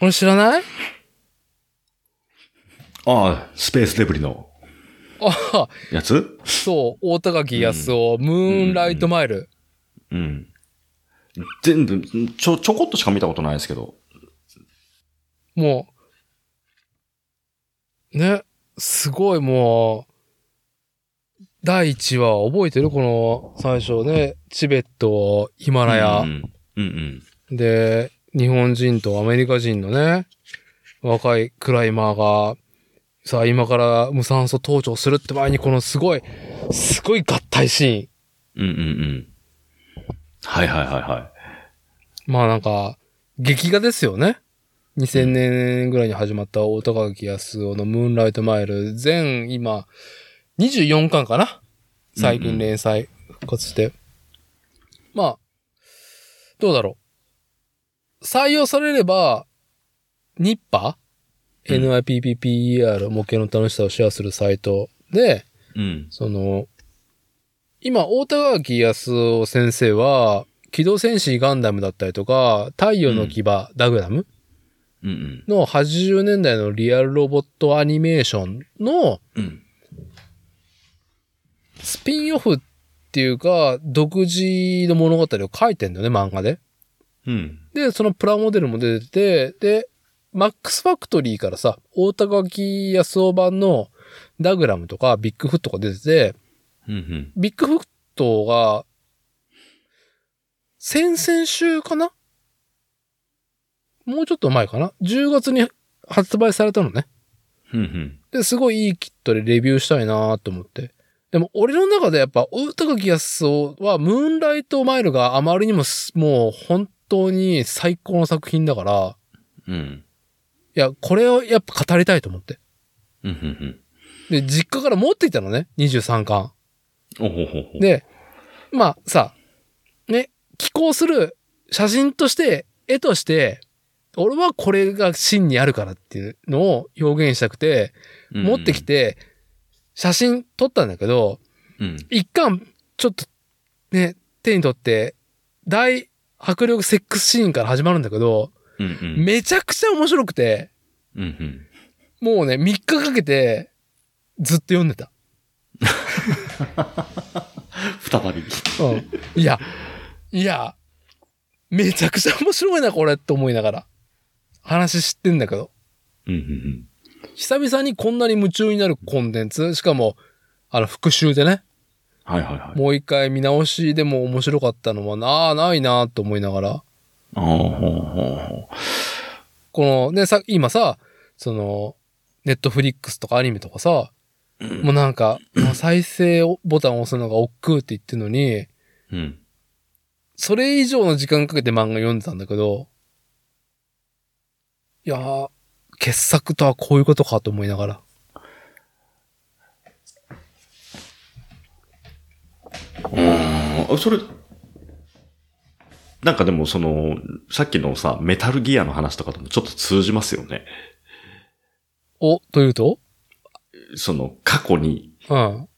A: これ知らない
B: ああ、スペースデブリの
A: ああ、
B: やつ
A: そう、大高木康夫、ムーンライトマイル。
B: うん。全部、ちょ、ちょこっとしか見たことないですけど。
A: もう、ね、すごいもう、第1話覚えてるこの最初ね、チベット、ヒマラヤ。
B: うんうん。うん
A: で、日本人とアメリカ人のね、若いクライマーが、さあ今から無酸素登頂するって前にこのすごい、すごい合体シ
B: うん。うんうんうん。はいはいはいは
A: ーン。まあなんか、劇画ですよね。2000年ぐらいに始まった大高木康夫のムーンライトマイル、全今、24巻かな最
B: うんう
A: 近
B: ん
A: 連載復活して。まあ、どうだろう。採用されれば、ニッパー、
B: うん
A: ?NIPPPER 模型の楽しさをシェアするサイトで、
B: い。うん。
A: その、今、大高垣康夫先生は、機動戦士ガンダムだったりとか、太陽の牙、ダグラム
B: うんうん。
A: の80年代のリアルロボットアニメーションの
B: うん。
A: スピンオフっていうか、独自の物語を書いてんだよね、漫画で。
B: うん。
A: で、そのプラモデルも出てて、で、マックスファクトリーからさ、大高木康夫版のダグラムとかビッグフットが出てて、
B: うんうん。
A: ビッグフットが、先々週かなもうちょっと前かな ?10 月に発売されたのね。
B: うんうん。
A: で、すごいいいキットでレビューしたいなと思って。でも、俺の中でやっぱ、大高木康夫は、ムーンライトマイルがあまりにもす、もう本当に最高の作品だから、
B: うん。
A: いや、これをやっぱ語りたいと思って。
B: うんうん
A: で、実家から持ってきたのね、23巻。
B: うん。おほほほ。
A: で、まあさ、ね、寄稿する写真として、絵として、俺はこれが真にあるからっていうのを表現したくて、
B: うんうん
A: 持ってき。て、写真撮ったんだけど、
B: うん。
A: 一巻、ちょっと、ね、手に取って、大迫力セックスシーンから始まるんだけど、
B: うんうん。
A: めちゃくちゃ面白くて、
B: うんうん。
A: もうね、3日かけて、ずっと読んでた。
B: 再び。
A: うん。いや、いや、めちゃくちゃ面白いな、これって思いながら。話知ってんだけど。
B: うんうん
A: 久々にこんなに夢中になるコンテンツ、しかも、あの、復習でね、
B: うん。はいはいはい。
A: もう一回見直しでも面白かったのはなあ、ないなあと思いながら。
B: ああ、ほうほうほ
A: この、ね、さ、今さ、その、ネットフリックスとかアニメとかさ、もうなんか、もう再生ボタンを押すのが億劫って言ってるのに、
B: う。うん。
A: それ以上の時間かけて漫画読んでたんだけど、いやー、傑作とはこういうことかと思いながら。
B: あ、それ、なんかでもその、さっきのさ、メタルギアの話とかともちょっと通じますよね。
A: お、というと
B: その、過去に、
A: うん。は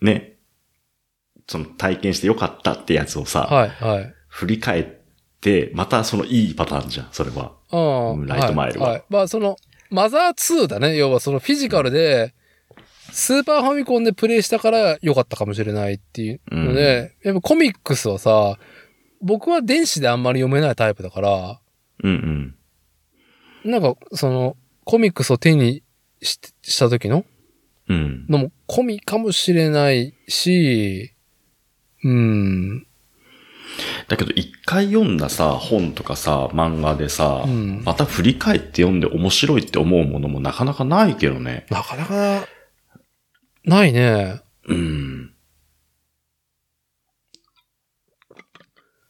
B: ね、その体験してよかったってやつを
A: い、
B: さ、
A: はい。
B: 振り返って、またそのいいパターンじゃん、それは。
A: うん。
B: ライトマイルは
A: はい。まあ、その、マザー2だね。要はそのフィジカルで、スーパーファミコンでプレイしたから良かったかもしれないっていうので、やっぱコミックスはさ、僕は電子であんまり読めないタイプだから、
B: うん
A: なんか、その、コミックスを手にしした時の
B: うん。うん。
A: のも込みかもしれないし、うん、
B: だけど、一回読んださ、本とかさ、漫画でさ、
A: うん
B: また振り返って読んで面白いって思うものもなかなかないけどね。
A: なかなか、ないね。
B: うん。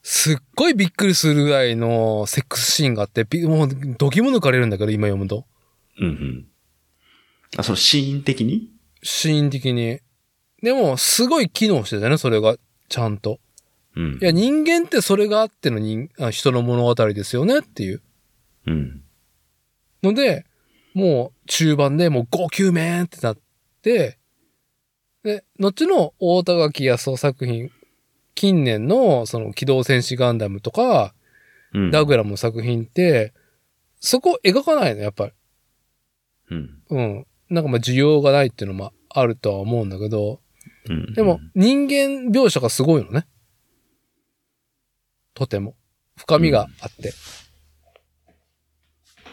A: すっごいびっくりするぐらいのセックスシーンがあって、びもう、どぎも抜かれるんだけど、今読むと。
B: うんうん。あ、そのシーン的に
A: シーン的に。でも、すごい機能してたね、それが、ちゃんと。
B: うん。
A: いや、人間ってそれがあっての人あ人の物語ですよねっていう。
B: うん。
A: ので、もう中盤でもう5球目ってなって、で、後の大田垣康夫作品、近年のその機動戦士ガンダムとか、
B: うん。
A: ダグラムの作品って、そこ描かないの、やっぱり。
B: うん。
A: うん。なんかまあ需要がないっていうのもあるとは思うんだけど、
B: うん。
A: でも人間描写がすごいのね。とても。深みがあって。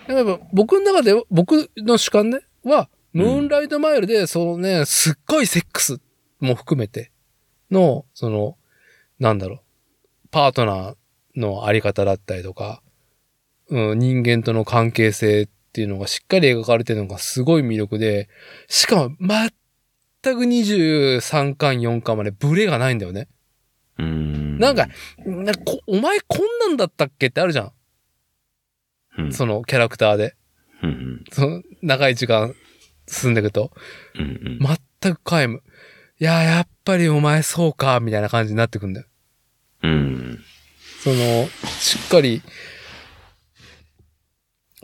A: だからやっぱ僕の中で、僕の主観ね、は、ムーンライトマイルで、そのね、すっごいセックスも含めての、その、なんだろう、パートナーのあり方だったりとか、うん、人間との関係性っていうのがしっかり描かれてるのがすごい魅力で、しかも全く23巻4巻までブレがないんだよね。
B: うん。
A: なんか、なんかこお前こんなんだったっけってあるじゃん。
B: うん、
A: そのキャラクターで。
B: うん。うん。
A: その長い時間進んでいくと。
B: うんうん。
A: 全く皆無。いや、やっぱりお前そうか、みたいな感じになってくんだよ。
B: うん。
A: その、しっかり、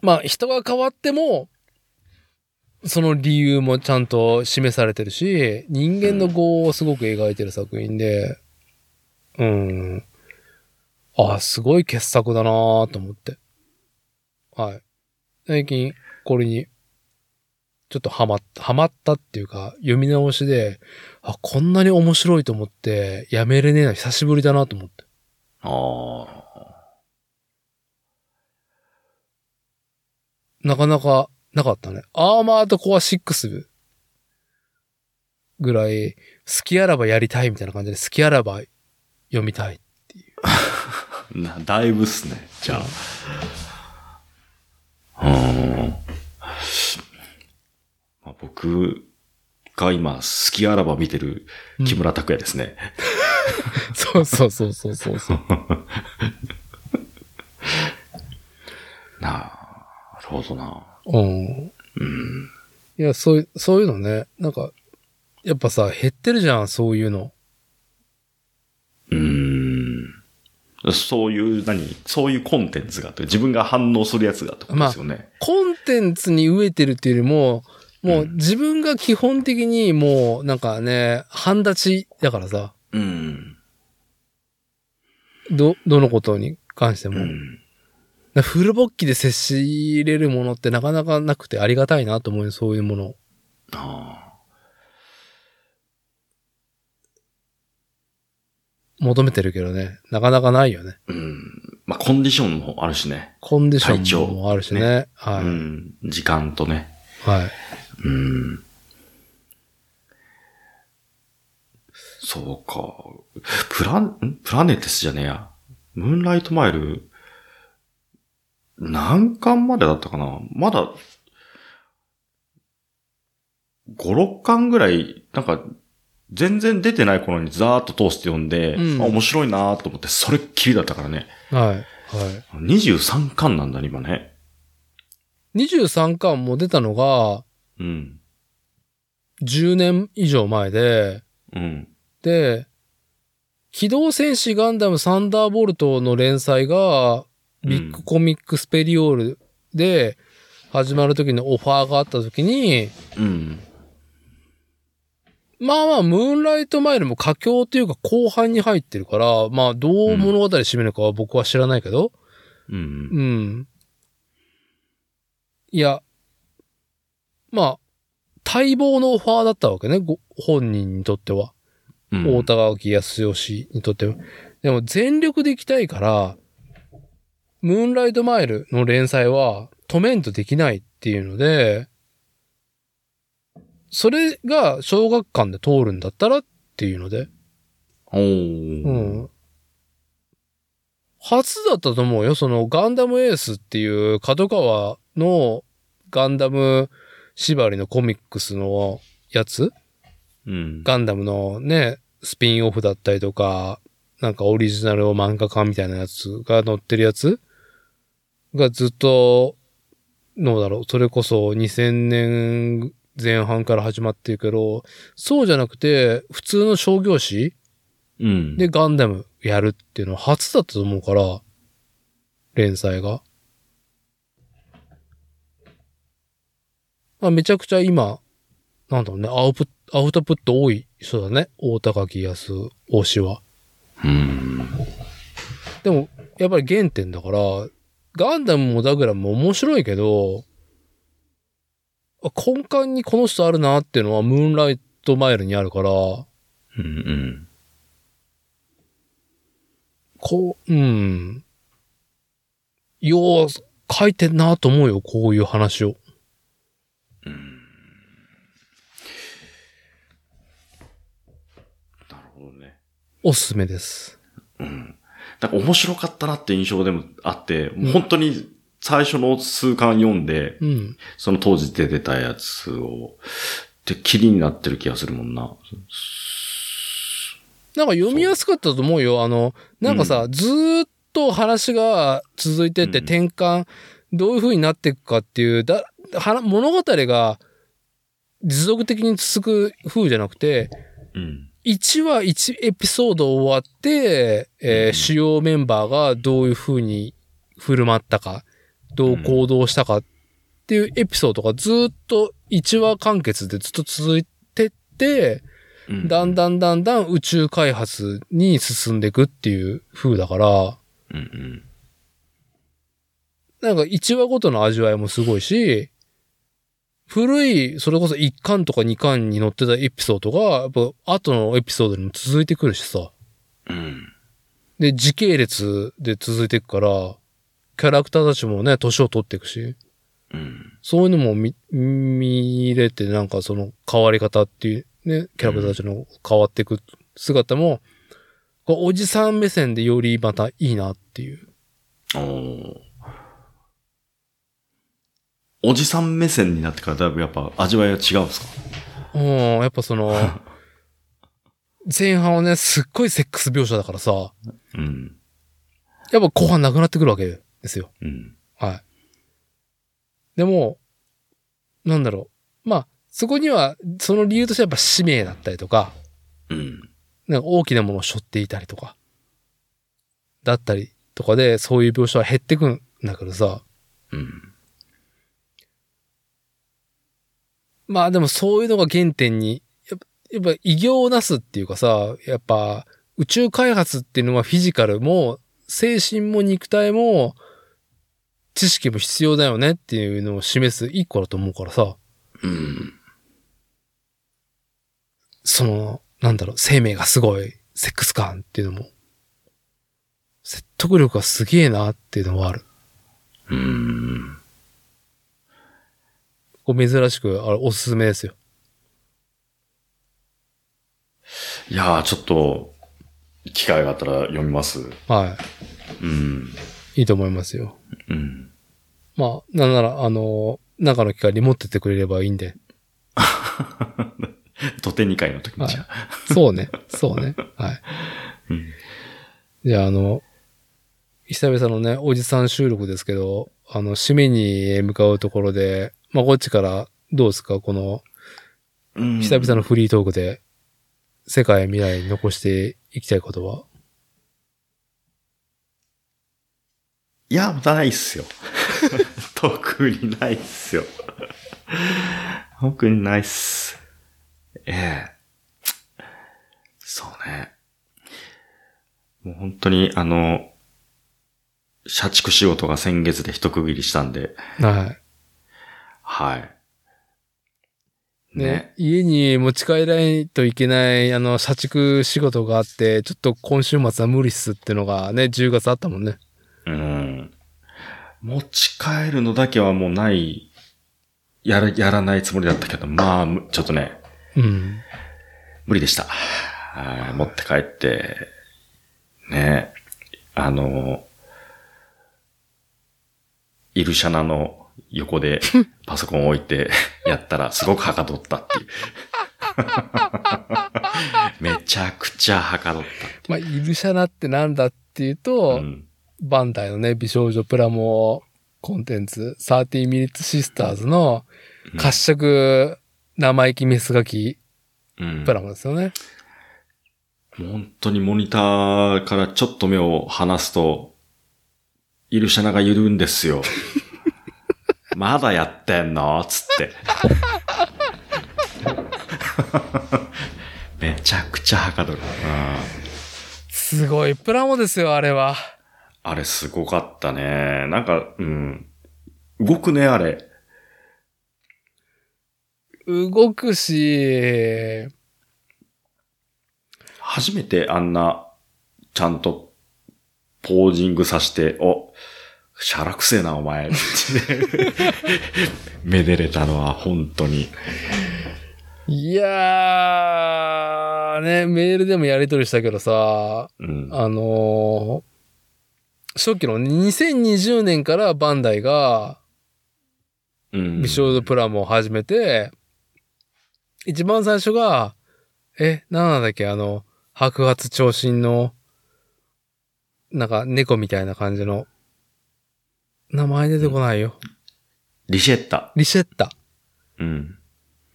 A: まあ人が変わっても、その理由もちゃんと示されてるし、人間の業をすごく描いてる作品で、うん。あ、すごい傑作だなぁと思って。はい。最近、これに、ちょっとハマった、ハマったっていうか、読み直しで、あ、こんなに面白いと思って、やめれねえな、久しぶりだなと思って。
B: ああ。
A: なかなかなかったね。アーマーとコア6ぐらい、好きあらばやりたいみたいな感じで、好きあらば読みたい。
B: なだいぶっすね、じゃあ。うん。まあ、僕が今、好きあらば見てる木村拓哉ですね。
A: そうそうそうそうそう そう。
B: なるほどな。
A: うん。
B: うん。
A: いや、そういう、そういうのね。なんか、やっぱさ、減ってるじゃん、そういうの。
B: うん。そういう、何そういうコンテンツがという、自分が反応するやつがってことですよね。
A: コンテンツに飢えてるっていうよりも、もう
B: うん
A: 自分が基本的にもう、なんかね、半立ちだからさ、
B: うん。
A: ど、どのことに関して
B: う
A: も。
B: ん。
A: だからフルボッキで接し入れるものってなかなかなくてありがたいなと思うよそういうもの。
B: あ
A: 求めてるけどね。なかなかないよね。
B: ーうん。まあ、コンディションもあるしね。
A: コンディシ
B: 体
A: ョ
B: 調
A: ンもあるしね。はい、
B: うん。時間とね。
A: はい。
B: うん。そうか。プラン、んプラネテスじゃねえや。ムーンライトマイル、何巻までだったかなまだ、5、6巻ぐらい、なんか、全然出てない頃にザーッと通して読んで、
A: うん
B: あ面白いなーと思って、それっきりだったからね。
A: はい。はい。
B: 23巻なんだね、今ね。
A: 23巻も出たのが
B: うん。
A: 10年以上前で、
B: うん。
A: で、機動戦士ガンダムサンダーボルトの連載がビッグコミックスペリオールで始まる時のオファーがあった時に、
B: うん。
A: まあまあ、ムーンライトマイルも佳境というか後半に入ってるから、まあどう物語締めるかは僕は知らないけど、
B: うん。うん
A: うん。いや、まあ、待望のオファーだったわけね、ご本人にとっては。
B: うん
A: 大田垣康義にとっては。でも全力で行きたいから、ムーンライトマイルの連載は止めんとできないっていうので、それが小学館で通るんだったらっていうので、
B: おー
A: うん。初だったと思うよ。そのガンダムエースっていう角川のガンダム縛りのコミックスのやつ
B: うん。
A: ガンダムのね、スピンオフだったりとか、なんかオリジナルを漫画化みたいなやつが載ってるやつがずっと、どうだろう、それこそ2000年前半から始まってるけど、そうじゃなくて、普通の商業誌
B: うん。
A: でガンダムやるっていうのは初だったと思うから、連載が。まあ、めちゃくちゃ今、なんだろうね、アウプアウトプット多い人だね。大高木安、大志は。
B: うん。
A: でも、やっぱり原点だから、ガンダムもダグラムも面白いけど、あ根幹にこの人あるなっていうのはムーンライトマイルにあるから、
B: うんうん。
A: こう、うん。よう、書いてんなと思うよ、こういう話を。
B: なるほどね。
A: おすすめです。
B: うん。なんか面白かったなって印象でもあって、本当に最初の数巻読んで、
A: うん。
B: その当時出てたやつを、で、キリになってる気がするもんな。
A: なんか読みやすかったと思うよ。あの、なんかさ、ずーっと話が続いてて
B: うん
A: 転換、どういう風になっていくかっていう、だ、は物語が持続的に続く風じゃなくて、
B: うん。
A: 1話1エピソード終わって、えー
B: うん
A: 主要メンバーがどういう風に振る舞ったか、どう行動したかっていうエピソードがずーっと1話完結でずっと続いてって、
B: うん
A: だんだんだんだん宇宙開発に進んでいくっていう風だから、
B: うんうん。
A: なんか1話ごとの味わいもすごいし、古い、それこそ1巻とか2巻に載ってたエピソードが、やっぱ後のエピソードにも続いてくるしさ。
B: うん。
A: で、時系列で続いていくから、キャラクターたちもね、年を取っていくし、
B: うん。
A: そういうのも見、見れて、なんかその変わり方っていう、ね、キャラクターたちの変わっていく姿も、こうおじさん目線でよりまたいいなっていう。
B: おーおじさん目線になってからだいぶやっぱ味わいが違うんですか
A: うん、やっぱその、前半はね、すっごいセックス描写だからさ、
B: うん。
A: やっぱ後半なくなってくるわけですよ。
B: うん。
A: はい。でも、なんだろう。まあ、そこには、その理由としてはやっぱ使命だったりとか、
B: うん。
A: なんか大きなものを背負っていたりとか、だったりとかで、そういう描写は減ってくんだけどさ。
B: うん。
A: まあでもそういうのが原点に、やっぱ、やっぱ異業をなすっていうかさ、やっぱ宇宙開発っていうのはフィジカルも、精神も肉体も、知識も必要だよねっていうのを示す一個だと思うからさ。
B: うん。
A: その、なんだろう、生命がすごい、セックス感っていうのも、説得力がすげえなっていうのはある。
B: うん。
A: これ珍しく、あれ、おすすめですよ。
B: いやー、ちょっと、機会があったら読みます。
A: は
B: うん。
A: い。いいと思いますよ。
B: うん。
A: まあ、なんなら、あの、中の機会に持ってってくれればいいんで。
B: 土手2回の時にじゃあ。
A: そうね。そうね。はい。
B: うん
A: じゃあ、あの、久々のね、おじさん収録ですけど、あの、締めに向かうところで、まあ、こっちから、どうですかこの、
B: うん
A: 久々のフリートークで、世界未来に残していきたいことは。
B: いや、またないっすよ。 特にないっすよ。 特にないっす。ええそうね。もう本当に、あの、社畜仕事が先月で一区切りしたんで、
A: は
B: はい。
A: い。
B: ね。
A: ね。家に持ち帰らないといけない、あの、社畜仕事があって、ちょっと今週末は無理っすってのがね、10月あったもんね。
B: うん。持ち帰るのだけはもうない、やら、やらないつもりだったけど、まあ、むちょっとね、
A: うん。
B: 無理でした。はい持って帰って、ね、あの、イルシャナの横でパソコンを置いてやったらすごくはかどったっていう。めちゃくちゃはかどっ
A: まあ、イルシャナってなんだっていう
B: た。
A: と、
B: うん。
A: バンダイのね、美少女プラモコンテンツ、30ミリッツシスターズの
B: うん
A: 褐色生意気メスガキ
B: うん
A: プラモですよね。
B: もう本当にモニターからちょっと目を離すと、イルシャナが緩んですよ。まだやってんのつって。めちゃくちゃはかどる。うん
A: すごいプラモですよ、あれは。
B: あれすごかったね。なんか、うん。動くね、あれ。
A: 動くし、
B: 初めてあんな、ちゃんと、ポージングさして、お、シャラくせえな、お前。 ってめでれたのは、本当に。
A: いやー、ね、メールでもやり取りしたけどさ、
B: うん。
A: あのー初期のね2020年からバンダイが
B: うん
A: ビショードプラモを始めて、一番最初が、え、なんだっけ、あの、白髪長身の、なんか猫みたいな感じの、名前出てこないよ。
B: リシェッタ。
A: リシェッタ。
B: うん。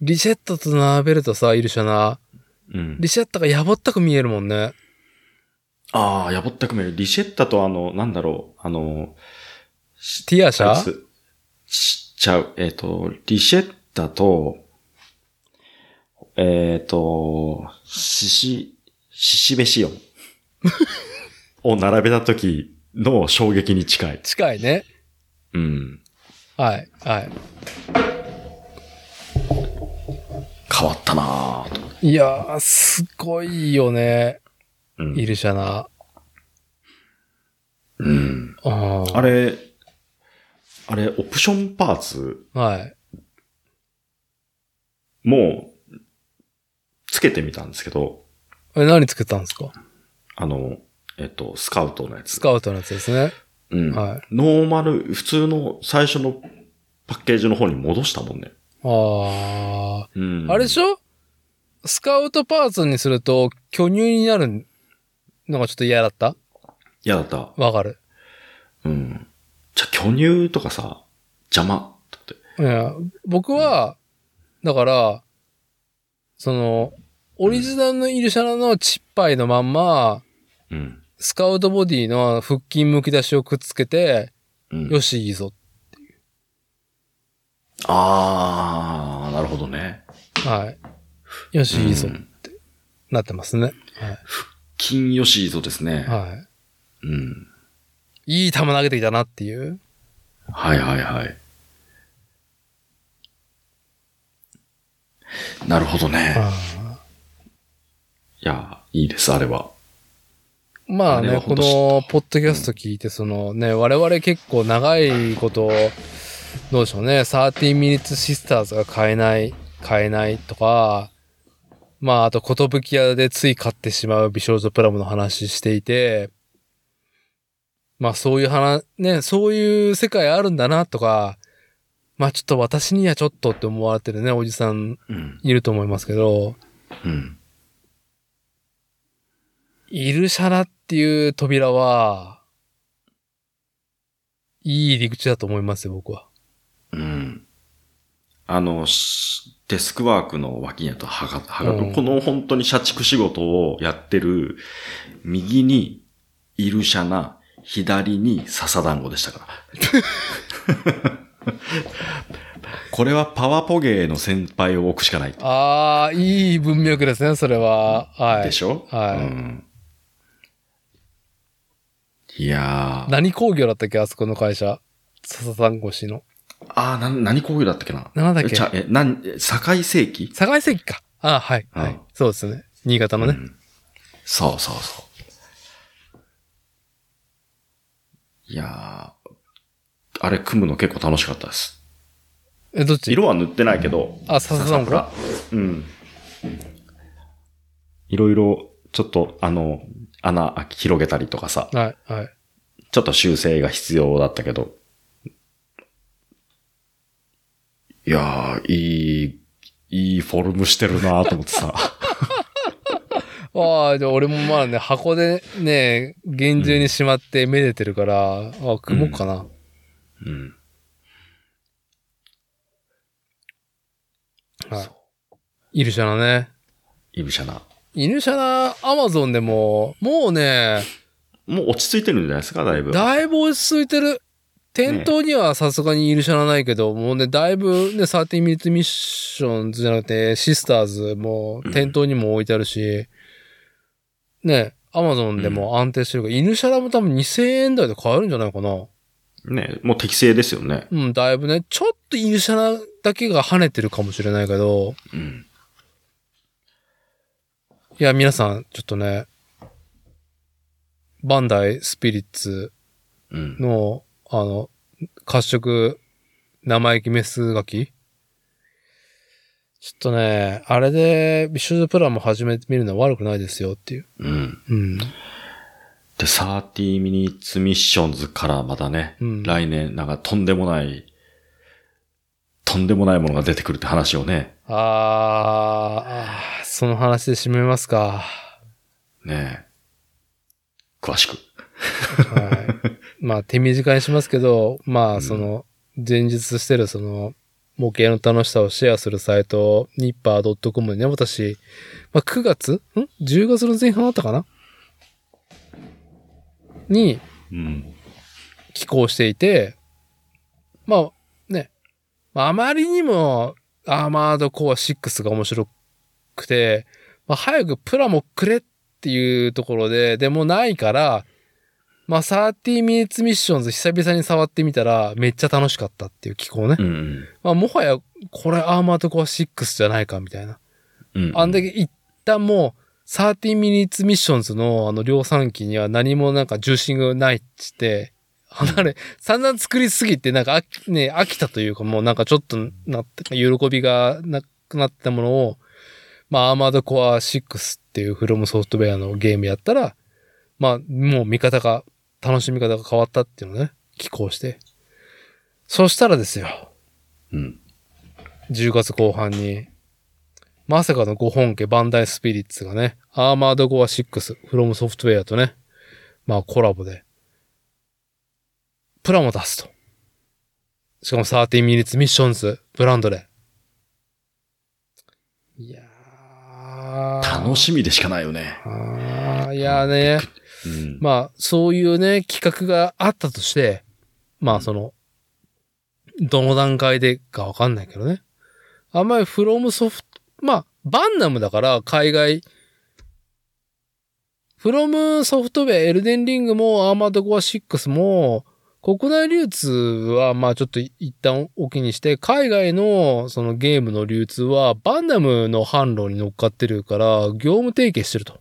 A: リシェッタと並べるとさ、イルシャナ。
B: うん
A: リ。シェッタがやぼったく見えるもんね。
B: ああ、やぼったく見える。リシェッタとあの、なんだろう、あの、
A: ティアシャ
B: あいつしちゃう。えっ、と、リシェッタと、えっ、と、シシ、シシベ シオンを並べた時の衝撃に近い。
A: 近いね。
B: うん。
A: はい、はい。
B: 変わったなぁと。
A: いやー、すごいよね。
B: う
A: イ
B: ん。
A: ルシャナ。
B: うん、
A: あ
B: あ
A: れ
B: れ、あれ、オプションパーツ
A: はい。
B: も、つけてみたんですけど、
A: え、何作ったんですか
B: あの、えっ、と、スカウトのやつ。
A: スカウトのやつですね。
B: うん。
A: はい。
B: ノーマル、普通の最初のパッケージの方に戻したもんね。
A: あ
B: うん
A: あ。あれでし
B: ょ
A: ょスカウトパーツにすると、巨乳になるのがちょっと嫌だった
B: 嫌だった。
A: わかる。
B: うん。じゃあ、巨乳とかさ、邪魔。と思って
A: いや、僕は、だから、その、オリジナルのイルシャナのチッパイのまんま、
B: うん。
A: スカウトボディの腹筋むき出しをくっつけて、
B: うん。
A: よし、いいぞ。
B: あー、なるほどね。
A: はい。よし、いいぞ
B: う。ん
A: なってますね。
B: 金よしいぞです
A: は
B: ね。。
A: い。はい
B: うん。
A: い。いい球投げてきたなっていう。
B: はいはいはい。なるほどね。
A: あ
B: いや、いいです、あれは。
A: ーまあ
B: あれ
A: ね、
B: は
A: こ
B: ほんと知った
A: の、ポッドキャスト聞いて、そのね、我々結構長いこと、どうでしょうね、30 minutes sisters が買えない、買えないとか、まあ、あと、ことぶき屋でつい買ってしまう美少女プラムの話していて、まあ、そういう話、ね、そういう世界あるんだなとか、まあ、ちょっと私にはちょっとって思われてるね、おじさん
B: うん。
A: いると思いますけど、
B: うん。
A: イルシャラっていう扉は、いい入り口だと思いますよ、僕は。
B: うん。あの、しデスクワークの脇にあとはが、はが、
A: うん
B: この本当に社畜仕事をやってる、右にイルシャナ、左に笹団子でしたから。 これはパワポゲーの先輩を置くしかない。
A: ああ、いい文脈ですね、それは。は
B: で
A: い。
B: しょ
A: はい
B: うんいやー。
A: 何工業だったっけ、あそこの会社。笹さん越しの。
B: あー、な、何工業だったっけな
A: なんだっけ
B: ちゃ、え、なん、え堺世紀
A: 境石か。ああ、はい。
B: うん
A: はい。そうですね。新潟の
B: う
A: ね。
B: んそうそうそう。いやー、あれ組むの結構楽しかったです。
A: え、どっち
B: 色は塗ってないけど。
A: あ笹団子
B: らうん。いろいろ、ちょっと、あの、穴広げたりとかさ、
A: はい、はい。
B: ちょっと修正が必要だったけど。いやー、いい、いいフォルムしてるなーと思ってさ。
A: ああ、じゃあ俺もまあね、箱でね、厳重にしまってめでてるから、ああ、雲かな。
B: うん。
A: はい。イルシャナね。
B: イブシャナ。
A: 犬舎なアマゾンでも、もうね、
B: もう落ち着いてるんじゃないですか、だいぶ。
A: だいぶ落ち着いてる。店頭にはさすがにいる知らないけど、もうね、だいぶね、13ミニッツミッションズじゃなくて、シスターズも店頭にも置いてあるし、ね、アマゾンでも安定してるから、犬シャラも多分2000円台で買えるんじゃないかな。
B: ね、もう適正ですよね。
A: うん、だいぶね、ちょっと犬シャラだけが跳ねてるかもしれないけど、
B: うん。
A: いや、皆さん、ちょっとね、バンダイスピリッツ
B: うん。
A: の、あの、褐色、生意気メスガキちょっとね、あれで、ビッシュズプランも始めてみるのは悪くないですよっていう。
B: うん。
A: うん。
B: で、30ミニッツミッションズからまたね、
A: うん
B: 来年、なんかとんでもない、とんでもないものが出てくるって話をね、
A: あーあー、その話で締めますか。
B: ね詳しく。
A: はい。まあ、手短にしますけど、ま
B: う
A: あ、
B: ん
A: その、前日してる、その、模型の楽しさをシェアするサイト、ニッパー .com にね、私、まあ、9月ん ?10 月の前半だったかなに
B: うん。
A: 寄稿していて、まあ、ね、まあ、あまりにも、アーマードコア6が面白くて、まあ、早くプラもくれっていうところで、でもないから、まあ、30 minutes missions 久々に触ってみたら、めっちゃ楽しかったっていう機構ね
B: う。ん。
A: まあ、もはや、これアーマードコア6じゃないかみたいな。
B: うん。
A: あんだけ一旦もう、30 minutes missions のあの量産機には何もなんか重心がないっつって、離れ、散々作りすぎてなんか飽きね、飽きたというかもうなんかちょっとなって、喜びがなくなったものを、まあ、アーマードコア6っていうフロムソフトウェアのゲームやったら、まあ、もう見方が、楽しみ方が変わったっていうのをね、寄稿して。そしたらですよ。
B: うん。
A: 10月後半に、まさかのご本家バンダイスピリッツがね、アーマードゴア6、フロムソフトウェアとね、まあコラボで、プラも出すと。しかも30ミリッツミッションズ、ブランドで。いやー。
B: 楽しみでしかないよね。
A: あーいやーね。
B: うん。
A: まあ、そういうね、企画があったとして、まあ、その、どの段階でかわかんないけどね。あんまりフロムソフト、まあ、バンナムだから、海外、フロムソフトウェア、エルデンリングも、アーマードコア6も、国内流通は、まあちょっと一旦おきにして、海外のそのゲームの流通は、バンナムの販路に乗っかってるから、業務提携してると。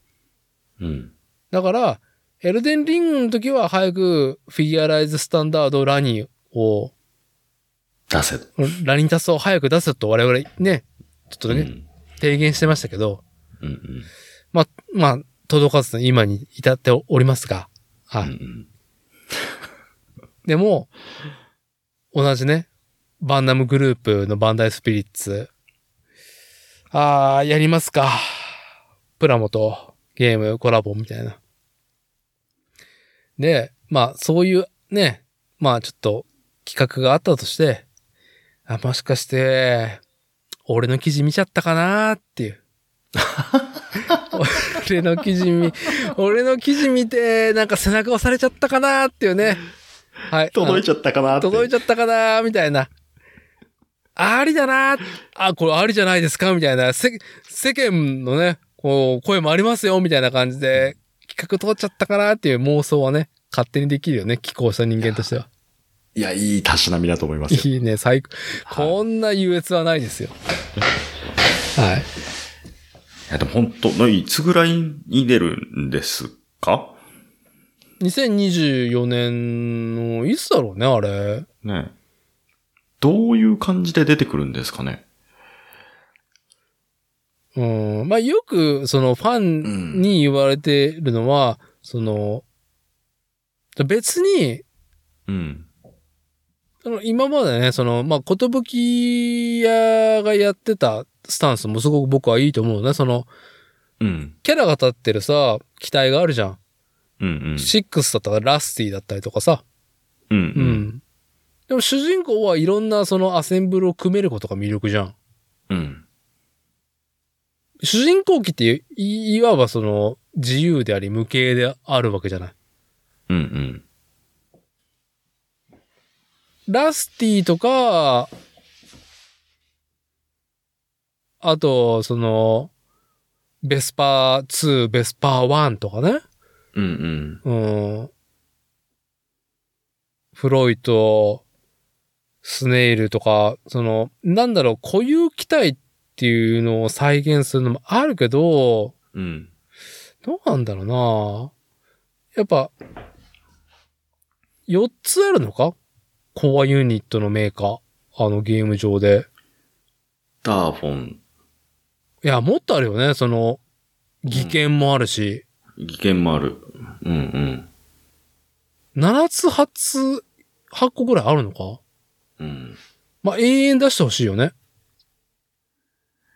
B: うん。
A: だから、エルデンリングの時は早くフィギュアライズスタンダードラニーを、
B: 出せ。
A: ラニタスを早く出せと我々ね、ちょっと
B: う
A: ね、
B: ん。
A: 提言してましたけど、
B: うん。うん。
A: まあ、まあ、届かず今に至っておりますが、は
B: う
A: い。
B: ん。
A: でも、同じね、バンナムグループのバンダイスピリッツ。あー、やりますか。プラモとゲームコラボみたいな。で、まあ、そういうね、まあ、ちょっと企画があったとして、あ、もしかして、俺の記事見ちゃったかなーって いう。俺の記事見、俺の記事見て、なんか背中押されちゃったかなーっていうね。はい。
B: 届いちゃったかなって。
A: 届いちゃったかなーみたいな。ありだなーあ、これありじゃないですかみたいな。せ、世間のね、こう、声もありますよみたいな感じで、企画通っちゃったかなーっていう妄想はね、勝手にできるよね。寄稿した人間としては。
B: いや、いいたしなみだと思いますよ。
A: いいね、最高。
B: はい
A: こんな優越はないですよ。はい。
B: いや、でも本当の、いつぐらいに出るんですか
A: 2024年の、いつだろうね、あれ。
B: ねどういう感じで出てくるんですかね
A: うん。まあ、よく、その、ファンに言われてるのは、その、別に、
B: うん。
A: その今までね、その、まあ、ことぶき屋がやってたスタンスもすごく僕はいいと思うのね。その、
B: うん。
A: キャラが立ってるさ、期待があるじゃん。
B: うんうん。
A: シックスだったらラスティだったりとかさ。
B: うん
A: う
B: うん。
A: ん。でも主人公はいろんなそのアセンブルを組めることが魅力じゃん。
B: うん。
A: 主人公機っていいいわばその自由であり無形であるわけじゃない。
B: うんうん。
A: ラスティとか、あと、その、ベスパー2、ベスパー1とかね。
B: うんうん。
A: うん。フロイト、スネイルとか、その、なんだろう、固有機体っていうのを再現するのもあるけど、
B: うん。
A: どうなんだろうなやっぱ、4つあるのかコアユニットのメーカー。あのゲーム上で。
B: ダーフォン、
A: いや、もっとあるよね。その、技研もあるし。
B: 技研もある。うんうん。
A: 7つ、8つ、8個ぐらいあるのか
B: うん。
A: まあ、永遠出してほしいよね。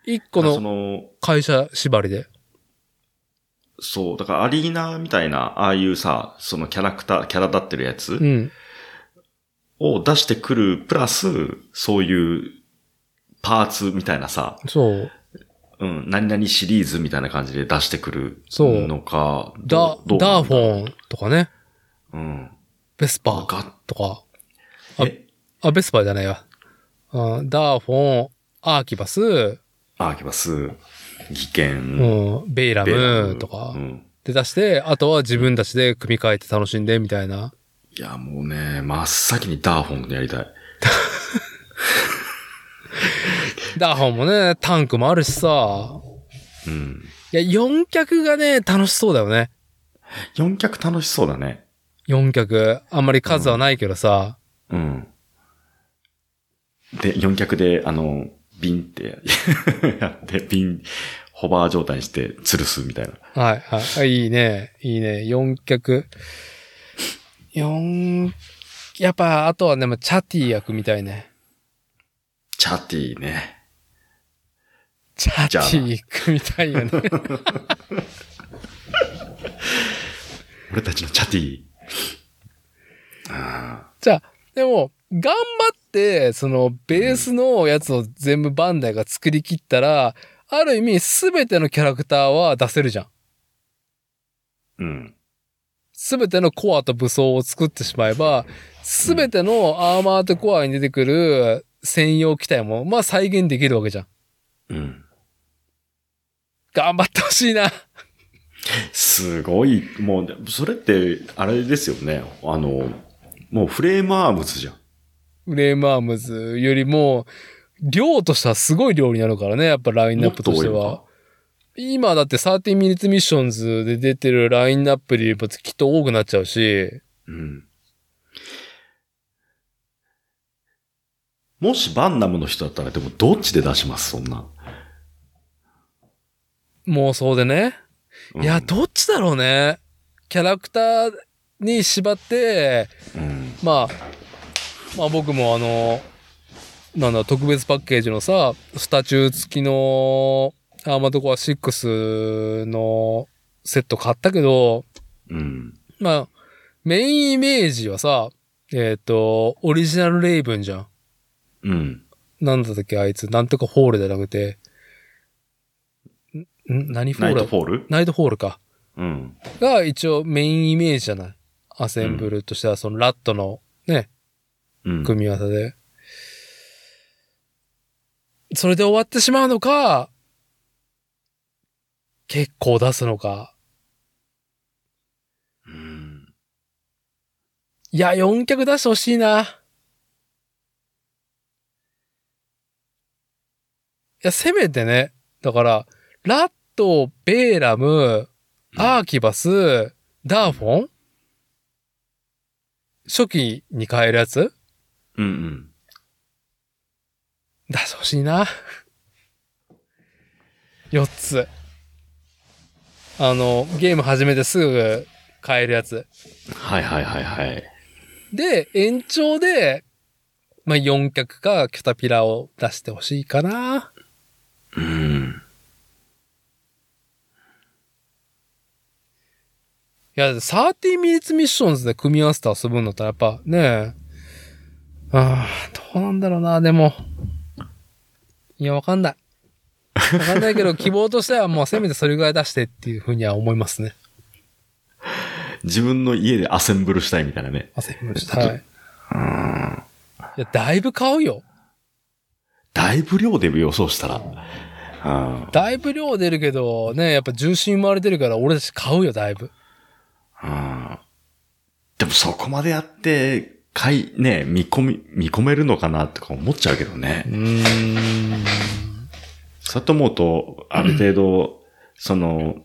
A: 1個
B: そ
A: の
B: の、
A: 会社縛りで。
B: そう、だからアリーナみたいな、ああいうさ、そのキャラクター、キャラ立ってるやつ
A: うん。
B: を出してくる、プラス、そういうパーツみたいなさ、
A: そう。
B: うん、何々シリーズみたいな感じで出してくる
A: そう
B: のか、
A: ダ、ダーフ
B: ン。
A: ォンとかね。
B: うん。
A: ベスパー
B: が、
A: とか。あ
B: え、
A: あ、ベスパーじゃないわ。あダーフォン、アーキバス、
B: アーキバス、技
A: う
B: 研、
A: ん、ベイラ
B: ベラ
A: ムとか
B: う。ん。
A: で出して、あとは自分たちで組み替えて楽しんでみたいな。
B: いや、もうね、真っ先にダーフォンやりたい。
A: ダーフォンもね、タンクもあるしさ。
B: うん。
A: いや、4脚がね、楽しそうだよね。
B: 4脚楽しそうだね。
A: 4脚。あんまり数はないけどさ。
B: うん。で、4脚で、あの、ビンって やって、ビン、ホバー状態にして吊るすみたいな。
A: はい、はいあ。いいね。いいね。4脚。4、やっぱ、あとはね、まあチャティ役みたいね。
B: チャティね。
A: チャテ
B: じゃあな
A: ィ役みたいよね。
B: 俺たちのチャティ。あ
A: じゃあ、でも、頑張って、その、ベースのやつを全部バンダイが作り切ったら、ある意味、すべてのキャラクターは出せるじゃん。
B: ーうん。
A: すべてのコアと武装を作ってしまえば、すべてのアーマーとコアに出てくる専用機体も、まあ再現できるわけじゃん。
B: うん。
A: 頑張ってほしいな。
B: すごい、もう、それって、あれですよね。あの、もうフレームアームズじゃん。
A: フレームアームズよりも、量としてはすごい量になるからね、やっぱラインナップとして
B: もっと多いの
A: は
B: か。
A: 今だって13ミニッツミッションズで出てるラインナップよりもきっと多くなっちゃうし、
B: うん。もしバンナムの人だったら、でもどっちで出しますそんな。
A: 妄想でね。
B: うん
A: いや、どっちだろうね。キャラクターに縛って、
B: うん。
A: まあ、まあ僕もあの、なんだ、特別パッケージのさ、スタチュー付きのアーマードコア6のセット買ったけど、
B: うん。
A: まあ、メインイメージはさ、えっ、と、オリジナルレイブンじゃん。
B: うん。
A: なんだったっけ、あいつ。なんとかホールじゃなくて。んん何フォ
B: ナ
A: ー
B: イ
A: ル
B: トフォール
A: ナイトホールか。
B: うん。
A: が一応メインイメージじゃない。アセンブルとしては、そのラットのね、
B: うん。
A: 組み合わせで。それで終わってしまうのか、結構出すのか。
B: うん
A: いや、4脚出してほしいな。いや、せめてね。だから、ラット、ベーラム、アーキバス、ダーフォン初期に変えるやつ
B: うんうん。
A: 出してほしいな。4つ。あの、ゲーム始めてすぐ買えるやつ。
B: はいはいはいはい。
A: で、延長で、まあ、4脚かキャタピラを出してほしいかな。
B: うん。
A: いや、30ミニッツミッションズで組み合わせて遊ぶんだったらやっぱねえ、ああ、どうなんだろうな、でも。いや、わかんない。わかんないけど、希望としてはもうせめてそれぐらい出してっていうふうには思いますね。
B: 自分の家でアセンブルしたいみたいなね。
A: 焦りました。はい。いや、だいぶ買うよ。
B: だいぶ量で予想したら。うん。
A: だいぶ量出るけど、ね、やっぱ重心回れてるから俺たち買うよ、だいぶ。
B: うん。でもそこまでやって、買い、ね、見込み、見込めるのかなとか思っちゃうけどね
A: う。ーん。
B: そうやって思うと、ある程度、その、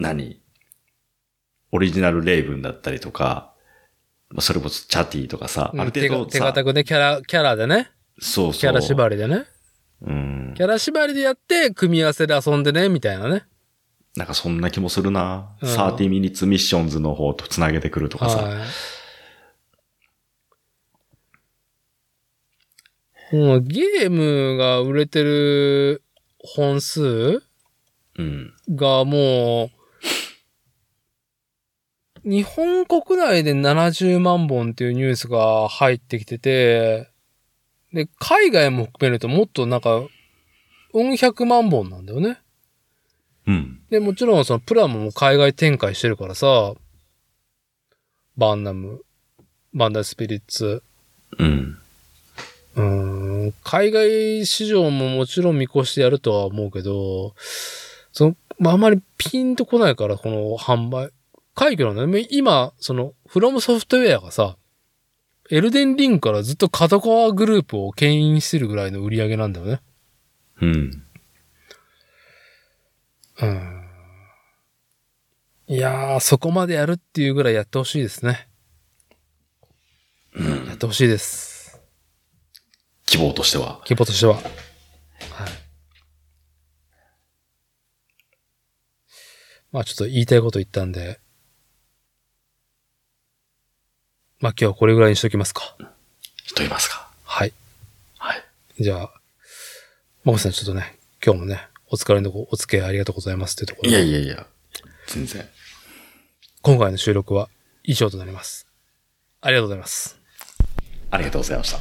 B: 何オリジナルレイブンだったりとか、まあそれこそチャティとかさ、ある程度さ、
A: 手が手堅くね、キャラ、キャラでね。
B: そうそう。
A: キャラ縛りでね。
B: うん。
A: キャラ縛りでやって、組み合わせで遊んでね、みたいなね。
B: なんかそんな気もするな。
A: うん
B: 30ミニッツミッションズの方と繋げてくるとかさ。
A: はい。もうゲームが売れてる本数
B: うん。
A: がもう、日本国内で70万本っていうニュースが入ってきてて、で、海外も含めるともっとなんか、うん100万本なんだよね。
B: うん。
A: で、もちろんそのプラモも海外展開してるからさ、バンナム、バンダイスピリッツ、
B: うん。
A: うーん、海外市場ももちろん見越してやるとは思うけど、その、まあ、あまりピンとこないから、この販売。快挙なんだよ。今、その、フロムソフトウェアがさ、エルデンリングからずっと角川グループを牽引してるぐらいの売り上げなんだよね。
B: うん。
A: うん。いやー、そこまでやるっていうぐらいやってほしいですね。やってほしいです。
B: 希望としては。
A: 規模としては。はい。まあちょっと言いたいこと言ったんで。まあ今日はこれぐらいにしときますか。
B: 人いますか
A: はい。
B: はい。
A: じゃあ、マコさんちょっとね、今日もね、お疲れのとこお付き合いありがとうございますっていうところ
B: い
A: で
B: やいやいや。全然。
A: 今回の収録は以上となります。ありがとうございます。
B: ありがとうございました。